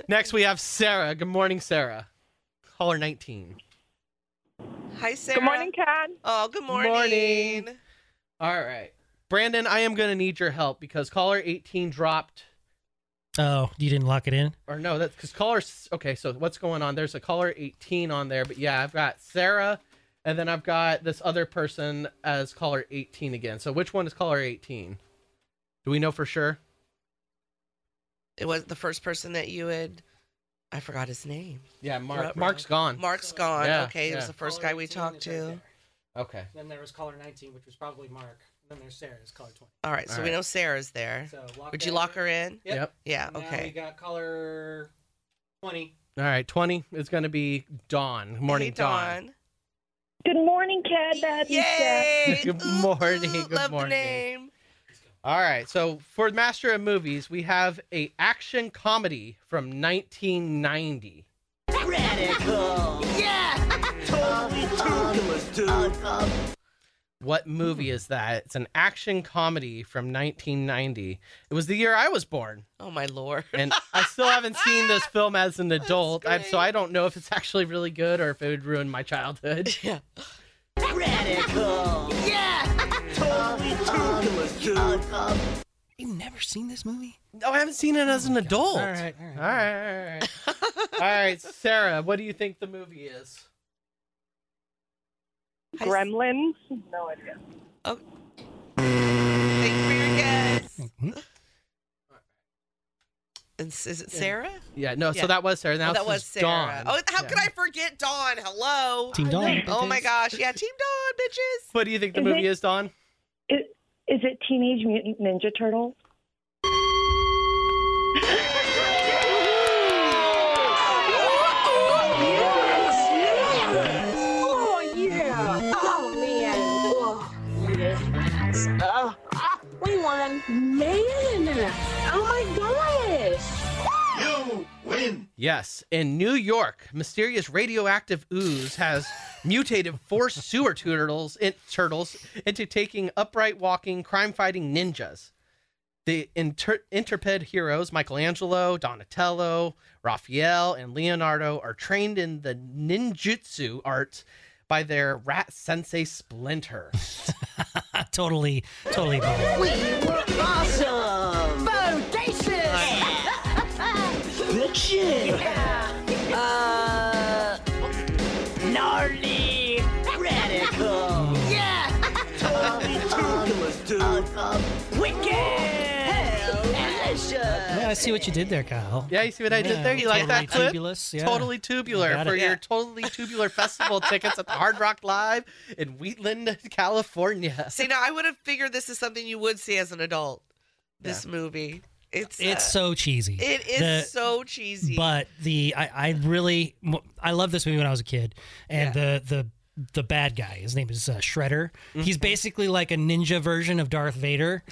Next, we have Sarah. Good morning, Sarah. Caller 19. Hi, Sarah. Good morning, Kat. Oh, good morning. Morning. All right. Brandon, I am going to need your help because caller 18 dropped. Oh, you didn't lock it in? Or no, that's because caller. s- Okay, so what's going on? There's a caller 18 on there, but yeah, I've got Sarah and then I've got this other person as caller 18 again. So which one is caller 18? Do we know for sure? It was the first person that you had. I forgot his name. Yeah, Mark. Right, Mark's gone. Mark's gone. Yeah, okay, it yeah. was the first guy we talked to. Okay. Then there was caller 19, which was probably Mark. And then there's Sarah's caller 20. All right, so All we right. know Sarah's there. So Would you lock her in? Yep. Yep. Yeah. Now we Okay. got caller 20. All right. 20 is going to be Dawn. Morning, hey, Dawn. Good morning, Kat. That uh, is Kat. Yay! Good Ooh, morning, ooh, good love morning. The name. All right, so for Master of Movies, we have a action comedy from 1990. What movie Hmm. is that? It's an action comedy from 1990. It was the year I was born, Oh my lord. and I still haven't seen this film as an adult, I, so I don't know if it's actually really good or if it would ruin my childhood. Yeah. You've never seen this movie? No, I haven't seen it as Oh an adult. All right, all right. All right, all right. all right, Sarah, what do you think the movie is? I s- Gremlins? No idea. Oh. Thank you for your guess. Mhm. And s- Is it Sarah? Yeah, no, Yeah. so that was Sarah. Now Oh, that it's was Sarah. Dawn. Oh, how Yeah. could I forget Dawn? Hello. Team Dawn. Oh my gosh. Yeah, Team Dawn, bitches. What do you think the Is movie it- is, Dawn? Is, is it Teenage Mutant Ninja Turtles? Oh yeah! Oh man! Oh, oh. Ah, we won! Man! Oh my gosh! Yes. In New York, mysterious radioactive ooze has mutated four sewer turtles, in, turtles into taking upright walking, crime fighting ninjas. The inter- interped heroes, Michelangelo, Donatello, Raphael, and Leonardo, are trained in the ninjutsu art by their rat sensei Splinter. totally, totally. Both. We were awesome! Bodacious! Legit! Uh. Gnarly! Radical! yeah! Uh, Totally turbulent, dude! wicked! Hell! Delicious! Yeah, I see what you did there, Kyle. Yeah, you see what I did there? You like that Totally clip? tubulous, yeah. Totally You tubular got for it. your totally tubular festival tickets at the Hard Rock Live in Wheatland, California. See, now I would have figured this is something you would see as an adult. This movie. It's uh, It's so cheesy. it is The- so cheesy. But the I, I really I love this movie when I was a kid, and the the the bad guy his name is uh, Shredder. He's basically like a ninja version of Darth Vader,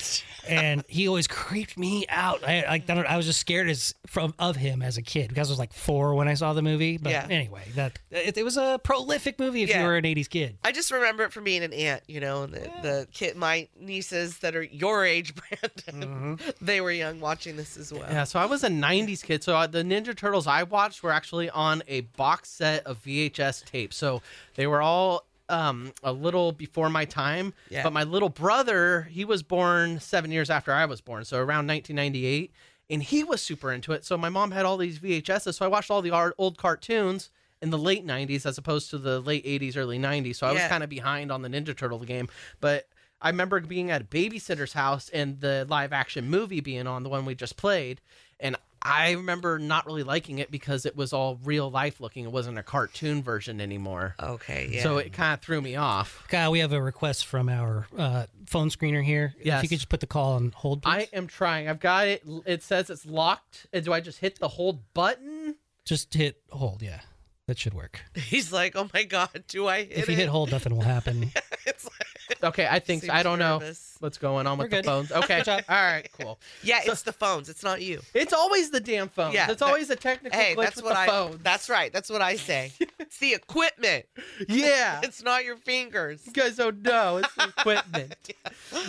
and he always creeped me out. I I, I, don't, I was just scared as from of him as a kid because I was like four when I saw the movie. But Yeah. anyway, that it, it was a prolific movie if Yeah. you were an '80s kid. I just remember it from being an aunt, you know, and the, the kid, my nieces that are your age, Brandon, Mm-hmm. they were young watching this as well. Yeah, so I was a 90s kid. So uh, the Ninja Turtles I watched were actually on a box set of VHS tapes. So they were all um, a little before my time. Yeah. But my little brother, he was born seven years after I was born. So around 1998. And he was super into it. So my mom had all these VHSs. So I watched all the ar- old cartoons in the late 90s as opposed to the late 80s, early 90s. So I was Yeah. kind of behind on the Ninja Turtle game. But I remember being at a babysitter's house and the live action movie being on, the one we just played. And I remember not really liking it because it was all real life looking. It wasn't a cartoon version anymore. Okay. Yeah. So it kind of threw me off. Kyle, we have a request from our uh, phone screener here. If Yes. you could just put the call on hold, please. I am trying. I've got it. It says it's locked. Uh, Do I just hit the hold button? just hit hold. Yeah, that should work. he's like, oh my God, do I hit if you it? hit hold, nothing will happen. It's like- Okay, I think so. I Seems don't nervous. know what's going on with We're the good. phones. Okay. All right, cool. yeah, it's the phones. It's not you. It's always the damn phones. Yeah, it's that- always a technical Hey, glitch that's with what the I. phone. That's right. That's what I say. it's the equipment. Yeah. It's not your fingers. You guys don't know. It's the equipment.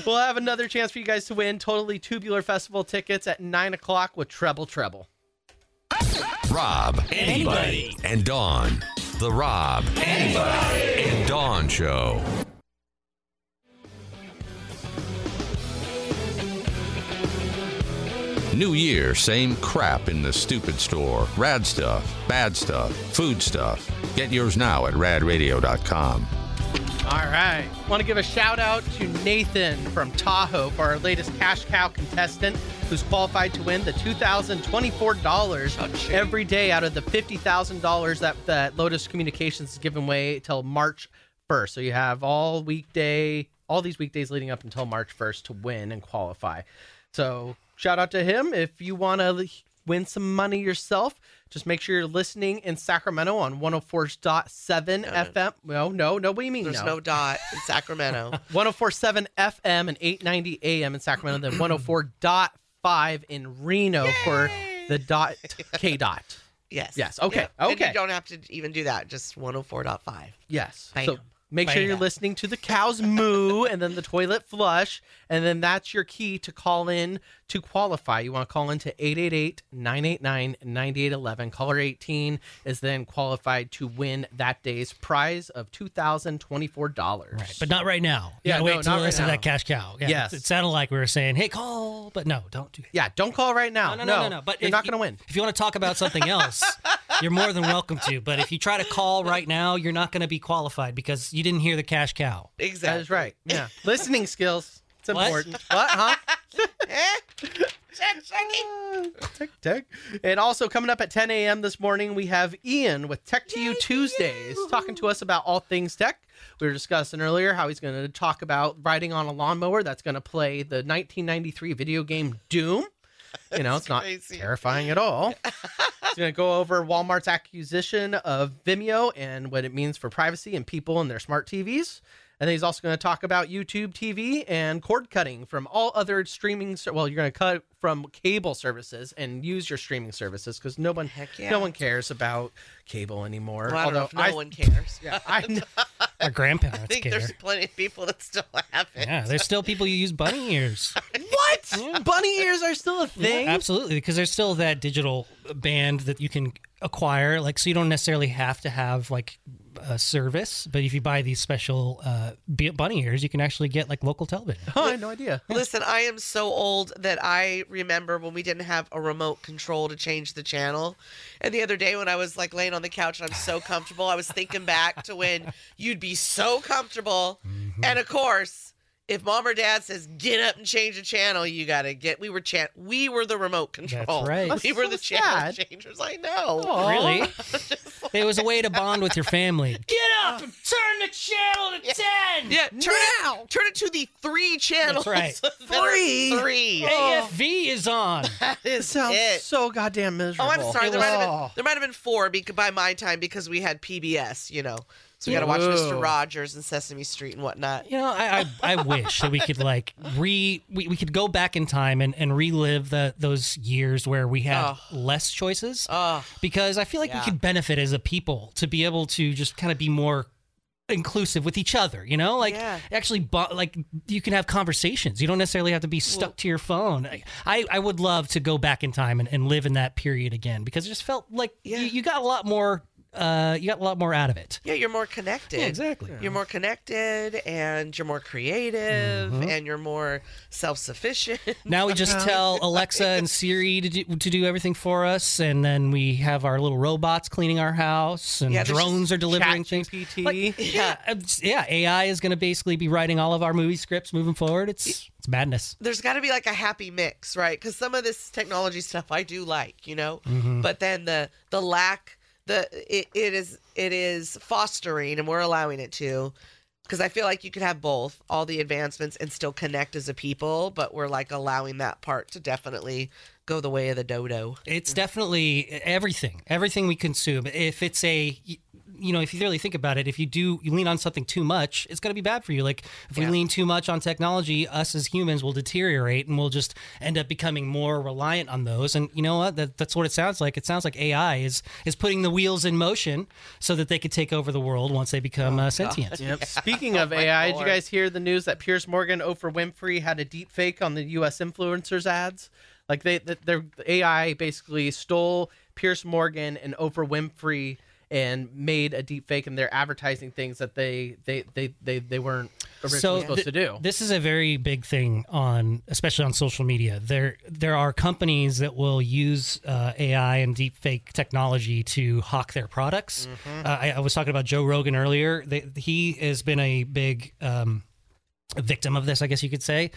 We'll have another chance for you guys to win totally tubular festival tickets at nine o'clock with Treble Treble. Rob, anybody, and Dawn. The Rob, anybody, and Dawn Show. New year, same crap in the stupid store. Rad stuff, bad stuff, food stuff. Get yours now at radradio.com. All right. Want to give a shout out to Nathan from Tahoe for our latest cash cow contestant who's qualified to win the $2,024 every day out of the $50,000 that, that Lotus Communications is giving away till March 1st. So you have all weekday, all these weekdays leading up until March 1st to win and qualify. So shout out to him. If you want to win some money yourself, just make sure you're listening in Sacramento on 104.7 FM. No, no, no, what do you mean? There's no, dot in Sacramento. 1047 FM and 890 AM in Sacramento, then 104.5 in Reno for the dot K dot. yes. Yes, okay, And you okay. don't have to even do that. Just 104.5. Yes. Bam. So make sure you're Bam. listening to the cows moo and then the toilet flush, and then that's your key to call in To qualify, you want to call into 888 989 9811. Caller 18 is then qualified to win that day's prize of $2,024. Right, but not right now. You Yeah, no, gotta wait till not the right rest of now. that cash cow. Yeah, Yes. It sounded like we were saying, hey, call, but no, don't do that. Yeah, don't call right now. No, no, no, no, no. But you're if not you- going to win. If you want to talk about something else, you're more than welcome to. But if you try to call right now, you're not going to be qualified because you didn't hear the cash cow. Exactly. That is right. Yeah. Listening skills. It's What? important. What, huh? Tech Tech. And also coming up at 10 a.m. this morning, we have Ian with Tech to You Tuesdays talking to us about all things tech. We were discussing earlier how he's going to talk about riding on a lawnmower that's going to play the 1993 video game Doom. You know, it's not crazy. terrifying at all. He's going to go over Walmart's acquisition of Vimeo and what it means for privacy and people and their smart TVs. And then he's also going to talk about YouTube TV and cord cutting from all other streaming. ser- Well, you're going to cut from cable services and use your streaming services because no one, Heck yeah. no one cares about cable anymore. Well, I don't know Although if no I, one cares. yeah, I, kn- Our I grandparents think care. there's plenty of people that still have it. Yeah, there's still people who use bunny ears. what? Mm. Bunny ears are still a thing. Yeah, absolutely, because there's still that digital band that you can acquire. Like, so you don't necessarily have to have like a service, but if you buy these special uh, bu- bunny ears, you can actually get like local television. Oh, I had no idea. Listen, I am so old that I remember when we didn't have a remote control to change the channel. And the other day when I was like laying on the couch and I'm so comfortable, I was thinking back to when you'd be so comfortable. Mm-hmm. And of course, if mom or dad says get up and change the channel, you gotta get. We were chan- We were the remote control. right. That's We were so the channel sad. changers. I know. Really? Oh. it was a way to bond with your family. Yeah. Turn it. Turn it to the three channels. right. Oh, that are Three. Three. AFV is on. It sounds it. so goddamn Oh, miserable. I'm sorry. It There was- might, have been, Oh. there might have been four bec by my time because we had PBS, you know. So we got to watch Ooh. Mr. Rogers and Sesame Street and whatnot. You know, I, I, I wish that we could like re we, we could go back in time and, and relive the those years where we had Oh. less choices. Oh, because I feel like Yeah. we could benefit as a people to be able to just kind of be more inclusive with each other, you know? Like Yeah. actually bo- like you can have conversations. You don't necessarily have to be stuck to your phone. I, I I would love to go back in time and, and live in that period again because it just felt like Yeah. you, you got a lot more uh you got a lot more out of it. yeah, you're more connected. Yeah, exactly. You're more connected and you're more creative Mm-hmm. and you're more self sufficient. Now we Uh-huh. just tell Alexa and Siri to do, to do everything for us, and then we have our little robots cleaning our house, and Yeah, there's drones are delivering things. ChatGPT. Like, Yeah. yeah, it's- yeah, AI is going to basically be writing all of our movie scripts moving forward. It's it's madness. There's got to be like a happy mix, right? Because some of this technology stuff I do like, you know, but then the the lack the it, it is it is fostering and we're allowing it to because I feel like you could have both all the advancements and still connect as a people, but we're like allowing that part to definitely go the way of the dodo. It's definitely everything, everything we consume. If it's a, you know, if you really think about it, if you do you lean on something too much, it's going to be bad for you. Like if Yeah. we lean too much on technology, us as humans will deteriorate and we'll just end up becoming more reliant on those. And you know what? That, that's what it sounds like. It sounds like AI is is putting the wheels in motion so that they could take over the world once they become uh, sentient. Yep. Speaking of Oh my AI, did you Lord. guys hear the news that Piers Morgan, Oprah Winfrey had a deep fake on the U.S. influencers ads? Like they, th- their AI basically stole Pierce Morgan and Oprah Winfrey and made a deep fake, and they're advertising things that they they they they, they weren't originally supposed th- to do. This is a very big thing on, especially on social media. There, there are companies that will use uh, AI and deepfake technology to hawk their products. Uh, I, I was talking about Joe Rogan earlier. They, he has been a big. Um, a victim of this, I guess you could say.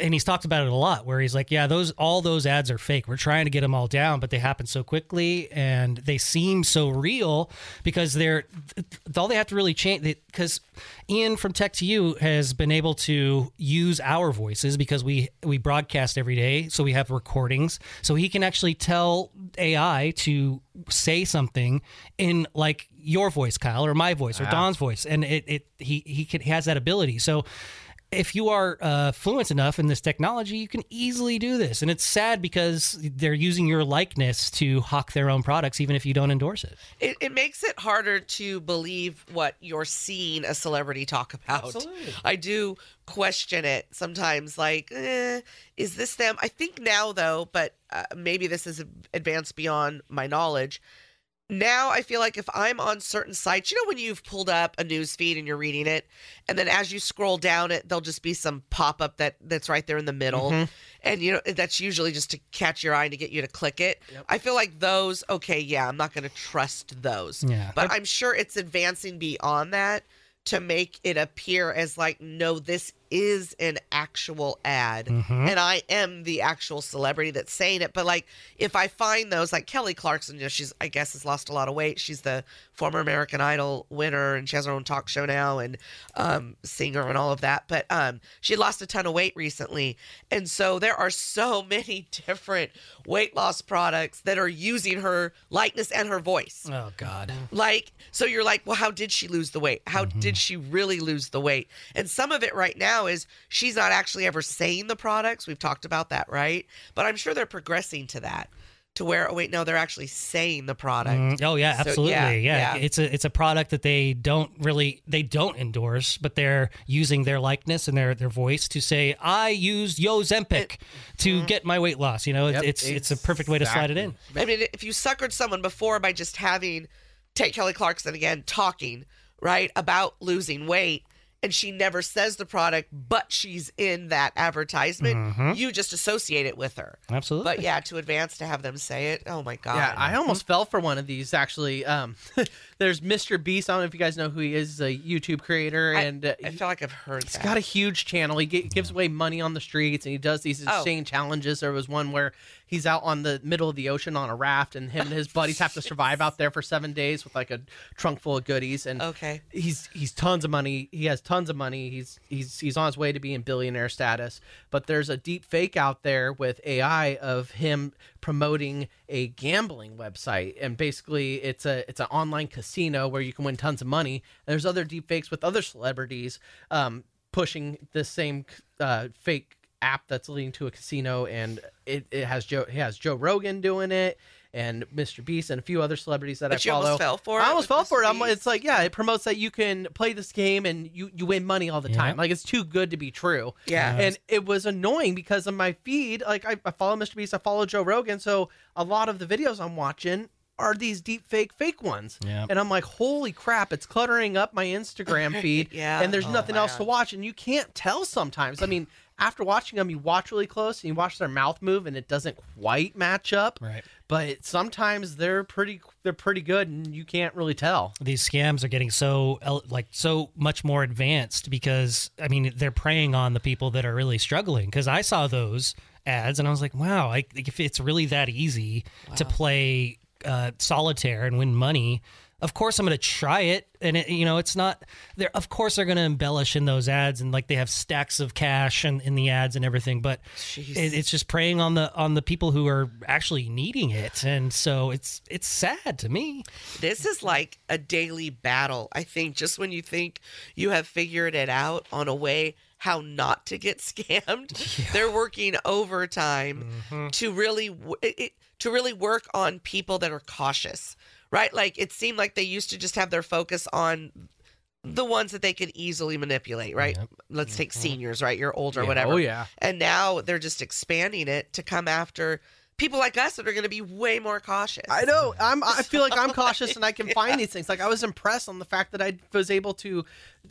And he's talked about it a lot where he's like, yeah, those all those ads are fake. We're trying to get them all down, but they happen so quickly and they seem so real because they're th- th- all they have to really change because Ian from Tech to You has been able to use our voices because we we broadcast every day, so we have recordings. So he can actually tell AI to say something in like your voice, Kyle, or my voice, or Don's voice, and it, it he he, can, he has that ability. So if you are uh, fluent enough in this technology, you can easily do this. And it's sad because they're using your likeness to hawk their own products, even if you don't endorse it. It, it makes it harder to believe what you're seeing a celebrity talk about. Absolutely. I do question it sometimes, like, eh, is this them? I think now, though, but uh, maybe this is advanced beyond my knowledge. Now I feel like if I'm on certain sites, you know, when you've pulled up a news feed and you're reading it, and then as you scroll down it, there'll just be some pop up that that's right there in the middle, and you know that's usually just to catch your eye and to get you to click it. I feel like those, okay, yeah, I'm not going to trust those, Yeah. but I'm sure it's advancing beyond that to make it appear as like, no, this is an actual ad. And I am the actual celebrity that's saying it. But like, if I find those, like Kelly Clarkson, you know, she's, I guess, has lost a lot of weight. She's the former American Idol winner and she has her own talk show now and um, singer and all of that. But um, she lost a ton of weight recently. And so there are so many different weight loss products that are using her likeness and her voice. Oh God. Like, so you're like, well, how did she lose the weight? How did she really lose the weight? And some of it right now is she's not actually ever saying the products. We've talked about that, right? But I'm sure they're progressing to that, to where, oh, wait, no, they're actually saying the product. Mm, Oh yeah, So, absolutely. yeah, yeah. yeah, it's a it's a product that they don't really they don't endorse, but they're using their likeness and their their voice to say I used Yozempic to get my weight loss. You know, Yep, it's it's a perfect way to slide it in. exactly. I mean, if you suckered someone before by just having, take Kelly Clarkson again, talking, right, about losing weight, and she never says the product, but she's in that advertisement, you just associate it with her. Absolutely. But yeah, to advance to have them say it, oh my God. Yeah, I almost fell for one of these actually. Um, there's Mr. Beast. I don't know if you guys know who he is. He's a YouTube creator, I- and uh, I feel like I've heard he's that. got a huge channel. He gi- gives away money on the streets, and he does these Oh. insane challenges. There was one where he's out on the middle of the ocean on a raft, and him and his buddies have to survive out there for seven days with like a trunk full of goodies. And Okay. he's he's tons of money. He has tons of money. He's he's he's on his way to being billionaire status. But there's a deep fake out there with AI of him promoting a gambling website, and basically it's a it's an online casino where you can win tons of money. And there's other deep fakes with other celebrities um, pushing the same uh, fake app that's leading to a casino, and it, it has Joe it has Joe Rogan doing it. And Mr. Beast and a few other celebrities that I But you follow. almost fell for it I almost with fell Mr. for it. I'm, Beast. it's like yeah, it promotes that you can play this game and you you win money all the time. Like it's too good to be true. Yeah. And it was annoying because on my feed, like I, I follow Mr. Beast, I follow Joe Rogan, so a lot of the videos I'm watching are these deep fake fake ones. Yeah. And I'm like, holy crap, it's cluttering up my Instagram feed. Yeah. And there's Oh, nothing my else to God. watch. And you can't tell sometimes. I mean, after watching them, you watch really close and you watch their mouth move and it doesn't quite match up. Right. But sometimes they're pretty they're pretty good and you can't really tell. these scams are getting so el- like so much more advanced because I mean they're preying on the people that are really struggling. Because I saw those ads and I was like, wow, like if it's really that easy to play uh, solitaire and win money. Of course, I'm going to try it, and it, you know it's not. They're of course they're going to embellish in those ads, and like they have stacks of cash and in the ads and everything. But it, it's just preying on the on the people who are actually needing it, and so it's it's sad to me. This is like a daily battle. I think just when you think you have figured it out on a way how not to get scammed, they're working overtime Mm-hmm. to really w- it, it- to really work on people that are cautious. Right? Like it seemed like they used to just have their focus on the ones that they could easily manipulate, right? Let's take seniors, right? You're older, whatever. Oh Mm-hmm. yeah. And now they're just expanding it to come after people like us that are going to be way more cautious. I know. I'm. I feel like I'm cautious, and I can find these things. Like I was impressed on the fact that I was able to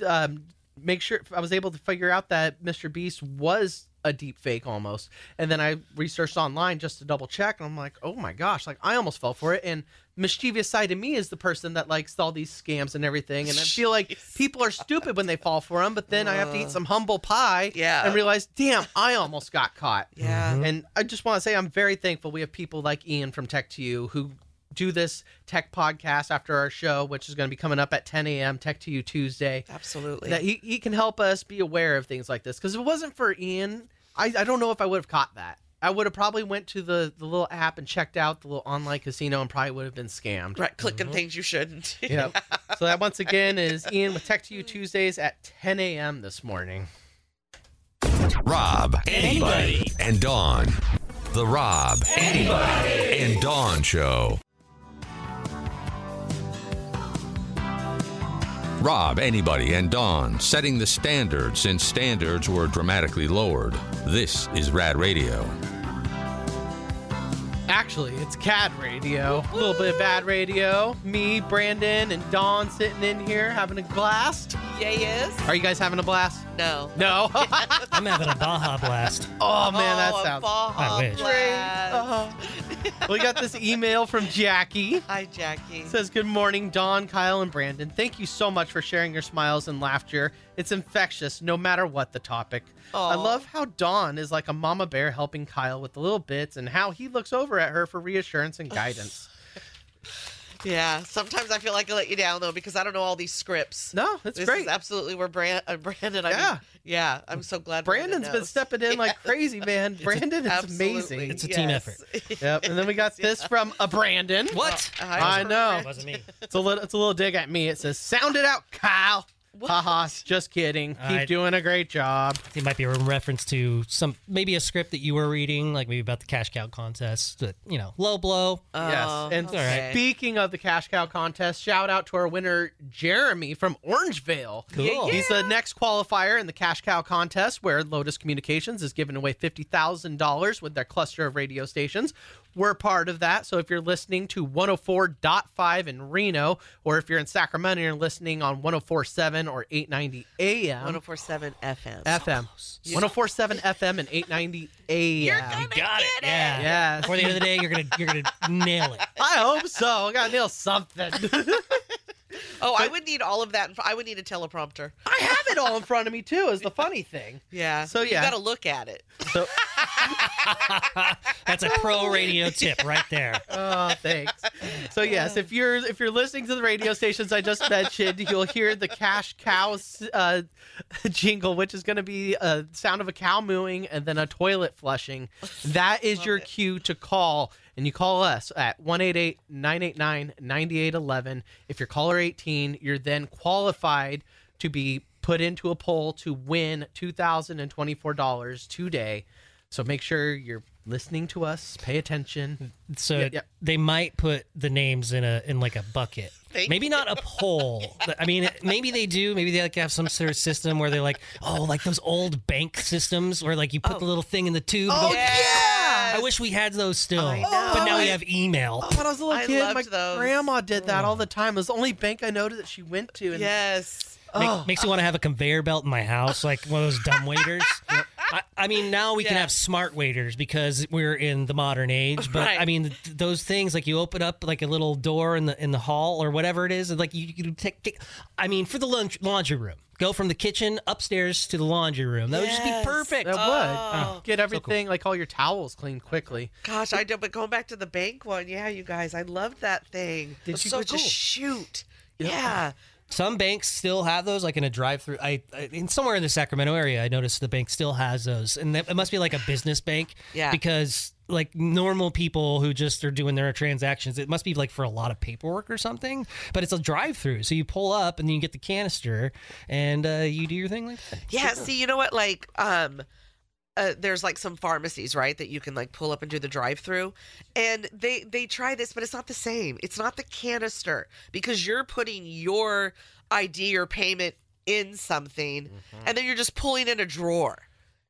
um, make sure I was able to figure out that Mr. Beast was a deep fake almost, and then I researched online just to double check, and I'm like, oh my gosh, like I almost fell for it. And mischievous side of me is the person that likes all these scams and everything, and I feel like people are stupid when they fall for them. But then I have to eat some humble pie, Yeah. and realize, damn, I almost got caught. Yeah. And I just want to say I'm very thankful we have people like Ian from Tech to You who do this tech podcast after our show, which is going to be coming up at 10 a.m. Tech to You Tuesday. Absolutely. That he, he can help us be aware of things like this because if it wasn't for Ian, I, I don't know if I would have caught that. I would have probably went to the, the little app and checked out the little online casino and probably would have been scammed. Right, clicking things you shouldn't. Yep. so that once again is Ian with Tech to You Tuesdays at 10 a.m. this morning. Rob, anybody, and Dawn. The Rob, anybody, and Dawn Show. Rob, anybody, and Dawn setting the standard since standards were dramatically lowered. This is Rad Radio. Actually, it's CAD radio. A little bit of bad radio. Me, Brandon, and Dawn sitting in here having a blast. Yeah, yes. Are you guys having a blast? No. No. I'm having a Baja blast. oh, man, that oh, sounds. Uh-huh. I wish. Uh-huh. we got this email from Jackie. Hi, Jackie. It says, Good morning, Don, Kyle, and Brandon. Thank you so much for sharing your smiles and laughter. It's infectious, no matter what the topic. I Aw. love how Don is like a mama bear helping Kyle with the little bits and how he looks over at her for reassurance and guidance. yeah. Sometimes I feel like I let you down though because I don't know all these scripts. no, that's this great. is absolutely where Brand, uh, Brandon. I Yeah. mean, yeah. I'm so glad Brandon Brandon's been knows. stepping in like crazy, man. Brandon, it's Absolutely. amazing. It's a team Yes. yep. And then we got this from a Brandon. What? I know. wasn't me. It's a little it's a little dig at me. It says, Sound it out, Kyle. Haha, just kidding. Keep All right. doing a great job. It might be a reference to some, maybe a script that you were reading, like maybe about the cash cow contest. That you know, low blow. Oh, yes. And okay. speaking of the cash cow contest, shout out to our winner Jeremy from Orangevale. Cool. Yeah, yeah. He's the next qualifier in the cash cow contest, where Lotus Communications is giving away fifty thousand dollars with their cluster of radio stations. We're part of that. So if you're listening to 104.5 in Reno, or if you're in Sacramento, you're listening on 104.7 or 890 AM 1047 FM. FM. 104.7 FM and 890 AM. Got it. Yeah. Yes. Before the end of the day, you're gonna you're gonna nail it. I hope so. I gotta nail something. Oh, I would need all of that. I would need a teleprompter. I have it all in front of me too. Is the funny thing. Yeah. So, yeah. You got to look at it. So, That's a pro radio tip right there. oh, thanks. So yes, if you're if you're listening to the radio stations I just mentioned, you'll hear the cash cow uh, jingle, which is going to be a sound of a cow mooing and then a toilet flushing. That is your cue to call. And you call us at 188 989 9811. If you're caller 18, you're then qualified to be put into a poll to win $2,024 today. So make sure you're listening to us, pay attention. So Yeah, yeah. they might put the names in a in like a bucket. Thank maybe not a poll. But, I mean, maybe they do. Maybe they like have some sort of system where they're like, oh, like those old bank systems where like you put the little thing in the tube. and go, yeah. I wish we had those still. Oh, I know. But now we Oh, have email. Oh, when I was a little I kid, my loved those. grandma did that all the time. It was the only bank I know that she went to. And Yes. Make, makes me want to have a conveyor belt in my house, like one of those dumb waiters. I, I mean, now we can Yeah. have smart waiters because we're in the modern age. But I Right. mean, th- those things like you open up like a little door in the in the hall or whatever it is, and like you, you can take, take. I mean, for the lunch, laundry room, go from the kitchen upstairs to the laundry room. That would just Yes. be perfect. that would Oh. get everything like all your towels cleaned quickly. Gosh, I did. But going back to the bank one, yeah, you guys, I loved that thing. Did It's you- so oh, just cool. shoot? Yeah. Some banks still have those, like in a drive-through. I, I in somewhere in the Sacramento area, I noticed the bank still has those, and that, it must be like a business bank. Yeah. Because like normal people who just are doing their transactions, it must be like for a lot of paperwork or something. But it's a drive-through, so you pull up and then you get the canister, and uh, you do your thing like that. Yeah. See, you know what? Like, um, uh, there's like some pharmacies, right, that you can like pull up and do the drive-through, and they they try this, but it's not the same. It's not the canister because you're putting your ID or payment in something, Mm-hmm. and then you're just pulling in a drawer.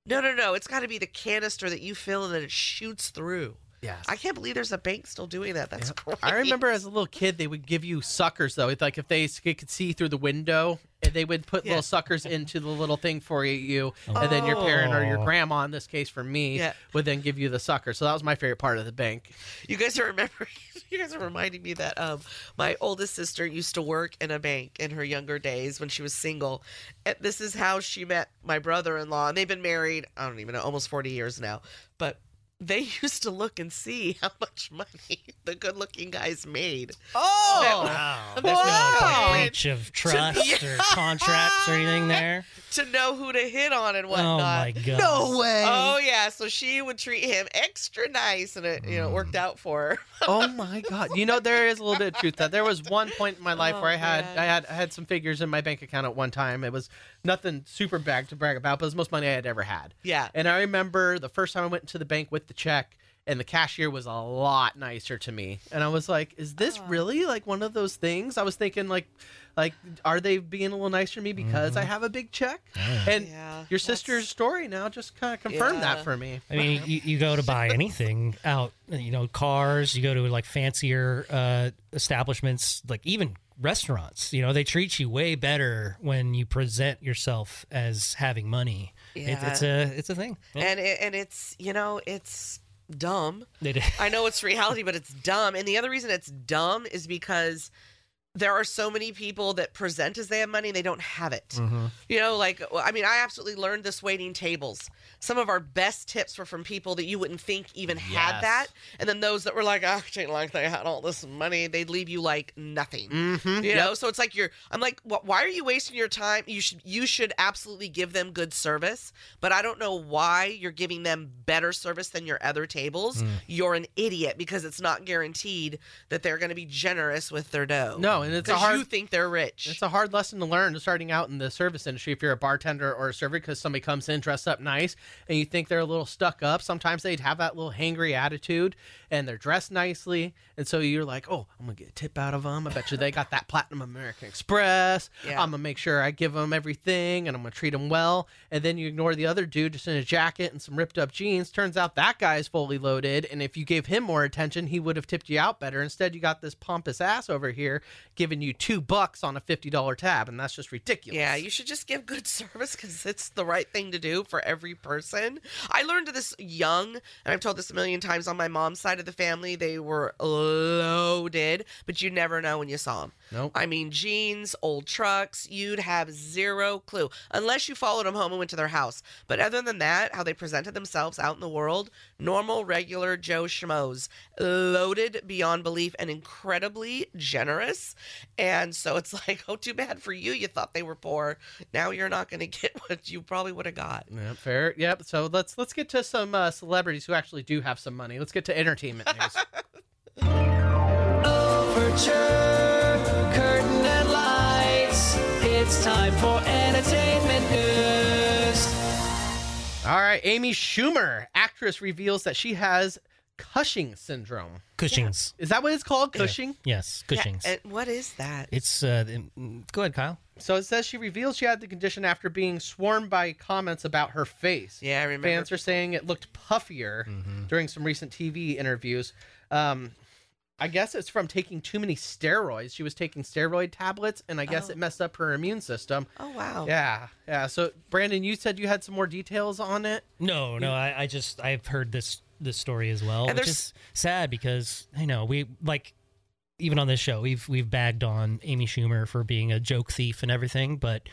No, no, no. It's got to be the canister that you fill and then it shoots through. Yes. I can't believe there's a bank still doing that. That's great. I remember as a little kid, they would give you suckers though. It's like if they s- could see through the window, and they would put Yeah. little suckers into the little thing for you, and then your parent or your Oh. grandma, in this case for me, Yeah. would then give you the sucker. So that was my favorite part of the bank. You guys are remembering. You guys are reminding me that um, my oldest sister used to work in a bank in her younger days when she was single, and this is how she met my brother-in-law. And they've been married. I don't even know, almost forty years now. But they used to look and see how much money the good-looking guys made. Oh, That- Wow. That's Wow. no point. breach of trust or contracts or anything there? to know who to hit on and whatnot. Oh my goodness. No way. Oh yeah, so she would treat him extra nice, and it you know worked Mm. out for her. oh my god you know there is a little bit of truth to that there was one point in my life Oh, where i had man. i had i had some figures in my bank account at one time it was nothing super big to brag about but it was the most money i had ever had Yeah. and i remember the first time i went to the bank with the check and the cashier was a lot nicer to me and i was like is Oh. this really like one of those things i was thinking like like are they being a little nicer to me because i have a big check and Yeah, your sister's story now just kind of confirmed Yeah. that for me I mean, you, you go to buy anything out, you know, cars, you go to like fancier uh, establishments, like even restaurants, you know, they treat you way better when you present yourself as having money. It, it's a it's a thing. and it, and it's you know it's dumb. They do- I know it's reality, but it's dumb. And the other reason it's dumb is because there are so many people that present as they have money and they don't have it. You know, like well, I mean, I absolutely learned this waiting tables. Some of our best tips were from people that you wouldn't think even had Yes. that, and then those that were like, "Oh, I didn't like they had all this money," they'd leave you like nothing. mm-hmm. You know, so it's like you're. I'm like, wh- why are you wasting your time? You should you should absolutely give them good service, but I don't know why you're giving them better service than your other Mm. tables. You're an idiot because it's not guaranteed that they're going to be generous with their dough. no and it's a because hard you think they're rich. It's a hard lesson to learn starting out in the service industry if you're a bartender or a server because somebody comes in dressed up nice and you think they're a little stuck up. Sometimes they'd have that little hangry attitude and they're dressed nicely. And so you're like, oh, I'm going to get a tip out of them. I bet you they got that Platinum American Express. Yeah. I'm going to make sure I give them everything and I'm going to treat them well. And then you ignore the other dude just in a jacket and some ripped up jeans. Turns out that guy's fully loaded. And if you gave him more attention, he would have tipped you out better. Instead, you got this pompous ass over here giving you two bucks on a $50 tab. And that's just ridiculous. Yeah, you should just give good service because it's the right thing to do for every person. I learned this young, and I've told this a million times on my mom's side of the family. They were loaded, but you never know when you saw them. Nope. I mean, jeans, old trucks, you'd have zero clue unless you followed them home and went to their house. But other than that, how they presented themselves out in the world, normal, regular Joe Schmoes, loaded beyond belief and incredibly generous. And so it's like, oh, too bad for you. You thought they were poor. Now you're not going to get what you probably would have got. Yep, fair. Yep. So let's let's get to some uh, celebrities who actually do have some money. Let's get to entertainment news. Overture, curtain and lights. It's time for entertainment news. All right, Amy Schumer, actress, reveals that she has Cushing syndrome. Cushing's. Is that what it's called? Cushing. Yes, Cushing's. Yeah, and what is that? it's uh, the- go ahead, Kyle. So it says she reveals she had the condition after being swarmed by comments about her face. Yeah, I remember. Mm-hmm. Fans are saying it looked puffier during some recent TV interviews. Um, I guess it's from taking too many steroids. She was taking steroid tablets, and I guess Oh. it messed up her immune system. oh, wow. Yeah, yeah. So Brandon, you said you had some more details on it. No, no, I, I just I've heard this this story as well, And which there's- is sad because you know we like even on this show we've we've bagged on Amy Schumer for being a joke thief and everything, but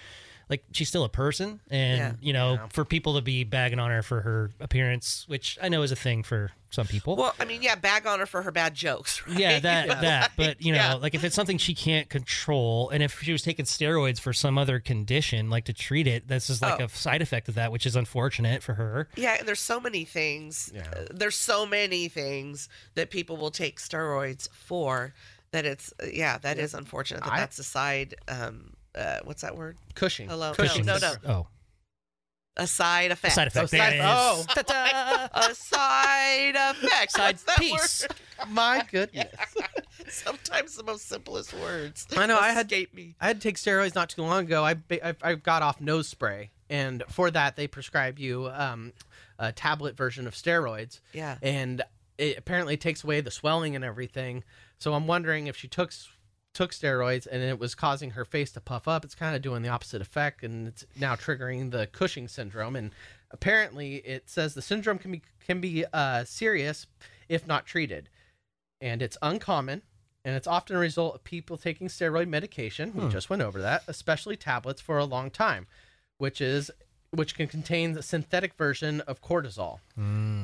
like she's still a person, and Yeah. you know for people to be bagging on her for her appearance, which I know is a thing for some people. Well, I mean, yeah, bag on her for her bad jokes. Right? yeah, that that. But you know, Yeah. like if it's something she can't control, and if she was taking steroids for some other condition, like to treat it, this is like Oh. a side effect of that, which is unfortunate for her. Yeah, and there's so many things. uh, There's so many things that people will take steroids for that it's uh, yeah that is unfortunate that I- that's a side um uh, what's that word Cushing. Hello? No, Cushing. no, no. Oh. a side effect Side effect. side- There it is. oh. Ta-ta. a side effect Side what's that piece. My goodness. word sometimes the most simplest words I know, I had- escape me I had to take steroids not too long ago. I ba- I, I got off nose spray, and for that they prescribe you um, a tablet version of steroids. Yeah. And it apparently takes away the swelling and everything. So I'm wondering if she took s- took steroids and it was causing her face to puff up. It's kind of doing the opposite effect, and it's now triggering the Cushing syndrome. And apparently, it says the syndrome can be can be uh, serious if not treated and it's uncommon and it's often a result of people taking steroid medication we just went over that especially tablets for a long time which is which can contain the synthetic version of cortisol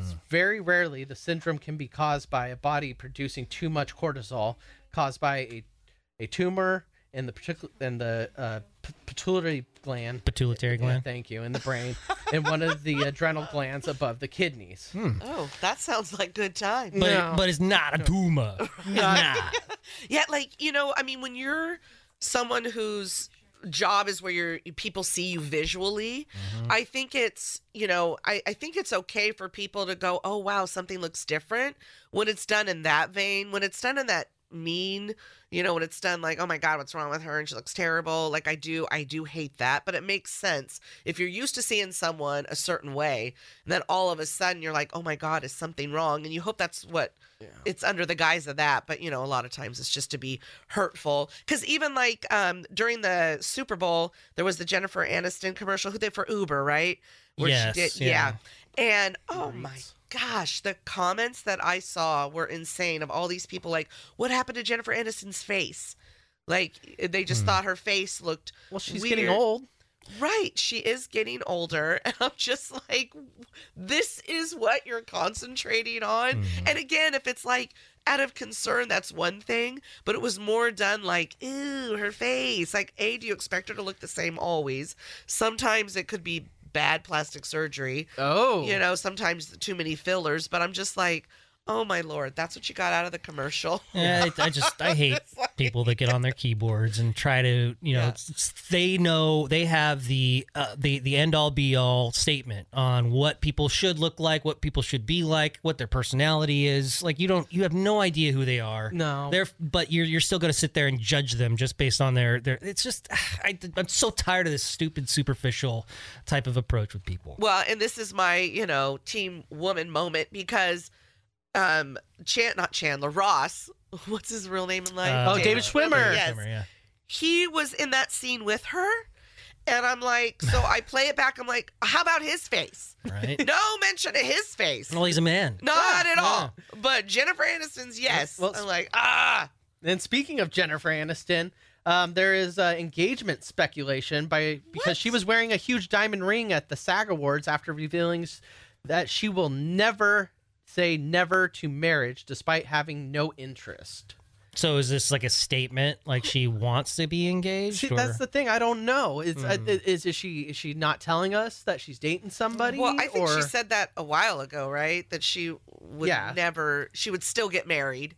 It's very rarely the syndrome can be caused by a body producing too much cortisol caused by a, a tumor and the particular and the uh, p- pituitary gland. Pituitary Yeah, gland. thank you. In the brain, and one of the adrenal glands above the kidneys. Oh, that sounds like good time. But, No. but it's not a tumor. It's not. Yeah, like you know, I mean, when you're someone whose job is where your people see you visually, I think it's you know, I, I think it's okay for people to go, oh wow, something looks different when it's done in that vein, when it's done in that mean, you know, when it's done like, oh my god, what's wrong with her and she looks terrible. Like I do, I do hate that, but it makes sense if you're used to seeing someone a certain way, and then all of a sudden you're like, oh my god, is something wrong? And you hope that's what it's under the guise of that but you know a lot of times it's just to be hurtful because even like um during the super bowl there was the jennifer aniston commercial who did for uber right Yes, yeah. yeah. and oh my gosh the comments that i saw were insane of all these people like what happened to jennifer aniston's face like eh, they just thought her face looked Well, she's weird. getting old. Right, she is getting older, and I'm just like, this is what you're concentrating on. And again, if it's like out of concern, that's one thing, but it was more done like, ew, her face. Like, A, do you expect her to look the same always? Sometimes it could be bad plastic surgery, Oh, you know, sometimes too many fillers, but I'm just like, oh my lord, that's what you got out of the commercial. Yeah, I, I just I hate people that get on their keyboards and try to you know s- s- they know they have the uh, the the end all be all statement on what people should look like, what people should be like, what their personality is. Like you don't you have no idea who they are. No. they're but you're you're still gonna sit there and judge them just based on their their. It's just I, I'm so tired of this stupid superficial type of approach with people. Well, and this is my, you know, team woman moment because um Chan not Chandler Ross, what's his real name in life? Uh, Oh, David Schwimmer. Yes. Schwimmer, yeah. He was in that scene with her. And I'm like, so I play it back. I'm like, how about his face? Right. No mention of his face. well, he's a man. Not at yeah. all. But Jennifer Aniston's, yes. Well, I'm like, ah. And speaking of Jennifer Aniston, um, there is uh, engagement speculation by because she was wearing a huge diamond ring at the SAG Awards after revealing s- that she will never say never to marriage despite having no interest. So is this like a statement? Like she wants to be engaged? See, or? that's the thing. I don't know. Is, uh, is is she is she not telling us that she's dating somebody? Well, I think or- she said that a while ago, right? That she would Yeah. never, she would still get married,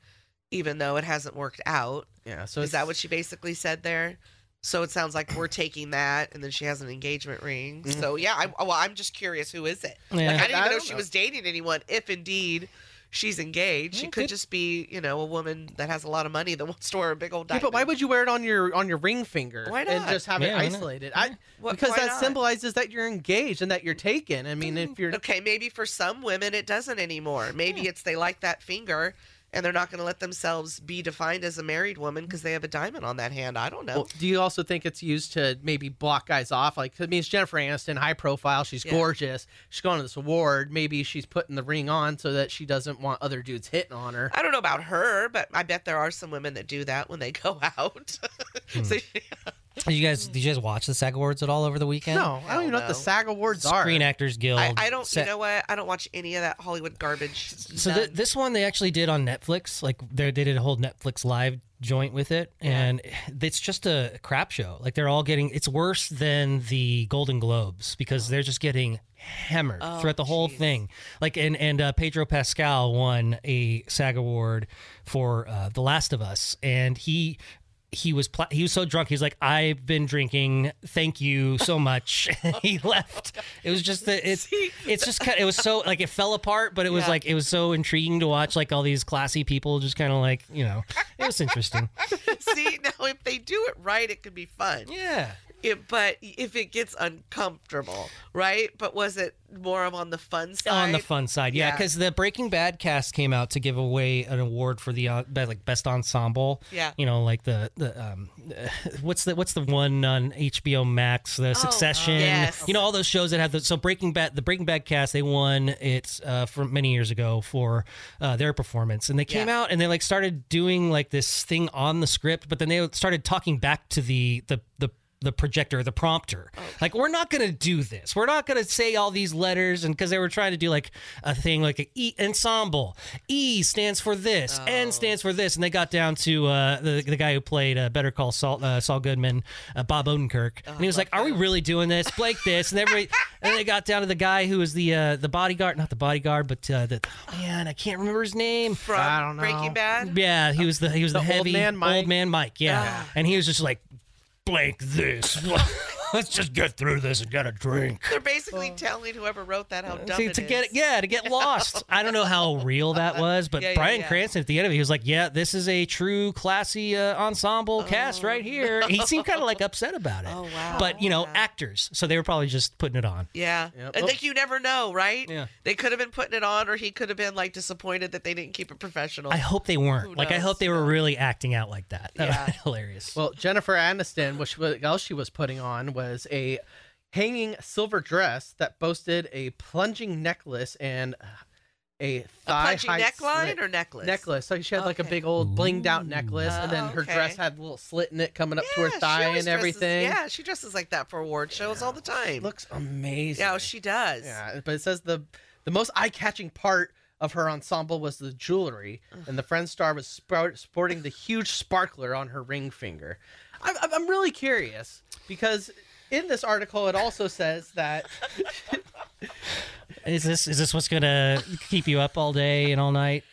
even though it hasn't worked out. Yeah. So is that it's- what she basically said there? So it sounds like we're taking that, and then she has an engagement ring. So yeah, I, well, I'm just curious, who is it? Yeah. Like Mm. I didn't I even know don't she know. was dating anyone. If indeed she's engaged, she could just be, you know, a woman that has a lot of money that wants to wear a big old Yeah, diamond. but why would you wear it on your on your ring finger Why and not? just have Yeah, it why not? isolated? I, Wh- because why that not? symbolizes that you're engaged and that you're taken. I mean, if you're Okay, maybe for some women it doesn't anymore. Maybe it's they like that finger. And they're not going to let themselves be defined as a married woman because they have a diamond on that hand. I don't know. Well, do you also think it's used to maybe block guys off? Like, 'cause, I mean, it's Jennifer Aniston, high profile. She's Yeah. gorgeous. She's going to this award. Maybe she's putting the ring on so that she doesn't want other dudes hitting on her. I don't know about her, but I bet there are some women that do that when they go out. Hmm. so, Did you guys did you guys watch the SAG Awards at all over the weekend? No, I don't even know what the no. SAG Awards are. Screen Actors Guild. I, I don't. set- You know what? I don't watch any of that Hollywood garbage. So th- None. this one they actually did on Netflix. Like they they did a whole Netflix live joint with it, and it's just a crap show. Like they're all getting. It's worse than the Golden Globes because they're just getting hammered throughout the whole thing. Like and and uh, Pedro Pascal won a SAG award for uh, The Last of Us, and he. He was pla- he was so drunk. He's like, I've been drinking. Thank you so much. he left. It was just that it's it's just kind. It was so like it fell apart, but it was Yeah. like it was so intriguing to watch like all these classy people just kind of like you know it was interesting See now, if they do it right, it could be fun. yeah It- but if it gets uncomfortable, right? But was it more of on the fun side? on the fun side yeah Yeah. because the breaking bad cast came out to give away an award for the uh, be- like best ensemble Yeah. you know like the the um uh, what's the what's the one on hbo max the succession Oh, yes. you know all those shows that have the so breaking bad the breaking bad cast they won it uh for many years ago for uh their performance and they came Yeah. out and they like started doing like this thing on the script but then they started talking back to the the the the projector, the prompter. Oh. Like, we're not going to do this. We're not going to say all these letters. And because they were trying to do like a thing like a E ensemble, E stands for this, N stands for this. And they got down to uh, the, the guy who played uh, Better Call Saul, uh, Saul Goodman, uh, Bob Odenkirk. and he was like, Are we really doing this? Blake this. And everybody, and they got down to the guy who was the uh, the bodyguard, not the bodyguard, but uh, the, man, I can't remember his name. From I don't know. Breaking Bad. Yeah, he was the he was the, The old heavy man Mike? old man Mike. Yeah, and he was just like, blank this. Let's just get through this and get a drink. They're basically telling whoever wrote that how dumb uh, to, it to get is. yeah to get lost. I don't know how real that was, but Yeah, yeah, Brian yeah. Cranston at the end of it, he was like, "Yeah, this is a true classy uh, ensemble cast right here." He seemed kind of like upset about it. Oh, wow. But you know, actors, so they were probably just putting it on. Yeah. Yep. I think you never know, right? Yeah. They could have been putting it on, or he could have been like disappointed that they didn't keep it professional. I hope they weren't. Oh, Who Like I hope knows? they were really acting out like that. That Yeah. was hilarious. Well, Jennifer Aniston, which what else she was putting on was a hanging silver dress that boasted a plunging necklace and a a thigh punching high neckline slit- or necklace? necklace. So she had like a Okay. big old blinged out necklace, and then her Oh, dress okay. had a little slit in it coming up to Yeah, her she thigh always and dresses- everything. Yeah, she dresses like that for award shows all the time. looks amazing. yeah, she does. Yeah, but it says the the most eye catching part of her ensemble was the jewelry, and the Friend Star was spout, sporting the huge sparkler on her ring finger. I'm, I'm- I'm really curious because in this article it also says that Is this is this what's gonna keep you up all day and all night?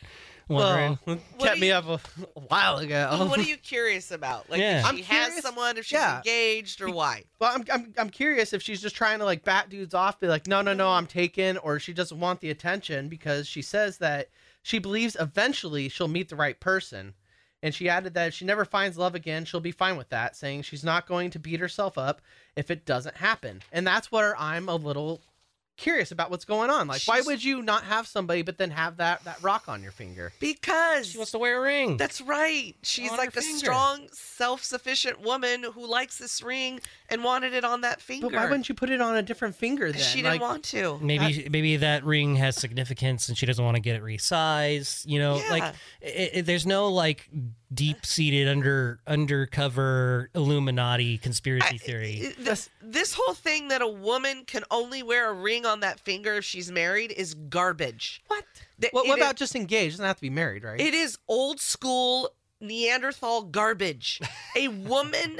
Wondering. well, kept do me you- up a, a while ago. Well, what are you curious about? Like, Yeah. if Oh. I'm she has curious- someone, if she's yeah. engaged, or why? Well, I'm, I'm, I'm curious if she's just trying to like bat dudes off, be like, no, no, no, I'm taken, or she doesn't want the attention because she says that she believes eventually she'll meet the right person. And she added that if she never finds love again, she'll be fine with that, saying she's not going to beat herself up if it doesn't happen. And that's where I'm a little curious about what's going on. Like, why She's- would you not have somebody but then have that, that rock on your finger? Because she wants to wear a ring. that's right. She's On her like a finger. strong, self-sufficient woman who likes this ring and wanted it on that finger. But why wouldn't you put it on a different finger then? she didn't Like, want to. Maybe maybe that ring has significance and she doesn't want to get it resized. You know, like Yeah. i i there's no like deep seated under undercover Illuminati conspiracy theory. I- This, this whole thing that a woman can only wear a ring on that finger if she's married is garbage. What? Th- What, what it is- about just engaged? Doesn't have to be married, right? It is old school Neanderthal garbage. A woman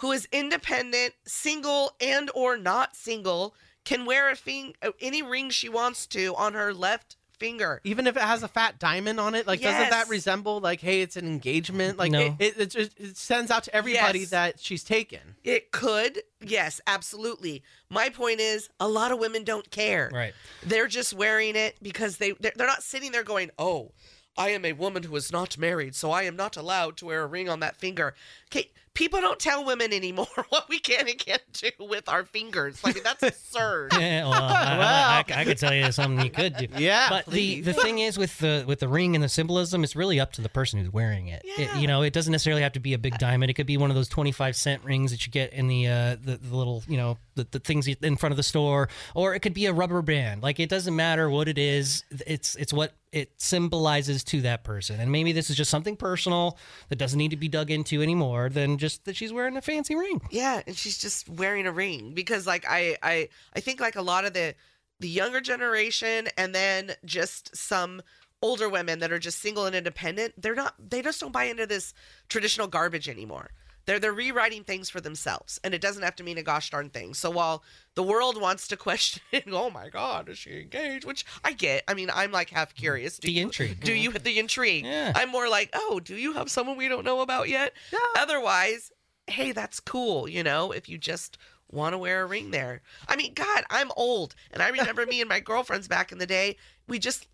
who is independent, single and or not single can wear a fing- uh, any ring she wants to on her left finger. even if it has a fat diamond on it like doesn't that Yes. resemble like hey it's an engagement like No. it, it, it, it sends out to everybody Yes. that she's taken It could. Yes, absolutely. My point is a lot of women don't care. Right. They're just wearing it because they they're, they're not sitting there going, "Oh, I am a woman who is not married, so I am not allowed to wear a ring on that finger." Okay, people don't tell women anymore what we can and can't do with our fingers. Like that's absurd. Yeah, well, I, I, I, I could tell you something you could do. Yeah, but the, the thing is with the with the ring and the symbolism, it's really up to the person who's wearing it. It- Yeah. you know, it doesn't necessarily have to be a big diamond. It could be one of those twenty five cent rings that you get in the uh, the, the little you know the, the things you- in front of the store, or it could be a rubber band. Like it doesn't matter what it is. It's it's what it symbolizes to that person. And maybe this is just something personal that doesn't need to be dug into anymore than just that she's wearing a fancy ring. Yeah, and she's just wearing a ring because like I I I think like a lot of the the younger generation and then just some older women that are just single and independent, they're not they just don't buy into this traditional garbage anymore. They're they're rewriting things for themselves and it doesn't have to mean a gosh darn thing. So while the world wants to question, oh my god, is she engaged? Which I get. I mean, I'm like half curious. Do The you- intrigue. Do you the intrigue? Mm-hmm. Yeah. I'm more like, oh, do you have someone we don't know about yet? Otherwise, hey, that's cool, you know, if you just want to wear a ring there. I mean, God, I'm old. And I remember me and my girlfriends back in the day, we just,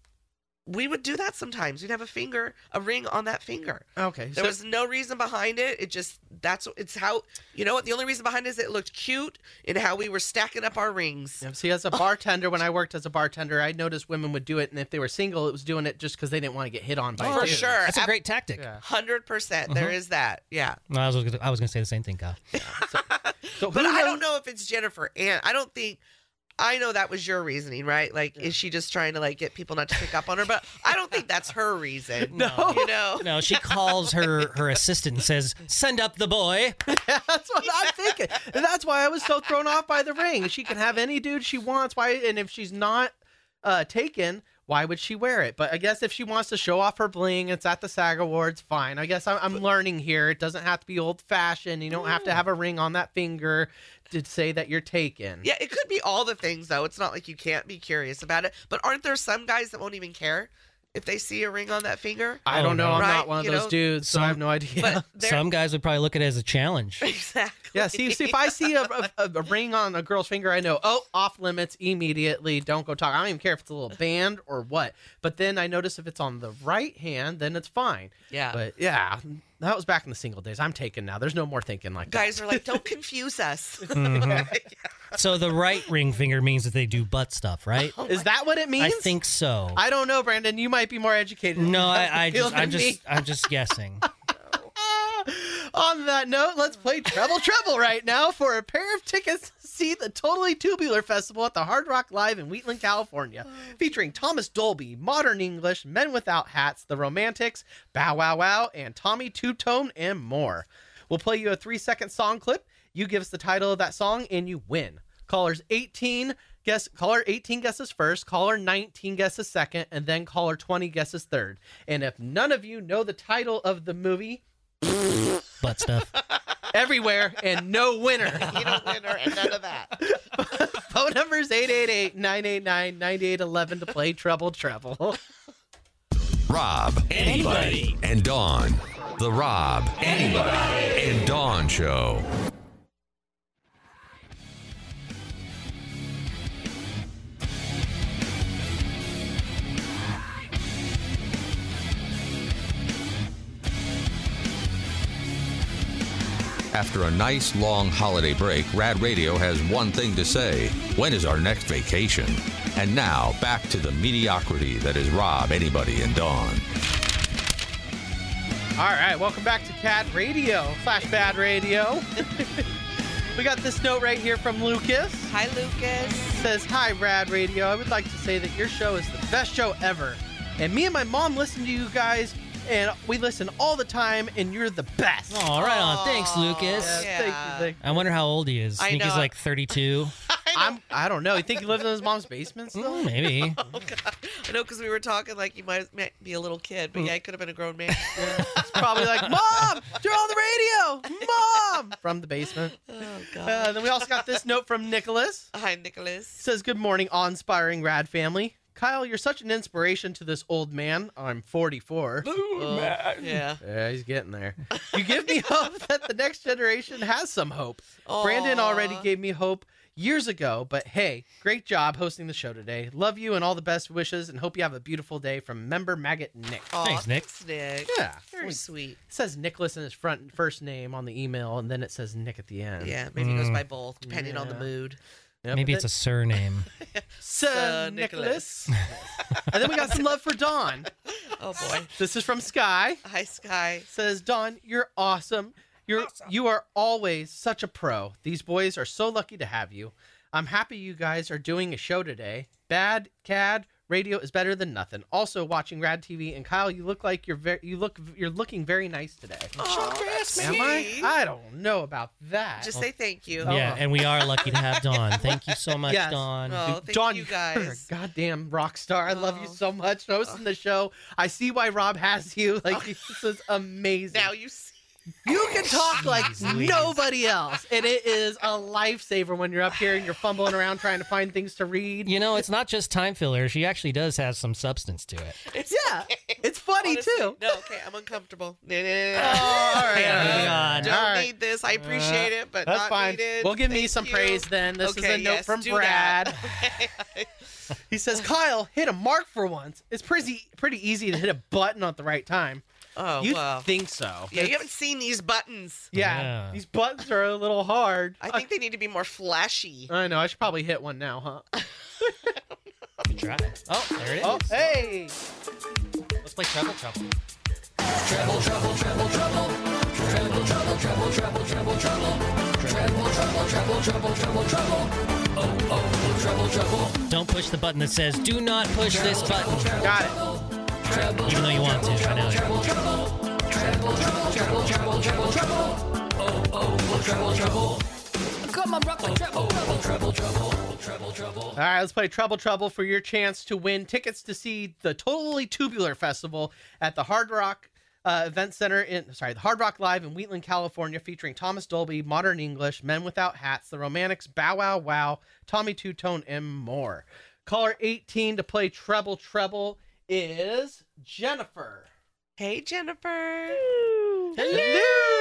we would do that sometimes. We'd have a finger, a ring on that finger. okay There was no reason behind it. It just, that's, it's how, you know what? The only reason behind it is it looked cute in how we were stacking up our rings. see as a bartender when i worked as a bartender i noticed women would do it and if they were single it was doing it just because they didn't want to get hit on by For dudes. sure. That's a Ab- great Mm-hmm. tactic. Yeah. 100%. There is that. Yeah. No, I was gonna, I was going to say the same thing, Kyle. so who But I knows- don't know if it's Jennifer Ann. I don't think I know that was your reasoning, right? Like, is she just trying to like get people not to pick up on her? But I don't think that's her reason. No. you know, No, she calls her her assistant and says, "Send up the boy." That's what I'm thinking. And that's why I was so thrown off by the ring. She can have any dude she wants. Why? And if she's not uh, taken, why would she wear it? But I guess if she wants to show off her bling, it's at the SAG Awards. Fine. I guess I'm, I'm learning here. It doesn't have to be old fashioned. You don't have Mm. to have a ring on that finger to say that you're taken. yeah, it could be all the things though. It's not like you can't be curious about it. But aren't there some guys that won't even care if they see a ring on that finger? I don't know. I'm Right, not one of you those know, dudes, so I have no idea. But they're Uh, Some guys would probably look at it as a challenge. exactly. Yeah, see, see if I see a, a, a- a ring on a girl's finger, I know, oh, off limits immediately. Don't go talk. I don't even care if it's a little band or what. But then I notice if it's on the right hand, then it's fine. Yeah. But yeah, that was back in the single days. I'm taken now. There's no more thinking like that. guys are like, don't confuse us. So the right ring finger means that they do butt stuff, right? Is that what it Oh, means? I think so. I don't know, Brandon. You might be more educated. no, about I, I the field just, I'm than me. just, I'm just guessing. On that note, let's play Treble Treble right now for a pair of tickets to see the Totally Tubular Festival at the Hard Rock Live in Wheatland, California, featuring Thomas Dolby, Modern English, Men Without Hats, The Romantics, Bow Wow Wow, and Tommy Two Tone, and more. We'll play you a three second song clip. You give us the title of that song, and you win. Callers 18 guess caller 18 guesses first, caller 19 guesses second, and then caller 20 guesses third. And if none of you know the title of the movie, Butt stuff. everywhere and no winner. you don't win her and none of that. Phone number is 888-989-9811 to play Trouble Trouble. Rob, anybody, and Dawn. The Rob, anybody, and Dawn Show. After a nice long holiday break, Rad Radio has one thing to say When is our next vacation? And now, back to the mediocrity that is Rob, anybody, and Dawn. All right, welcome back to Cat Radio, slash Bad Radio. we got this note right here from Lucas. Hi, Lucas. says, Hi, Rad Radio. I would like to say that your show is the best show ever. And me and my mom listen to you guys, and we listen all the time, and you're the best. All right, on. Thanks, Lucas. Yeah, Yeah. Thank you, thank you. I wonder how old he is. I I think he's know. like 32. I'm, I don't know. You think he lives in his mom's basement still? Mm, Maybe. Oh God. I know because we were talking like you might might be a little kid, Mm. but yeah, I could have been a grown man. It's probably like, Mom, you're on the radio. Mom, from the basement. oh Uh, God. then we also got this note from Nicholas. Hi, Nicholas. says, Good morning, awe inspiring Rad family. Kyle, you're such an inspiration to this old man. I'm 44. Oh, yeah. Yeah, he's getting there. You give me hope that the next generation has some hope. Brandon Aw. already gave me hope years ago, but hey, great job hosting the show today. Love you and all the best wishes, and hope you have a beautiful day from member maggot Nick. Aw, Thanks, Nick. Nick. Yeah. Very It sweet. says Nicholas in his front first name on the email, and then it says Nick at the end. Yeah, maybe it goes by both, depending on the Mm. Yeah. mood. Yep, Maybe but it's a surname. Sir Sir Nicholas. and then we got some love for Dawn. Oh boy. This is from Sky. Hi, Sky. says Don, you're awesome. You're you are always such a pro. These boys are so lucky to have you. I'm happy you guys are doing a show today. Bad cad radio is better than nothing. Also watching Rad TV and Kyle, you look like you're very you look you're looking very nice today. Am I? I don't know about that. Just say thank you. Yeah, and we are lucky to have Dawn. Thank you so much, Oh. Yes. Dawn. Oh, thank Don, you you're a guys. goddamn rock star. I love you Oh. so much. Hosting the show, I see why Rob has you. Like this is amazing. Oh. Now you see. You can talk like nobody else, and it is a lifesaver when you're up here and you're fumbling around trying to find things to read. You know, it's not just time filler. She actually does have some substance to it. Yeah, it's funny Honestly, too. No, okay, I'm uncomfortable. No, no, no, no. Oh, all right, all right, all right. Don't All right. need this. I appreciate it, but That's not fine. needed. We'll give me Thank some you. praise then. This is Okay, a note yes, from do that. Brad. He says, "Kyle, hit a mark for once. It's pretty pretty easy to hit a button at the right time. Oh you wow. think so? yeah, you It's- haven't seen these buttons. yeah, Yeah. These buttons are a little hard. I think they need to be more flashy. I know. I should probably hit one now, huh? Good try. Oh, there it is. Oh, hey." Let's play Trouble Trouble. Oh, oh, trouble, trouble. Don't push the button that says "Do not push this button." Got it. Even though you want to, I know. Trouble, trouble. Trouble, trouble, trouble, trouble, trouble, trouble. Oh, oh, oh, trouble, trouble. Come on, rock my trouble, trouble, trouble, trouble, trouble, trouble. All right, let's play Trouble Trouble for your chance to win tickets to see the Totally Tubular Festival at the Hard Rock uh, Event Center in sorry, the Hard Rock Live in Wheatland, California, featuring Thomas Dolby, Modern English, Men Without Hats, The Romantics, Bow Wow Wow, Tommy Two Tone, and more. Caller 18 to play Treble Treble is Jennifer. Hey, Jennifer.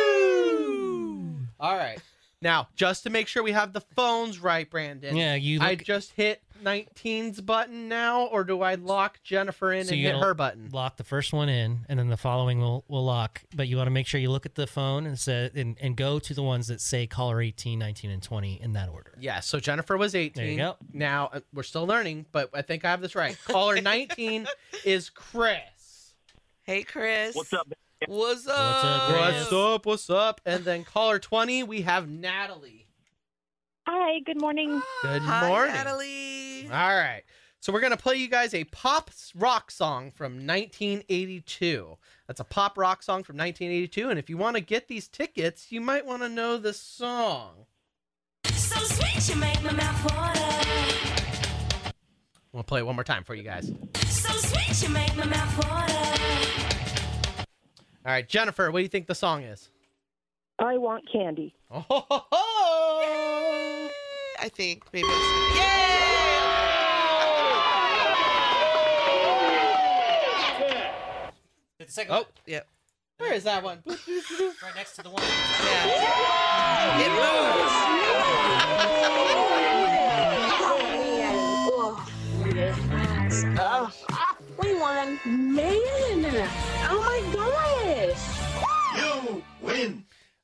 Hello. All right. Now, just to make sure we have the phones right, Brandon. Yeah, you I look, just hit 19's button now, or do I lock Jennifer in So and you hit gotta- her button? lock the first one in, and then the following will, will lock. But you want to make sure you look at the phone and say and, and go to the ones that say caller 18, 19, and 20 in that order. Yes. so Jennifer was 18. There you go. Now, uh, we're still learning, but I think I have this right. Caller 19 is Chris. Hey, Chris. What's up? What's up? What's up? What's up? And then caller 20, we have Natalie. Hi, good morning. Good Hi, morning. Natalie. All right. So we're going to play you guys a pop rock song from 1982. That's a pop rock song from 1982. And if you want to get these tickets, you might want to know the song. So sweet you make my mouth water. I'm going to play it one more time for you guys. All So sweet you make my mouth water. right, Jennifer, what do you think the song is? I want candy. Oh, ho, ho, ho. I think maybe. It's... Yay! The second oh Yep. where is that one? Oh. right next to the one. Yeah. It moves. Oh, we want a man. Oh my gosh.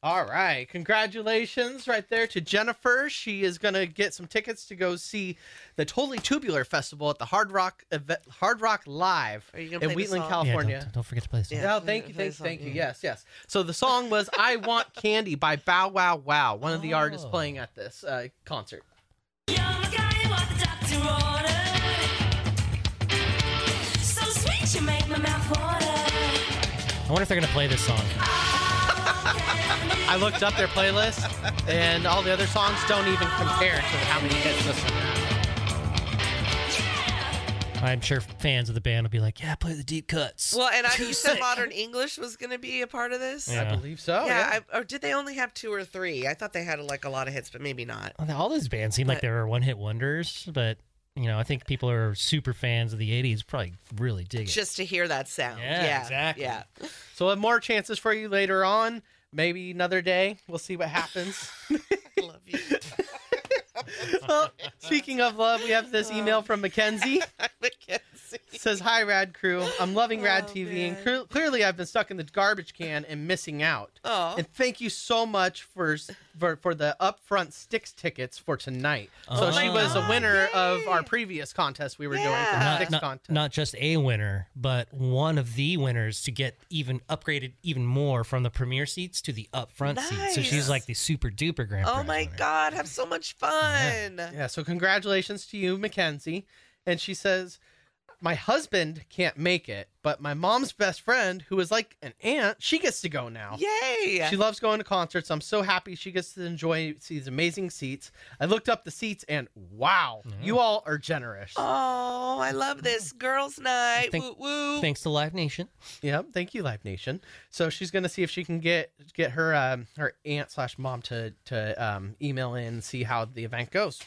All right. Congratulations right there to Jennifer. She is going to get some tickets to go see the Totally Tubular Festival at the Hard Rock event, Hard Rock Live Are you in gonna play the Wheatland, song? Yeah, California. don't, don't forget to play this. Yeah. Oh, thank Play you, the thank, song, thank you. yeah. Yes, yes. So the song was "I Want Candy" by Bow Wow Wow, one of the artists Oh. playing at this uh, concert. You're the guy what the doctor ordered. So sweet you make my mouth water. I wonder if they're gonna play this song. I looked up their playlist, and all the other songs don't even compare to how many hits this one. had. I'm sure fans of the band will be like, "Yeah, play the deep cuts." Well, and I, Too you said sick. modern English was going to be a part of this. Yeah. I believe so. yeah, I, or did they only have two or three? I thought they had like a lot of hits, but maybe not. Well, All those bands seem like But- they were one-hit wonders, but you know, I think people who are super fans of the '80s probably really dig it. Just to hear that sound. Yeah, Yeah, exactly. Yeah. So we'll have more chances for you later on. Maybe another day. We'll see what happens. I love you. well, speaking of love, we have this email from Mackenzie. I'm Mackenzie. It says, "Hi Rad Crew, I'm loving Rad Oh, TV, and man. clear- clearly I've been stuck in the garbage can and missing out." Aw. And thank you so much for s- for, for the upfront sticks tickets for tonight. So Oh she my was a God, winner of yay. our previous contest we were doing for the Yeah. sticks not, not, contest. not just a winner, but one of the winners to get even upgraded even more from the premier seats to the upfront seats. So she's Nice. like the super duper grand. Oh prize my winner. God, have so much fun. Yeah, so congratulations to you, Mackenzie. And she says, My husband can't make it, but my mom's best friend, who is like an aunt, she gets to go now. Yay. She loves going to concerts. I'm so happy she gets to enjoy these amazing seats. I looked up the seats and wow, you all are generous. oh, I love this. Girls' night. Think- woo woo. Thanks to Live Nation. Yep, thank you, Live Nation. So she's gonna see if she can get get her um, her aunt slash mom to to um, email in and see how the event goes.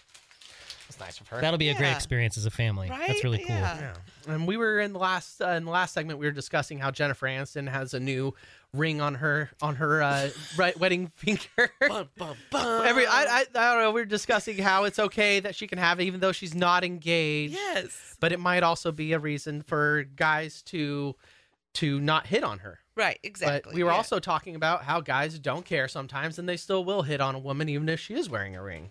That's nice of her. That'll be a great Yeah. experience as a family. That's Right? really cool. Yeah. Yeah. And we were in the last uh, in the last segment we were discussing how Jennifer Aniston has a new ring on her on her uh, right wedding finger. Bum, bum, bum. Every I, I I don't know. We were discussing how it's okay that she can have it even though she's not engaged. yes. But it might also be a reason for guys to to not hit on her. Right, exactly. But we were yeah. also talking about how guys don't care sometimes and they still will hit on a woman even if she is wearing a ring.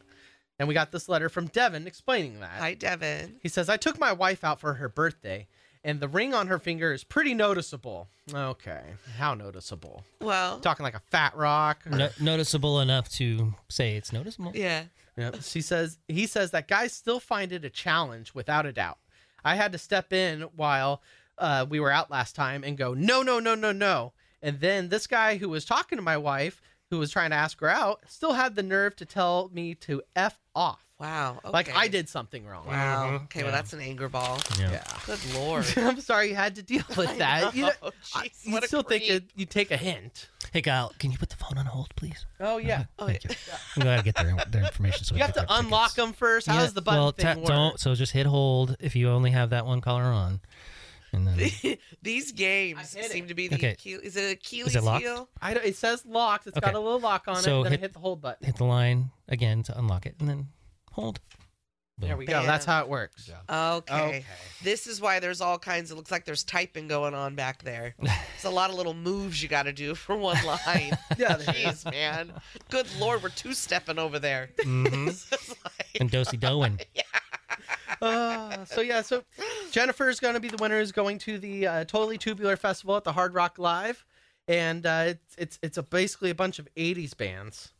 And we got this letter from Devin explaining that. Hi, Devin. He says, I took my wife out for her birthday, and the ring on her finger is pretty noticeable. Okay, how noticeable? Well, Talking like a fat rock. or- No- noticeable enough to say it's noticeable. yeah. Yep. She says he says that guys still find it a challenge without a doubt. I had to step in while uh, we were out last time and go no no no no no. And then this guy who was talking to my wife, who was trying to ask her out, still had the nerve to tell me to f off. Wow. Okay. Like I did Mm-hmm. something wrong. Wow. Okay, well, that's an anger ball. Yeah. Good lord. I'm sorry you had to deal with that. You, Oh, I- jeez, you what a still think it, creep. you take a hint. Hey, Kyle, can you put the phone on hold, please? Oh yeah. Oh, yeah. I'm going to get their, their information. So we You can have get to their unlock tickets. them first. How Yeah, does the button well, thing ta- work? Don't, so just hit hold if you only have that one caller on. And then These games hit it. seem to be the Okay. Achilles. Is it Achilles locked? heel? I don't, it says locked. It's Okay. got a little lock on So it. Then hit- hit, hit the hold button. hit the line again to unlock it and then hold. There we Yeah. go. That's how it works. Okay. Oh. This is why there's all kinds. It looks like there's typing going on back there. It's a lot of little moves you got to do for one line. Yeah, there you Jeez, man. Good lord, we're two stepping over there. Mm-hmm. hmm and Dosey Doan. go. Uh, so yeah, so Jennifer's going to be the winner. Is going to the uh, Totally Tubular Festival at the Hard Rock Live, and uh, it's it's it's a, basically a bunch of '80s bands.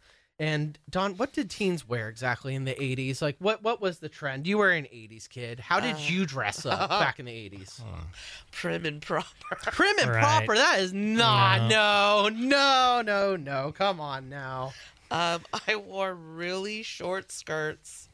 And Don, what did teens wear exactly in the '80s? Like, what what was the trend? You were an '80s kid. How did you dress up back in the '80s? Prim and proper. Prim and Right. proper. That is not. No, no, no, no. Come on now. Um, I wore really short skirts,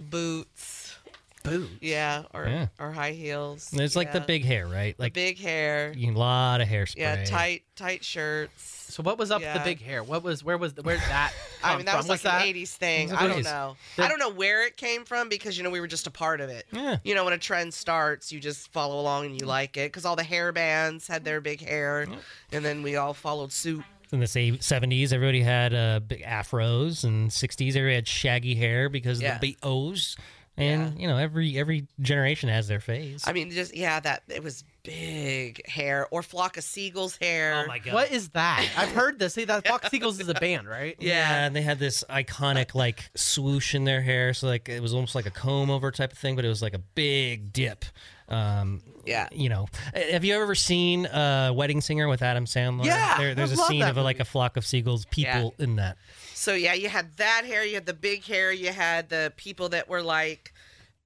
boots, Boo. yeah, or Yeah. or high heels. There's like the Yeah. big hair, right? Like big hair. a lot of hairspray. Yeah, tight tight shirts. So what was up with Yeah. the big hair? What was where was the, where's that? I come mean, that from? was like What's an '80s It thing. was I like- don't know. I don't know where it came from because you know we were just a part of it. Yeah. You know, when a trend starts, you just follow along Mm. and you like it because all the hair bands had their big hair, and then we all followed suit. In the se- 70s, everybody had uh, big afros, and 60s, everybody had shaggy hair because Yeah. of the BOs. And you know, every every generation has their phase. I mean, just yeah, that it was big hair or flock of seagulls hair. Oh god! What is that? I've heard this. See, that Fox Eagles is a band, right? Yeah. and they had this iconic like swoosh in their hair, so like it was almost like a comb over type of thing, but it was like a big dip. Um, Yeah. you know, have you ever seen uh, Wedding Singer with Adam Sandler? Yeah, there, there's I a love scene that of like a flock of seagulls, people in that. So yeah, you had that hair, you had the big hair, you had the people that were like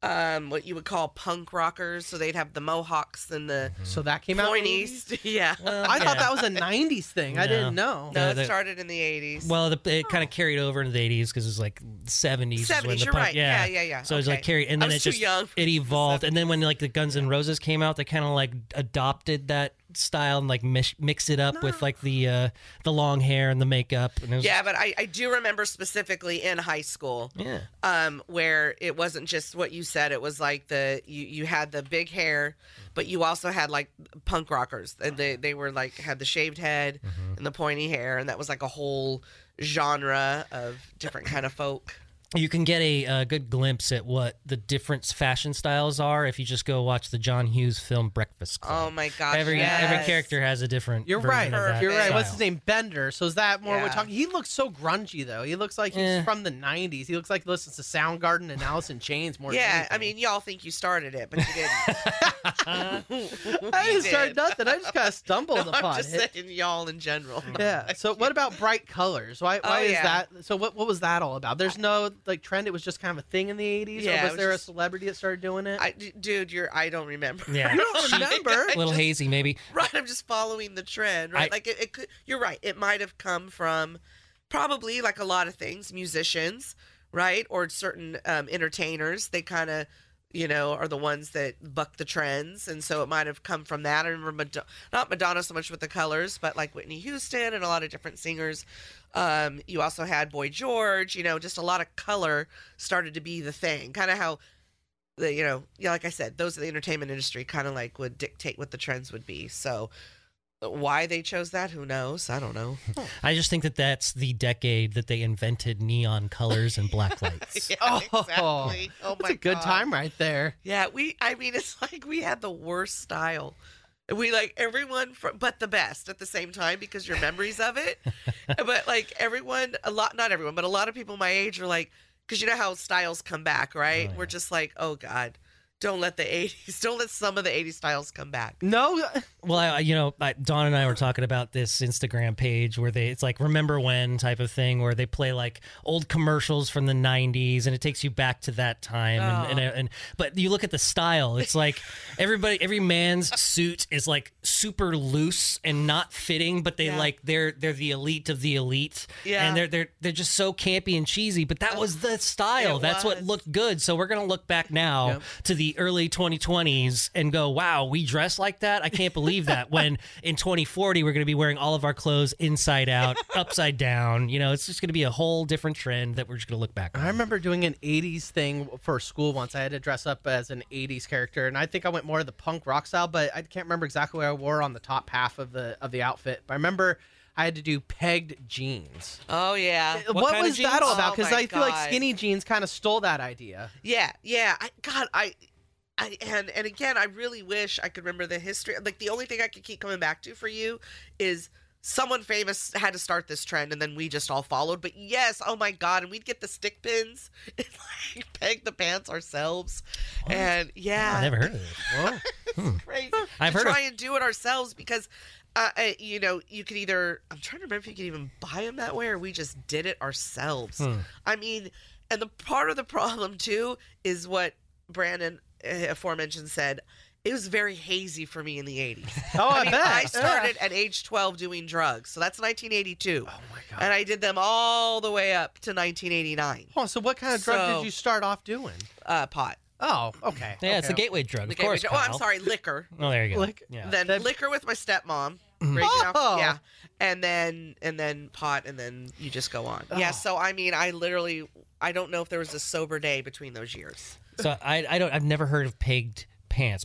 um what you would call punk rockers, so they'd have the mohawks and the So that came out. in the pointies. 80s? Yeah. I thought that was a '90s thing. I No. didn't know. no, uh, it the- started in the 80s. Well, the, it kind of carried over into the 80s because it was like 70s. is when 70s, the Oh. you're punk- right. Yeah, yeah, yeah. So it was like Okay. carried, and I then was it too just young for it the evolved, and then when like the Guns N' Roses came out, they kind of like adopted that style and like mish, mix it up with like the uh, the long hair and the makeup. And it was, yeah, but I, I do remember specifically in high school, yeah. um, where it wasn't just what you said. It was like the you, you had the big hair, but you also had like punk rockers, and they they were like had the shaved head and the pointy hair, and that was like a whole genre of different kind of folk. you can get a, uh good glimpse at what the different fashion styles are if you just go watch the John Hughes film Breakfast Club. Oh my gosh! every every yes. character has a different. You're right. version of that You're right. What's style. his name? Bender. So is that more we're Yeah. talking? He looks so grungy though. He looks like he's Eh. from the '90s. He looks like he listens to Soundgarden and Alice in Chains more. than Yeah, anything. I mean, y'all think you started it, but you didn't. I We didn't start did. nothing. I just kind of stumbled No, upon I'm just it. saying, y'all in general. Yeah. So what about bright colors? Why Oh, why is yeah. that? So what what was that all about? There's no like trend. It was just kind of a thing in the 80s. Yeah, or it was, was there just- a celebrity that started doing it? I, d- dude, you're. I don't remember. Yeah. you don't remember? A little just- hazy, maybe. Right, I'm just following the trend, right? I- like it, it could you're right. It might have come from probably like a lot of things, musicians, right? Or certain um, entertainers. They kind of, you know, are the ones that buck the trends, and so it might have come from that. I remember Mad- not Madonna so much with the colors, but like Whitney Houston and a lot of different singers. Um, you also had Boy George. You know, just a lot of color started to be the thing. Kind of how the you know yeah like i said those in the entertainment industry kind of like would dictate what the trends would be so uh, why they chose that who knows i don't know I just think that that's the decade that they invented neon colors and black lights. Oh, exactly. oh That's my a good God. time right there. yeah we i mean it's like we had the worst style we like everyone fr but the best at the same time because your memories of it but like everyone a lot not everyone but a lot of people my age are like because you know how styles come back right we're just like oh god Don't let the 80s, don't let some of the 80s styles come back. No. Well, I, I- you know, I, Dawn and I were talking about this Instagram page where they, it's like remember when type of thing where they play like old commercials from the 90s and it takes you back to that time. And, Oh. and, and, but you look at the style, it's like everybody, every man's suit is like super loose and not fitting, but they like, they're, they're the elite of the elite. Yeah. Uh, And they're, they're, they're just so campy and cheesy, but that was the style. It That's what was. looked good. So we're going to look back now to the early 2020s and go, wow, we dress like that. I can't believe that. when in 2040, we're going to be wearing all of our clothes inside out, upside down. You know, it's just going to be a whole different trend that we're just going to look back I on. remember doing an 80s thing for school once. I had to dress up as an 80s character and I think I went more of the punk rock style, but I can't remember exactly what I wore on the top half of the of the outfit. But I remember I had to do pegged jeans. Oh, yeah. Uh, What, kind of was that jeans? all about? Oh, Because my I feel like God. skinny jeans kind of stole that idea. Yeah, yeah. I God, I, I and and again, I really wish I could remember the history. Like the only thing I could keep coming back to for you is someone famous had to start this trend, and then we just all followed. But yes, oh my God, and we'd get the stick pins and like peg the pants ourselves, and yeah, I never heard of it. crazy. I've to heard of- try and do it ourselves because, uh, uh, you know, you could either. I'm trying to remember if you could even buy them that way, or we just did it ourselves. Hmm. I mean, and the part of the problem too is what Brandon uh, aforementioned said. It was very hazy for me in the 80s. Oh, I mean, bet. I started at age 12 doing drugs. So that's 1982. Oh, my God. And I did them all the way up to 1989. Oh, so what kind of drug So- did you start off doing? Uh, pot. Oh, okay. Yeah, it's the okay. gateway drug, The of course. gateway drug- oh, I'm Kyle. sorry, liquor. Oh, there you go. Like- yeah. then liquor with my stepmom. Mm. Raging alcohol- Oh. yeah, and then and then pot, and then you just go on. Oh. Yeah. So I mean, I literally, I don't know if there was a sober day between those years. So I, I don't, I've never heard of pegged pants,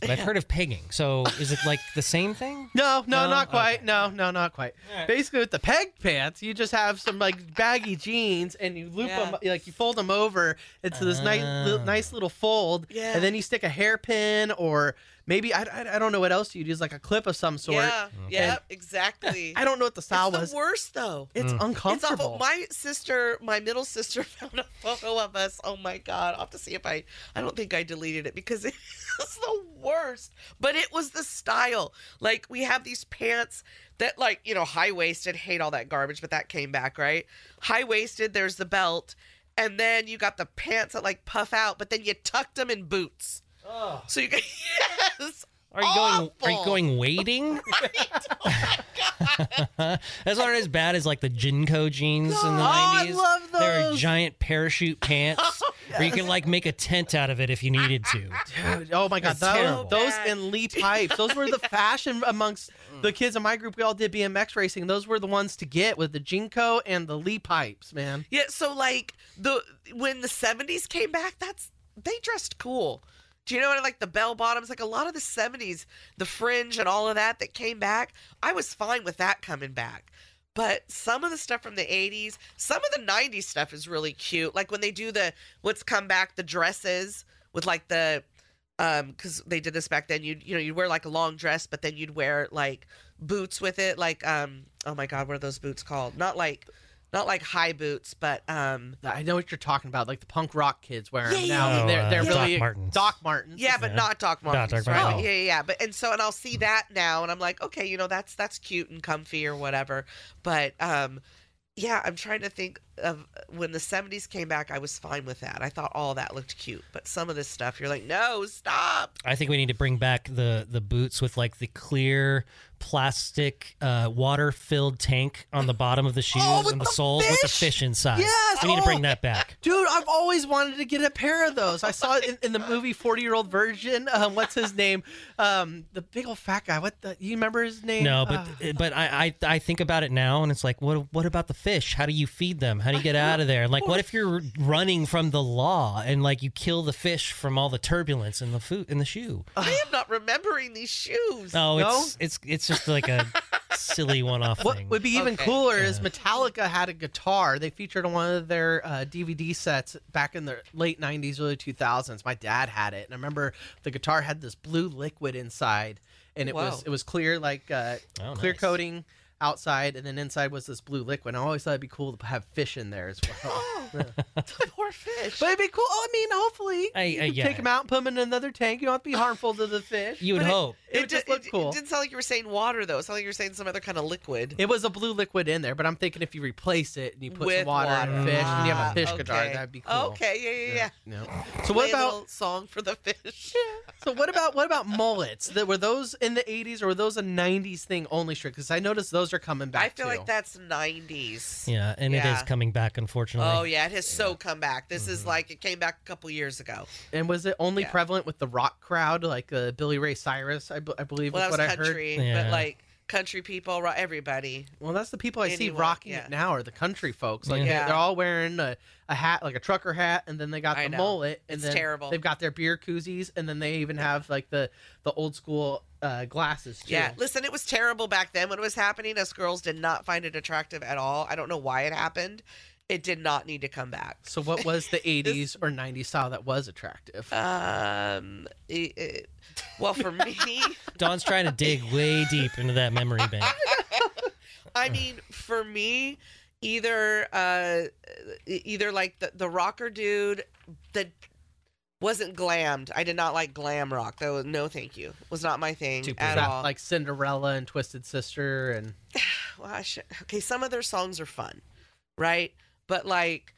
but I've heard of pegging. So is it like the same thing? No, no, No? not quite. Okay. No, no, not quite. right. Basically, with the pegged pants, you just have some like baggy jeans, and you loop Yeah. them, like you fold them over into this nice, Ah. li- nice little fold, Yeah. and then you stick a hairpin or maybe I, I, I don't know what else you'd use, like a clip of some sort. Yeah. Yep. Exactly. I don't know what the style it's was. the worst though. Mm. It's It's uncomfortable. awful. My sister, my middle sister, found a photo of us. Oh my god! I'll have to see if I. I don't think I deleted it because it was the worst. But it was the style. Like we have these pants that, like you know, high waisted. Hate all that garbage, but that came back right. High waisted. There's the belt, and then you got the pants that like puff out, but then you tucked them in boots. Oh. So you got yes. Are you going? Are you Awful. going wading? Oh That's not as bad as like the Jinko jeans in the Oh, I nineties. love They're those. Oh, giant parachute pants, where you can like make a tent out of it if you needed to. Dude, oh my god, That's terrible. those, those Bad. and Lee pipes, those were the fashion amongst Mm. the kids in my group. We all did BMX racing. Those were the ones to get with the Jinko and the Lee pipes, man. Yeah, so like the when the seventies came back, that's they dressed cool. Do you know what I like the bell bottoms? Like a lot of the seventies, the fringe and all of that that came back, I was fine with that coming back. But some of the stuff from the eighties, some of the nineties stuff is really cute. Like when they do the what's come back, the dresses with like the um because they did this back then you'd you know you'd wear like a long dress but then you'd wear like boots with it like um oh my god what are those boots called not like not like high boots but um I know what you're talking about, like the punk rock kids wearing Yeah, them now. yeah, and yeah. they're they're Oh, uh, really Doc Martens. Doc Martens. yeah but Yeah. not doc Not Doc martens right? Martens. Oh, yeah yeah yeah. but and so and i'll Hmm. see that now and i'm like okay you know that's that's cute and comfy or whatever but um yeah i'm trying to think of when the 70s came back i was fine with that i thought all that looked cute but some of this stuff you're like no stop I think we need to bring back the the boots with like the clear plastic uh, water filled tank on the bottom of the shoes Oh, with and the, the soles with the fish? fish inside. Yes, we need to oh. bring that back. Dude, I've always wanted to get a pair of those. I saw it in, in the movie Forty Year Old Virgin. Um, what's his name? Um, the big old fat guy. What the? You remember his name? No, but eh, Ah. but I, I I think about it now, and it's like, what what about the fish? How do you feed them? How do you get out of there? And like, what if you're running from the law and like you kill the fish from all the turbulence in the food in the shoe? i am not remembering these shoes No, No? it's it's it's just like a silly one-off What thing. would be even Okay. cooler is Yeah. Metallica had a guitar. They featured on one of their uh, DVD sets back in the late 90s, early 2000s. My dad had it. And I remember the guitar had this blue liquid inside and it Whoa. was it was clear like uh, Oh, clear nice. coating. outside, and then inside was this blue liquid. And I always thought it'd be cool to have fish in there as well. Poor fish. but it'd be cool. I mean, hopefully, I- you I- could yeah. take them out, and put them in another tank. You don't have to be harmful to the fish. You would But it- hope. It, would di- just look it- cool. It didn't sound like you were saying water though. It sounded like you were saying some other kind of liquid. It was a blue liquid in there, but I'm thinking if you replace it and you put With some water, water. and fish, and you have a fish Ah, Godard, okay. that'd be cool. Okay, yeah, yeah, yeah. No. So what Play a about little song for the fish? so what about what about mullets? That were those in the 80s or were those a 90s thing only? Strict because I noticed those are coming back. I feel too. like that's '90s. Yeah, and it Yeah. is coming back, unfortunately. Oh yeah, it has so come back. This is like it came back a couple years ago. And was it only Yeah. prevalent with the rock crowd, like uh, Billy Ray Cyrus? I, b- I believe Well, is that was what country, I heard. but Yeah. like country people, ro- everybody. Well, that's the people I see Anyone, rocking yeah. it now are the country folks. Like Yeah. they- they're all wearing a, a hat, like a trucker hat, and then they got I the know. mullet. And It's then terrible. They've got their beer koozies, and then they even have like the the old school uh, glasses too. Yeah, listen, it was terrible back then when it was happening. Us girls did not find it attractive at all. I don't know why it happened. It did not need to come back. So what was the '80s or '90s style that was attractive? Um, it- it- well, for me, Don's trying to dig way deep into that memory bank. I mean, for me, either uh, e- either like the, the rocker dude that wasn't glammed. I did not like glam rock. Though, no, thank you, was not my thing Super. at Is that all. like Cinderella and Twisted Sister and well, I should, okay, some of their songs are fun, right? But like,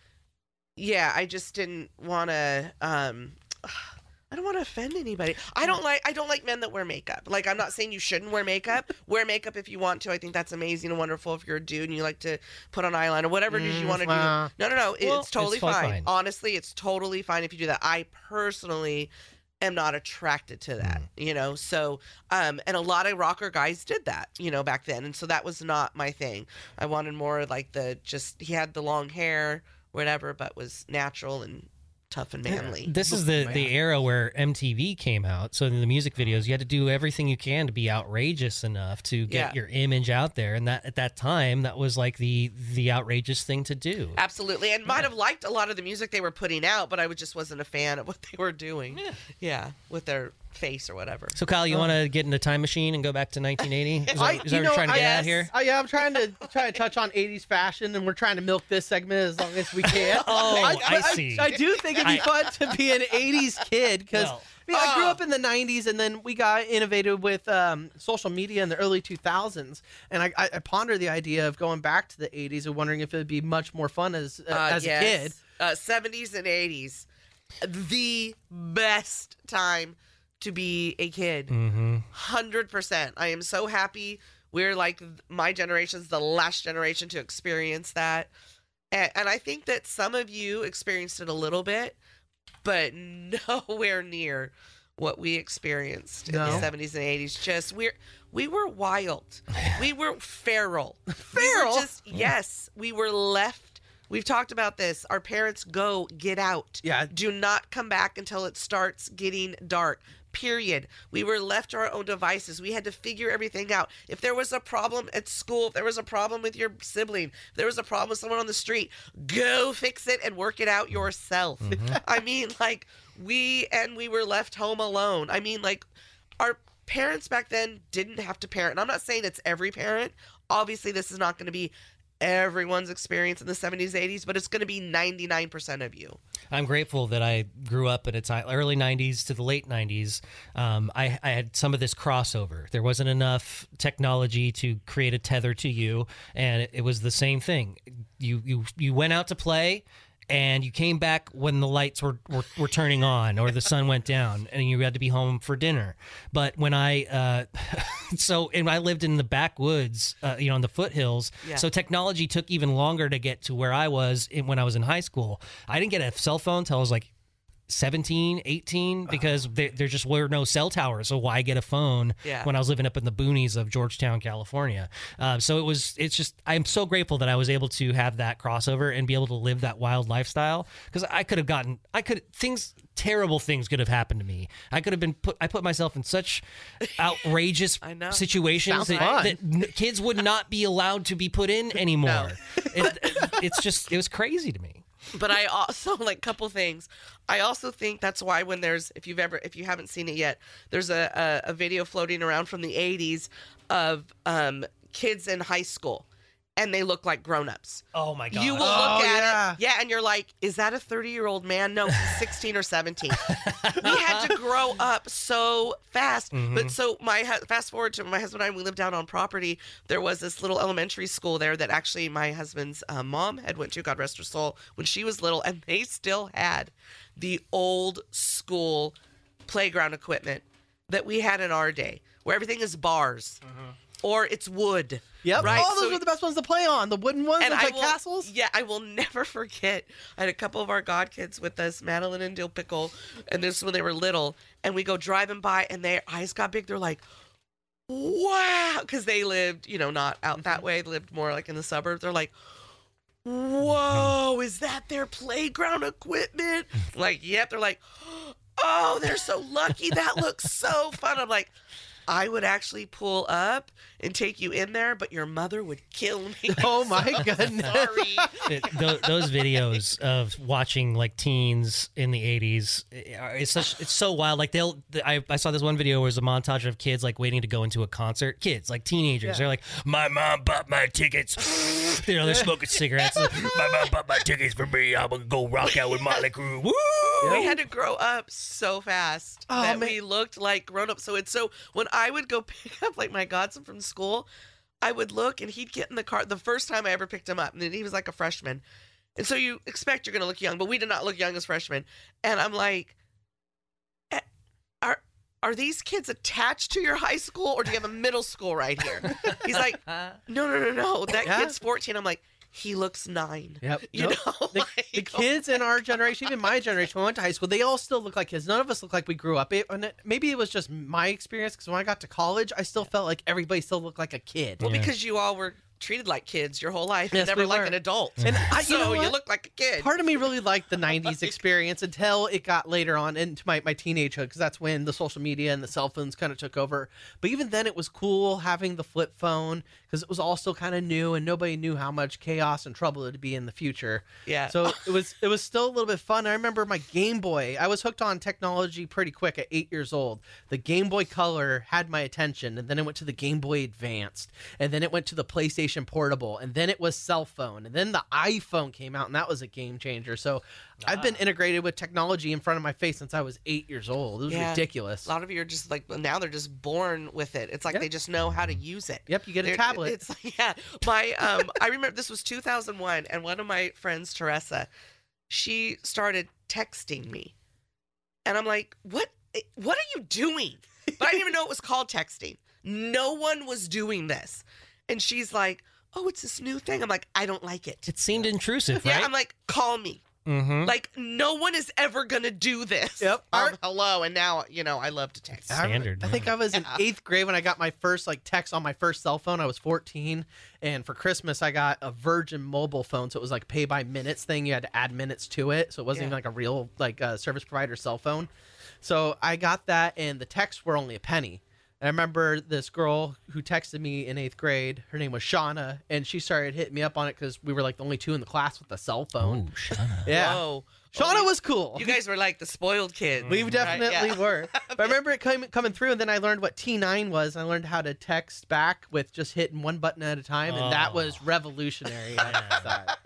yeah, I just didn't want to. Um, I don't want to offend anybody. I don't like I don't like men that wear makeup. Like I'm not saying you shouldn't wear makeup. wear makeup if you want to. I think that's amazing and wonderful if you're a dude and you like to put on eyeliner, whatever it is you Mm, want to nah. do. No, no, no. Well, it's totally it's fine. fine. Honestly, it's totally fine if you do that. I personally am not attracted to that, you know. So, um, and a lot of rocker guys did that, you know, back then, and so that was not my thing. I wanted more like the just he had the long hair, whatever, but was natural and tough and manly. This is the, the era where MTV came out. So in the music videos, you had to do everything you can to be outrageous enough to get Yeah. your image out there. And that at that time, that was like the the outrageous thing to do. Absolutely, and might have liked a lot of the music they were putting out, but I was- just wasn't a fan of what they were doing. Yeah, with their face or whatever. So Kyle, you want to get in the time machine and go back to 1980? Is that, you is that what know, you're trying to I- get out here? I, yeah, I'm trying to try to touch on '80s fashion, and we're trying to milk this segment as long as we can. Oh, I I see. I, do think it'd be I- fun to be an '80s kid because Well. I, mean, Oh. I grew up in the '90s, and then we got innovated with um, social media in the early 2000s. And I, I, I ponder the idea of going back to the '80s and wondering if it'd be much more fun as uh, as a kid. uh, seventies and eighties, the best time to be a kid. Mm-hmm. Hundred percent. I am so happy. We're like th- my generation's the last generation to experience that, and, and I think that some of you experienced it a little bit, but nowhere near what we experienced in the No. seventies and eighties. Just we're we were wild. we were feral. Feral. just yes, we were left. We've talked about this. Our parents go get out. Yeah. Do not come back until it starts getting dark. Period. We were left to our own devices. We had to figure everything out. If there was a problem at school, if there was a problem with your sibling, if there was a problem with someone on the street, go fix it and work it out yourself. I mean, like, we and we were left home alone. I mean, like, our parents back then didn't have to parent. And I'm not saying it's every parent. Obviously, this is not going to be everyone's experience in the 70s, 80s, but it's going to be 99% of you. I'm grateful that I grew up in a time early '90s to the late '90s. Um, I, I had some of this crossover. There wasn't enough technology to create a tether to you, and it, it was the same thing. You you you went out to play, and you came back when the lights were, were, were turning on or the sun went down, and you had to be home for dinner. But when I uh, so and I lived in the backwoods, uh, you know, in the foothills, Yeah. so technology took even longer to get to where I was in, when I was in high school. I didn't get a cell phone until I was like 17, 18, because there, there just were no cell towers. So why get a phone Yeah. when I was living up in the boonies of Georgetown, California? Um, so it was, it's just, I'm so grateful that I was able to have that crossover and be able to live that wild lifestyle because I could have gotten, I could, things, terrible things could have happened to me. I could have been put, I put myself in such outrageous I know. Sounds situations that, fun. that n- kids would not be allowed to be put in anymore. It- it's just, it was crazy to me. But I also like couple things. I also think that's why when there's if you've ever if you haven't seen it yet, there's a a, a video floating around from the 80s of um kids in high school and they look like grown-ups. Oh my god. You will look at it. Yeah, and you're like, is that a 30 year old man? No, he's 16 or 17. we had to grow up so fast. Mhm. But so my hu- fast forward to my husband and I, we lived out on property. There was this little elementary school there that actually my husband's uh, mom had went to, God rest her soul, when she was little, and they still had the old school playground equipment that we had in our day, where everything is bars Mm-hmm. or it's wood. Yep. Right. Oh, those So- were the best ones to play on. The wooden ones with like castles. yeah, I will never forget. I had a couple of our godkids with us, Madeline and Dill Pickle, and this is when they were little. And we go driving by, and their eyes got big. They're like, "Wow!" Because they lived, you know, not out that Mm-hmm. way. They lived more like in the suburbs. They're like, "Whoa, is that their playground equipment?" like, yep. They're like, "Oh, they're so lucky. That looks so fun." I'm like. I would actually pull up and take you in there, but your mother would kill me. Oh my So goodness. Sorry. It- tho- those videos of watching like teens in the 80s i- are- it's such it's so wild like they'll th- I, I saw this one video where it was a montage of kids like waiting to go into a concert kids like teenagers Yeah. they're like my mom bought my tickets you know they're smoking cigarettes my mom bought my tickets for me i'm gonna go rock out with Motley Crue Woo! We had to grow up so fast Oh, that man. we looked like grown ups. So it's so when I would go pick up like my godson from school, I would look and he'd get in the car the first time I ever picked him up, and then he was like a freshman. And so you expect you're gonna look young, but we did not look young as freshmen. And I'm like, "Eh, are are these kids attached to your high school, or do you have a middle school right here? He's like, no, no, no, no, that Yeah. kid's 14. I'm like, he looks nine. Yep. You Nope. know, The, the Like, oh kids in our generation, even my generation, when I went to high school, they all still look like kids. None of us look like we grew up. It, and it- maybe it was just my experience because when I got to college, I still felt like everybody still looked like a kid. Well, because you all were treated like kids your whole life, Yes, and never we like were. an adult. And I- you so know you what? look like a kid. Part of me really liked the 90s experience until it got later on into my, my teenagehood because that's when the social media and the cell phones kind of took over. But even then, it was cool having the flip phone because it was all still kind of new and nobody knew how much chaos and trouble it'd be in the future. Yeah. So it was it was still a little bit fun. I remember my Game Boy. I was hooked on technology pretty quick at eight years old. The Game Boy Color had my attention, and then it went to the Game Boy Advanced, and then it went to the PlayStation Portable, and then it was cell phone, and then the iPhone came out, and that was a game changer. So I've Ah. been integrated with technology in front of my face since I was eight years old. It was Yeah. ridiculous. A lot of you are just like well, now they're just born with it. It's like they just know how to use it. Yep, you get a They're- tablet. It's like, yeah. My um, I remember this was 2001, and one of my friends, Teresa, she started texting me, and I'm like, what? eh, What are you doing? But I didn't even know it was called texting. No one was doing this, and she's like, oh, it's this new thing. I'm like, I don't like it. it seemed intrusive Yeah, right I'm like, call me. mm-hmm. Like no one is ever gonna do this. Yep. Uh, Um, hello, and now you know I love to text. I remember- Standard, I, yeah. think I was in Yeah. eighth grade when I got my first like text on my first cell phone. I was 14, and for Christmas I got a Virgin mobile phone, so it was like pay by minutes thing. You had to add minutes to it, so it wasn't Yeah. even like a real like uh, service provider cell phone. So I got that, and the texts were only a penny. And I remember this girl who texted me in eighth grade. Her name was Shauna, and she started hitting me up on it because we were like the only two in the class with a cell phone. yeah, Whoa. Shauna Oh, was cool. You guys were like the spoiled kids. We definitely Mm-hmm. yeah. were. But I remember it coming coming through, and then I learned what T9 was. and I learned how to text back with just hitting one button at a time, and that was Oh. revolutionary. I thought.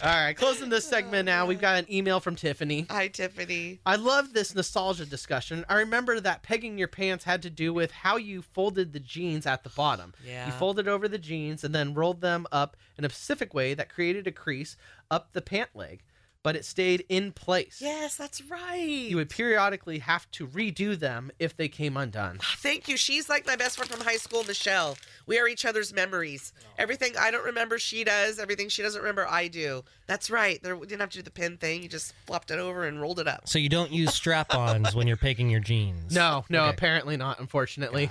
All right, closing this segment now. We've got an email from Tiffany. Hi, Tiffany. I love this nostalgia discussion. I remember that pegging your pants had to do with how you folded the jeans at the bottom. You Yeah. folded over the jeans and then rolled them up in a specific way that created a crease up the pant leg, but it stayed in place Yes, that's right. you would periodically have to redo them if they came undone. Ah, Thank you. She's like my best friend from high school, Michelle. We are each other's memories. Everything I don't remember, she does. Everything she doesn't remember, I do. That's right. There, we didn't have to do the pin thing. You just flopped it over and rolled it up. so you don't use strap-ons when you're picking your jeans No, no, apparently not, unfortunately.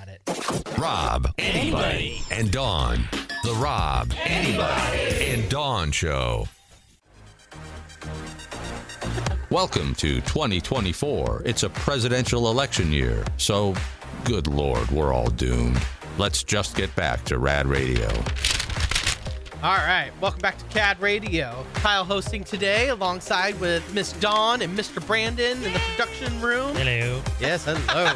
Rob. Anybody. And Dawn. The Rob. Anybody. And Dawn Show. Welcome to 2024. It's a presidential election year, so good lord, we're all doomed. Let's just get back to Rad Radio. All right, welcome back to CAD Radio. Kyle hosting today alongside with Miss Dawn and Mr. Brandon in the production room. hello Yes, hello.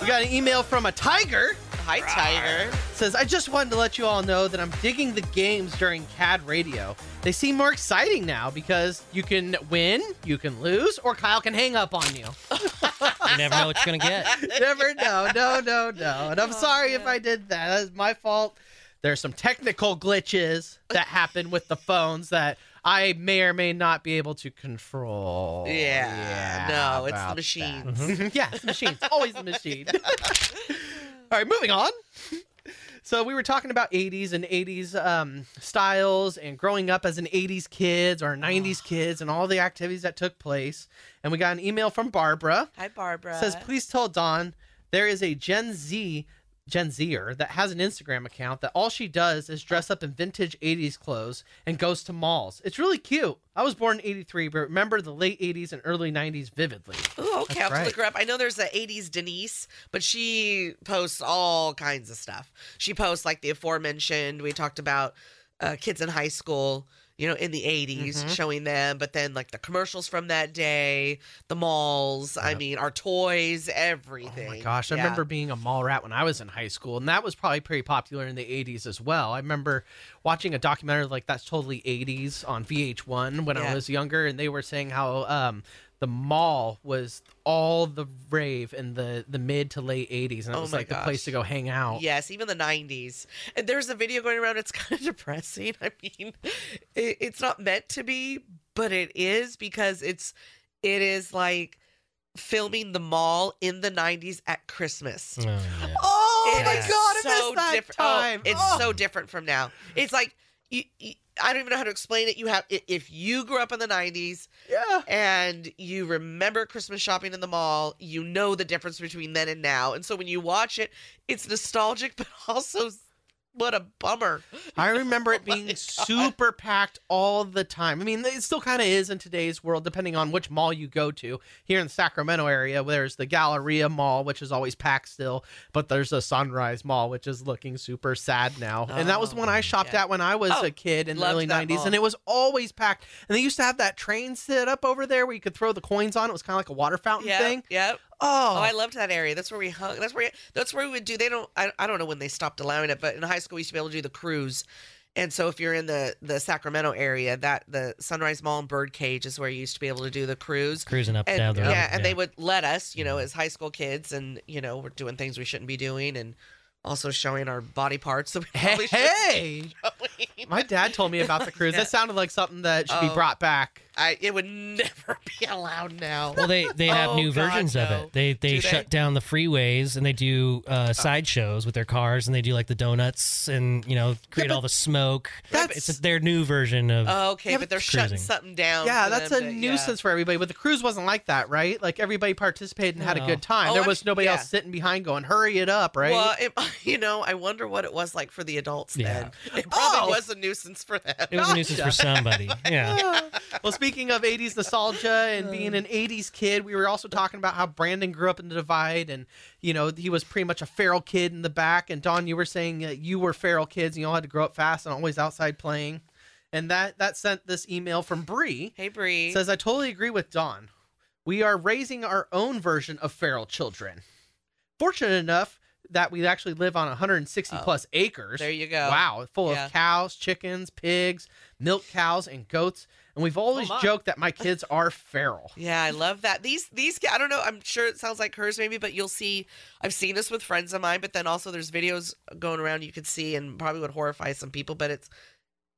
we got an email from a tiger. Hi, Tiger. says, I just wanted to let you all know that I'm digging the games during CAD radio. They seem more exciting now because you can win, you can lose, or Kyle can hang up on you. You never know what you're gonna get. Never know. No, no, no. Oh, And I'm sorry if I did that. That's my fault. There's some technical glitches that happen with the phones that I may or may not be able to control. Yeah, no, it's the about machines. that. Mhm. yeah, it's the machines. Always the machine. All right, moving on. So we were talking about 80s and 80s um, styles and growing up as an 80s kids or 90s kids and all the activities that took place. And we got an email from Barbara. Hi, Barbara. Says, please tell Dawn there is a Gen Z, Gen Zer that has an Instagram account that all she does is dress up in vintage 80s clothes and goes to malls. It's really cute. I was born in 83, but remember the late 80s and early 90s vividly. Ooh, okay, I'll have right. to look her up. I know there's a 80s Denise, but she posts all kinds of stuff. She posts like the aforementioned, we talked about uh, kids in high school, you know, in the 80s, Mhm. showing them, but then like the commercials from that day, the malls, I Yep. mean, our toys, everything. Oh my gosh, I Yeah. remember being a mall rat when I was in high school, and that was probably pretty popular in the 80s as well. I remember watching a documentary like That's Totally 80s on VH1 when Yeah. I was younger, and they were saying how um, the mall was all the rave in the, the mid to late 80s, and it Oh was my like the place to gosh. go hang out. Yes, even the 90s. And there's a video going around. It's kind of depressing. I mean, it, it's not meant to be, but it is because it's it is like filming the mall in the 90s at Mm. Christmas. Oh, yeah. Oh It my is god, I missed that different- oh, time. it's Oh. so different from now. It's like you, you- I don't even know how to explain it. You have i- if you grew up in the 90s Oh, yeah. and you remember Christmas shopping in the mall, you know the difference between then and now. And so when you watch it, it's nostalgic, but also s- what a bummer. I Oh remember it being super packed all the time. I mean, it still kind of is in today's world, depending on which mall you go to. Here in the Sacramento area, there's the Galleria Mall, which is always packed still, but there's a Sunrise Mall, which is looking super sad now. and that was the one I shopped yeah. at when I was Oh, a kid in the loved early that 90s, and mall. it was always packed. And they used to have that train set up over there where you could throw the coins on. It was kind of like a water fountain Yep, thing. yep. Oh, Oh, I loved that area. That's where we hung. That's where that's where we would do. They don't. I, I don't know when they stopped allowing it, but in high school we used to be able to do the cruise. And so if you're in the the Sacramento area, that the Sunrise Mall and Birdcage is where you used to be able to do the cruise. Cruising up And, down the yeah, road. and they would let us, you know, Mm-hmm. as high school kids, and you know, we're doing things we shouldn't be doing, and also showing our body parts that we probably hey, shouldn't be showing. my dad told me about the cruise. Yeah. That sounded like something that should Oh. be brought back. I, it would never be allowed now. Well, they they have Oh, new God, versions of no. it. They they Do they? Oh. shut down the freeways and they do uh, side shows with their cars and they do like the donuts and you know create all the smoke. That's- it's their new version of. Oh, Okay, Yeah, but but they're shutting cruising. something down. Yeah, for that's a them to- yeah. nuisance for everybody. But the cruise wasn't like that, right? Like everybody participated and had a No. good time. Oh, there I'm was sh- nobody yeah. else sitting behind going, "Hurry it up!" Right? Well, it, you know, I wonder what it was like for the adults Yeah. then. It probably Oh! was a nuisance for them. It was a nuisance for somebody. Yeah. Ah. well, speaking of 80s nostalgia and being an 80s kid, we were also talking about how Brandon grew up in the divide and, you know, he was pretty much a feral kid in the back. And Don, you were saying that you were feral kids and you all had to grow up fast and always outside playing. And that, that sent this email from Bree. Hey, Bree. says, I totally agree with Don. We are raising our own version of feral children. Fortunate enough that we actually live on 160 Oh, plus acres. there you go. Wow, full Yeah. of cows, chickens, pigs, milk cows, and goats. And we've always my. joked that my kids are feral. yeah, I love that. These these I don't know. I'm sure it sounds like hers maybe, but you'll see. I've seen this with friends of mine, but then also there's videos going around you could see and probably would horrify some people. But it's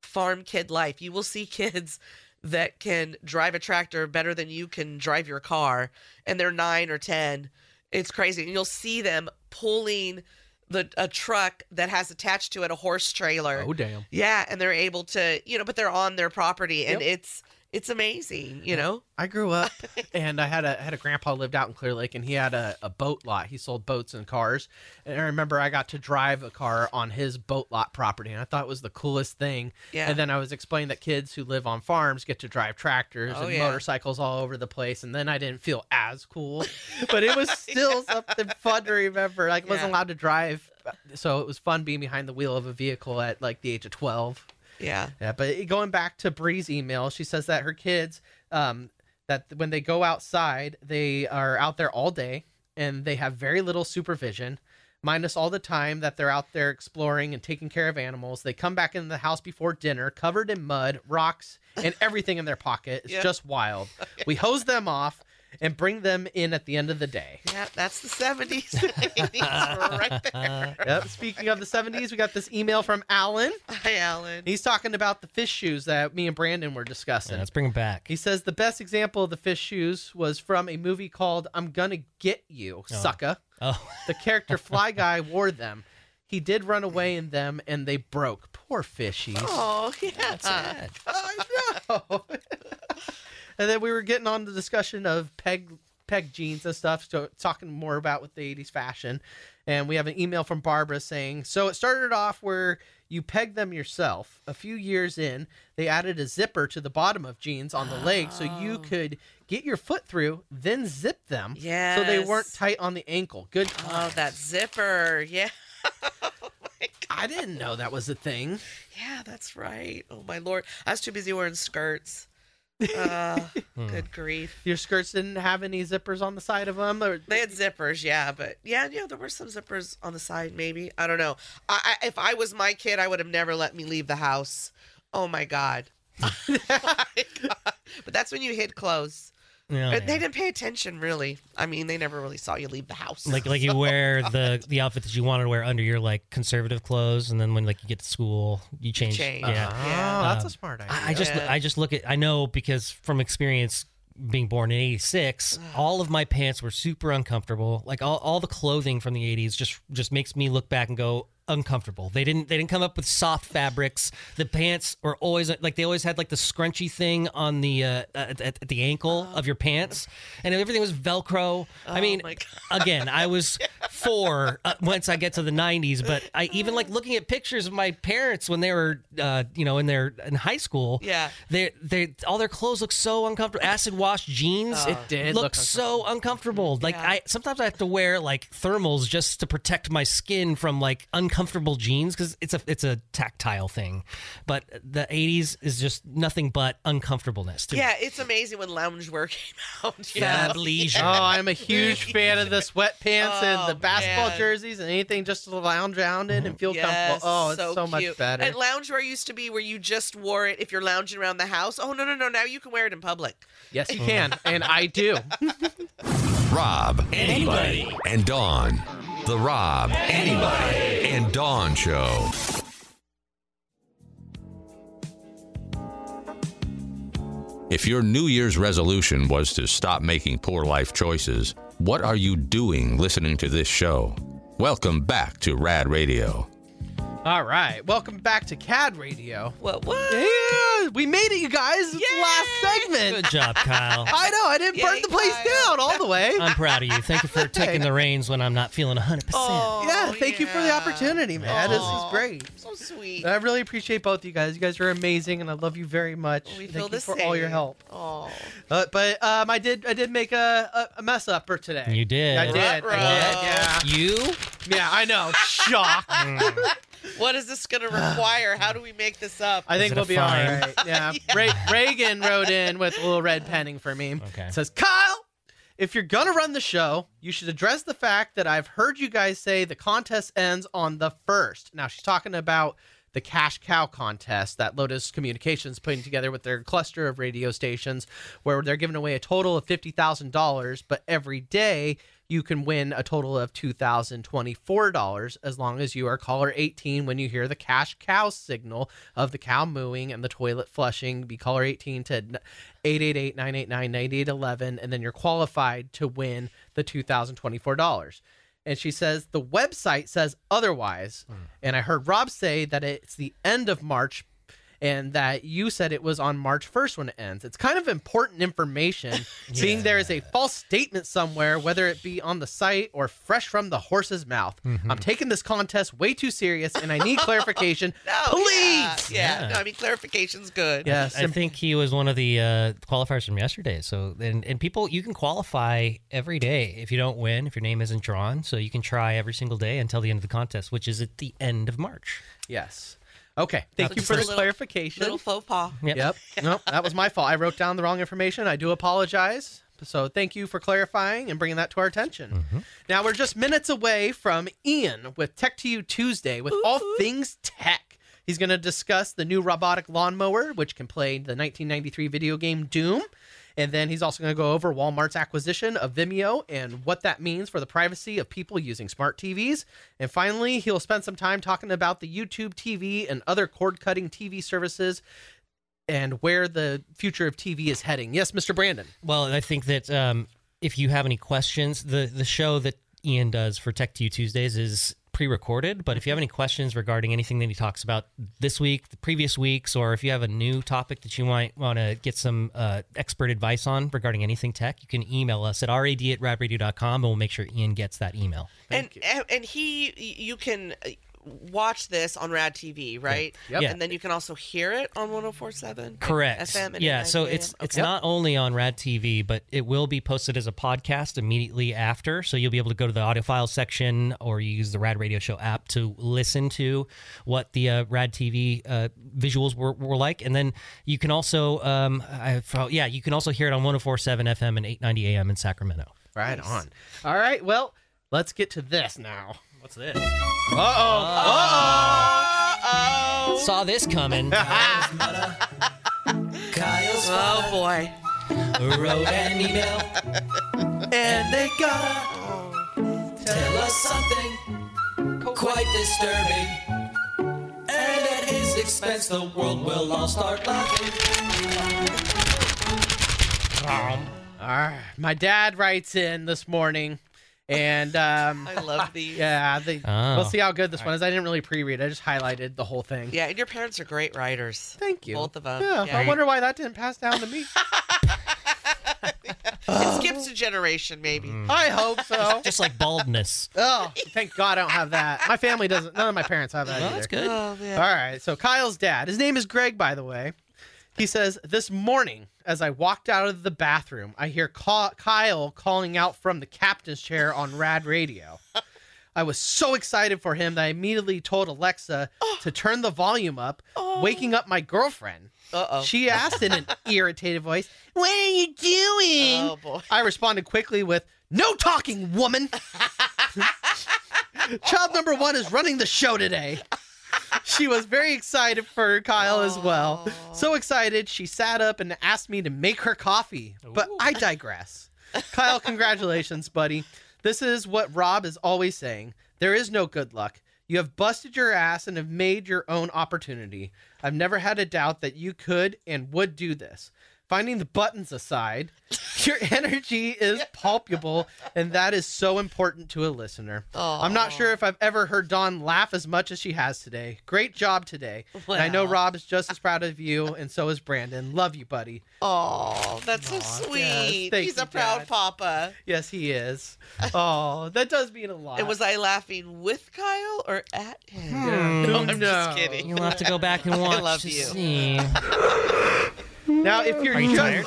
farm kid life. You will see kids that can drive a tractor better than you can drive your car, and they're nine or ten. It's crazy, and you'll see them pulling the a truck that has attached to it a horse trailer. damn. Yeah, and they're able to, you know, but they're on their property, and it's it's amazing, you know. I grew up and I had a had a grandpa lived out in Clear Lake and he had a, a boat lot. He sold boats and cars. And I remember I got to drive a car on his boat lot property and I thought it was the coolest thing. Yeah. And then I was explaining that kids who live on farms get to drive tractors Oh, and yeah. motorcycles all over the place and then I didn't feel as cool. But it was still something fun to remember. Like I wasn't Yeah. allowed to drive so it was fun being behind the wheel of a vehicle at like the age of twelve. Yeah, Yeah, but going back to Bree's email, she says that her kids, um, that when they go outside, they are out there all day and they have very little supervision. minus all the time that they're out there exploring and taking care of animals. They come back into the house before dinner, covered in mud, rocks, and everything in their pocket. It's Yeah. just wild. We hose them off and bring them in at the end of the day. Yeah, that's the 70s and 80s were right Uh, there. Yep. Speaking of the 70s, we got this email from Alan. Hi, Alan. He's talking about the fish shoes that me and Brandon were discussing. Yeah, let's bring them back. He says the best example of the fish shoes was from a movie called I'm Gonna Get You, Oh. Sucka. Oh, The character Fly Guy wore them. He did run away in them and they broke. Poor fishies. Oh, yeah. sad. Oh. and then we were getting on the discussion of peg peg jeans and stuff, so talking more about with the 80s fashion. And we have an email from Barbara saying, "So it started off where you peg them yourself. A few years in, they added a zipper to the bottom of jeans on the leg so Oh. you could get your foot through, then zip them so they weren't Yes. tight on the ankle. Good. Oh, that zipper. Yeah. I didn't know that was a thing. Yeah, that's right. Oh, my Lord. I was too busy wearing skirts. Uh, Hmm. good grief. Your skirts didn't have any zippers on the side of them or They had zippers, yeah, but yeah, yeah, there were some zippers on the side, maybe. I don't know. I, I if I was my kid, I would have never let me leave the house. Oh my god. My God. But that's when you hid clothes. Oh, Yeah. And They didn't pay attention, really. I mean, they never really saw you leave the house. like like you wear the the outfit that you wanted to wear under your like conservative clothes, and then when like you get to school, you change. change. Yeah. Oh, Yeah. that's Um, a smart idea. I, I just Yeah. I just look at I know because from experience being born in 86 Mm. all of my pants were super uncomfortable like all, all the clothing from the 80s just just makes me look back and go uncomfortable they didn't they didn't come up with soft fabrics the pants were always like they always had like the scrunchy thing on the uh at, at at the ankle of your pants and everything was velcro i Oh mean my God. again i was four uh, once i get to the 90s but i even like looking at pictures of my parents when they were uh, you know in their in high school Yeah. they they all their clothes look so uncomfortable acid wash jeans It did look, look so uncomfortable like Oh. Yeah. i sometimes i have to wear like thermals just to protect my skin from like uncomfortable jeans because it's a it's a tactile thing but the 80s is just nothing but uncomfortableness to me. Yeah, it's amazing when loungewear came out. you know? Fab-leisure. Oh, I'm a huge fan of the sweatpants and Oh, the basketball man. jerseys and anything just to lounge around in and feel Yes, comfortable. Oh, it's so, cute. much better. And loungewear used to be where you just wore it if you're lounging around the house. Oh no, no, no! Now you can wear it in public. yes, you can, and I do. Rob, anybody, and Dawn. The Rob, anybody, and Dawn Show. If your New Year's resolution was to stop making poor life choices, what are you doing listening to this show? Welcome back to Rad Radio. All right, welcome back to CAD Radio. What? What? Yeah, we made it, you guys. It's the last segment. good job kyle I know I didn't burn Yay, the place Kyle. down all the way. i'm proud of you thank you for taking the reins when i'm not feeling 100% Oh, yeah, thank you for the yeah. opportunity, man. This is Aw. great. So sweet. I really appreciate both you guys. You guys are amazing, and I love you very much. we Thank feel you the for same. all your help. Oh, Uh, but um, I did I did make a, a, a mess up for today. you did I did. I did. Ruh-roh. Yeah. you Yeah, I know. Shock. what is this going to require? How do we make this up? I it think a we'll be fine? all right. Yeah. Re- Reagan wrote in with a little red penning for me. Okay. Says, Kyle, if you're going to run the show, you should address the fact that I've heard you guys say the contest ends on the first. Now, she's talking about the cash cow contest that Lotus Communications putting together with their cluster of radio stations, where they're giving away a total of $50,000, but every day you can win a total of $2,024 as long as you are caller 18 when you hear the cash cow signal of the cow mooing and the toilet flushing. Be caller 18 to 888 989 9811, and then you're qualified to win the $2,024. And she says the website says otherwise. And I heard Rob say that it's the end of March and that you said it was on March 1st when it ends. It's kind of important information, seeing there is a false statement somewhere, whether it be on the site or fresh from the horse's mouth. Mm-hmm. I'm taking this contest way too serious and I need clarification. Please! Oh, Yeah. Yeah. No, I mean, clarification's good. Yes. I think he was one of the uh, qualifiers from yesterday. So and, and people, you can qualify every day if you don't win, if your name isn't drawn. So you can try every single day until the end of the contest, which is at the end of March. yes. Okay. Thank So you just for a the little- clarification. Little faux pas. Yep. Yep. No, that was my fault. I wrote down the wrong information. I do apologize. So thank you for clarifying and bringing that to our attention. Now we're just minutes away from Ian with Tech to You Tuesday with all things tech. He's going to discuss the new robotic lawnmower, which can play the 1993 video game Doom. And then he's also going to go over Walmart's acquisition of Vimeo and what that means for the privacy of people using smart TVs. And finally, he'll spend some time talking about the YouTube TV and other cord cutting TV services and where the future of TV is heading. Yes, Mr. Brandon. Well, I think that um, if you have any questions, the the show that Ian does for Tech to You Tuesdays is pre-recorded. But if you have any questions regarding anything that he talks about this week, the previous weeks, or if you have a new topic that you might want to get some uh, expert advice on regarding anything tech, you can email us at rad at radradio.com and we'll make sure Ian gets that email. and, and and he, you can uh, watch this on Rad TV, right? Yep. Yeah. And then you can also hear it on 104.7 Correct. FM. and yeah. 89 So AM. it's it's Okay. not only on Rad TV, but it will be posted as a podcast immediately after. So you'll be able to go to the audio file section, or you use the Rad Radio Show app to listen to what the uh, Rad TV uh, visuals were, were like, and then you can also um, I, fo- yeah, you can also hear it on 104.7 FM and 8:90 AM in Sacramento. Right on. All right. Well, let's get to this now. What's this? Uh oh. Uh Saw this coming. Kyle's oh boy. wrote an email and they gotta tell us something quite disturbing. And at his expense, the world will all start laughing. oh. All right. My dad writes in this morning, and um, I love these. yeah, they, Oh. we'll see how good this one is. I didn't really pre-read; I just highlighted the whole thing. Yeah, and your parents are great writers. Thank you. Both of them. Yeah, I Yeah. wonder why that didn't pass down to me. It skips a generation, maybe. Mm. I hope so. Just like baldness. Oh, thank God I don't have that. My family doesn't. None of my parents have that. Well, either. that's good. Oh, man. All right. So Kyle's dad, his name is Greg, by the way. He says, This morning, as I walked out of the bathroom, I hear Ca- Kyle calling out from the captain's chair on Rad Radio. I was so excited for him that I immediately told Alexa to turn the volume up, waking up my girlfriend. Uh-oh. She asked in an irritated voice, What are you doing? Oh, boy. I responded quickly with, No talking, woman. Child number one is running the show today. She was very excited for Kyle as well. So excited, she sat up and asked me to make her coffee. But I digress. Kyle, congratulations, buddy. This is what Rob is always saying there is no good luck. You have busted your ass and have made your own opportunity. I've never had a doubt that you could and would do this. Finding the buttons aside, your energy is palpable, and that is so important to a listener. I'm not sure if I've ever heard Dawn laugh as much as she has today. Great job today. And I know Wow. Rob is just as proud of you, and so is Brandon. Love you, buddy. Oh, that's so Aw, sweet. yes, thank He's you, a proud Dad. papa. Yes, he is. Oh, that does mean a lot. And was I laughing with Kyle or at him? Yeah. No, No. I'm just kidding. You'll have to go back and I watch love to you. see. now if you're Are you just- tired?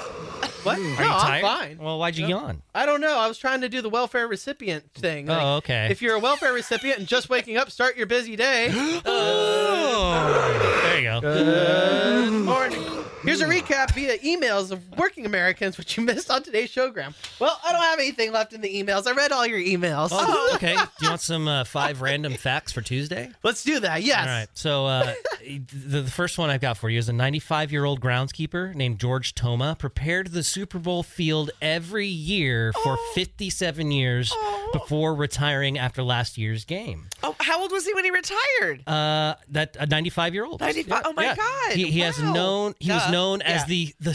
What? no, Are you tired? I'm fine. Well, why'd you yawn? I don't know. I was trying to do the welfare recipient thing. like, Oh, okay. If you're a welfare recipient and just waking up, start your busy day. Oh, there you go. Good morning. Here's a recap via emails of working Americans, which you missed on today's show, Graham. Well, I don't have anything left in the emails. I read all your emails. Oh, okay. Do you want some uh, five random facts for Tuesday? Let's do that. Yes. All right. So uh, the, the first one I've got for you is a 95 year old groundskeeper named George Toma prepared the Super Bowl field every year for Oh. 57 years before retiring after last year's game. Oh, how old was he when he retired? Uh, that a 95 year old. 95 oh my God, He, he has wow. known. He was Duh. known as Yeah. the the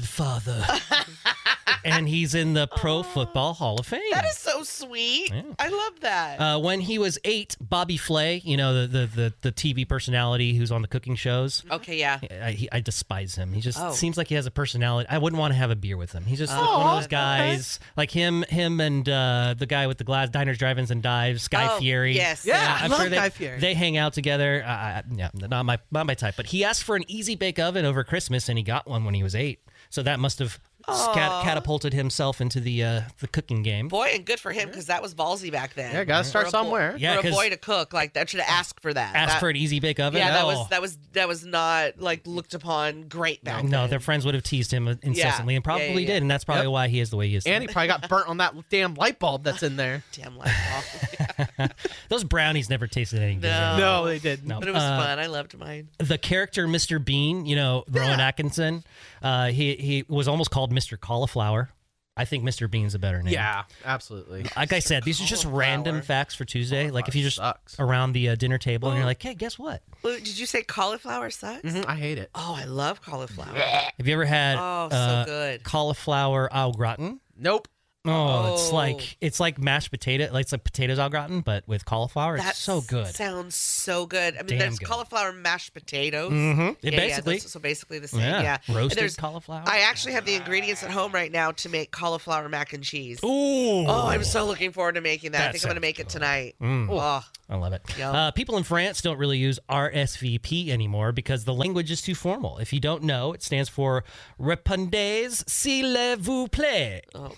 father, and he's in the Pro Football Hall of Fame. Oh. That is so sweet. E. Yeah. I love that. Uh, when he was eight, Bobby Flay, you know the, the the the TV personality who's on the cooking shows. okay, yeah. I, he, I despise him. He just Oh. seems like he has a personality. I wouldn't want to have a beer with him. He's just like Oh, one of those okay. guys, like him, him and uh, the guy with the glass diners, drive-ins, and dives, Guy Oh, Fieri. yes. Yeah, I love they, Guy Fieri. They hang out together. Uh, I- yeah, not my not my type. But he asked for an easy bake oven over Christmas, and he got one when he was eight. So that must have s- Aw. cat- catapulted himself into the uh, the cooking game. Boy, and good for him because that was ballsy back then. Yeah, gotta start For a somewhere. Boy, Yeah, for a 'cause- boy to cook like that, should ask for that. Ask That- for an easy bake oven. Yeah, that Oh. was that was that was not like looked upon great back No, then. their friends would have teased him uh, incessantly, Yeah. and probably Yeah, yeah, yeah. did, and that's probably Yep. why he is the way he is. And he probably got burnt on that damn light bulb that's in there. damn light Those brownies never tasted anything. No, No, they didn't. No. But it was Uh, fun. I loved mine. the character Mr. Bean, you know, Rowan Atkinson, uh, he he was almost called Mr. Cauliflower. I think Mr. Bean's a better name. Yeah, absolutely. Like I said, these are just random facts for Tuesday. Like if you just sucks. around the uh, dinner table and you're Well- like, "Hey, guess what? Well, Did you say cauliflower sucks? Mm-hmm. Mm-hmm. I hate it. Oh, I love cauliflower. Have you ever had Oh, so uh, good. cauliflower au gratin?" Nope. Oh, it's Oh. like it's like mashed potato, like it's like potatoes au gratin, but with cauliflower. that it's so good. Sounds so good. I mean, Damn there's good. cauliflower mashed potatoes. Mhm. Yeah, It yeah, basically- that's- so basically the same. Yeah, Yeah, And roasted there's- cauliflower. I actually have the ingredients at home right now to make cauliflower mac and cheese. Ooh. Oh, I'm so looking forward to making that. I That think I'm going to make sounds it tonight. Mm. Oh, I love it. Yum. Uh, people in France don't really use RSVP anymore because the language is too formal. If you don't know, it stands for Répondez s'il vous plaît. oh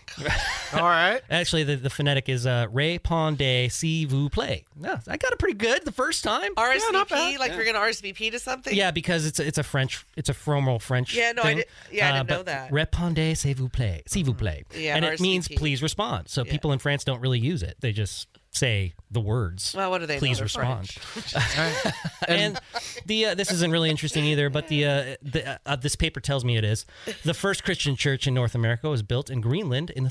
All right. Actually, the, the phonetic is uh, Répondez s'il vous plaît. Yeah, I got it pretty good the first time. RSVP, bad. like you're going to RSVP to something? Yeah, because it's a, it's a French, it's a formal French. Yeah, no, I thing. Uh, di- yeah, I didn't know but that. Répondez s'il vous plaît, s'il vous plaît. Yeah, and it means RSVP. please respond. So people in France don't really use it; they just say the words. Well, what do they know? Please They're respond. And- and the uh, this isn't really interesting either, but the uh, the uh, uh, this paper tells me it is. The first Christian church in North America was built in Greenland in the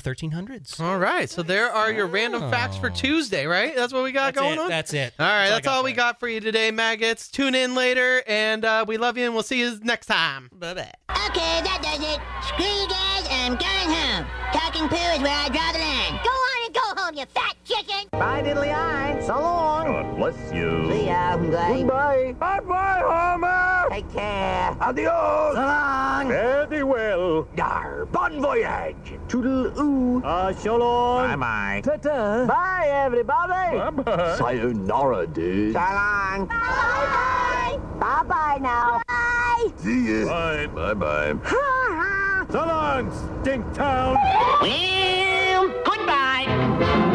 1300s. All right. So there are your random facts for Tuesday, right? That's what we got Oh. That's going it, on. That's it. all right, I that's all we got for you today, maggots. Tune in later, and uh, we love you, and we'll see you next time. Bye bye. Okay, that does it. Screw you guys, I'm going home. Talking poo is where I draw the line. Go on and go home, you fat chicken. Bye, diddly eye. So long. God bless you. See ya, Goodbye. Goodbye. Bye-bye, Homer. Take care. Adios. So long. Very well. Yar. Bon voyage. Toodle oo. Ah, so long. Bye bye. Ta ta. Bye, everybody. Bye. Sayonara, dude. So long. Bye-bye. Bye-bye now. Bye. See ya. Bye. Bye bye. so long, stink town. Well, goodbye.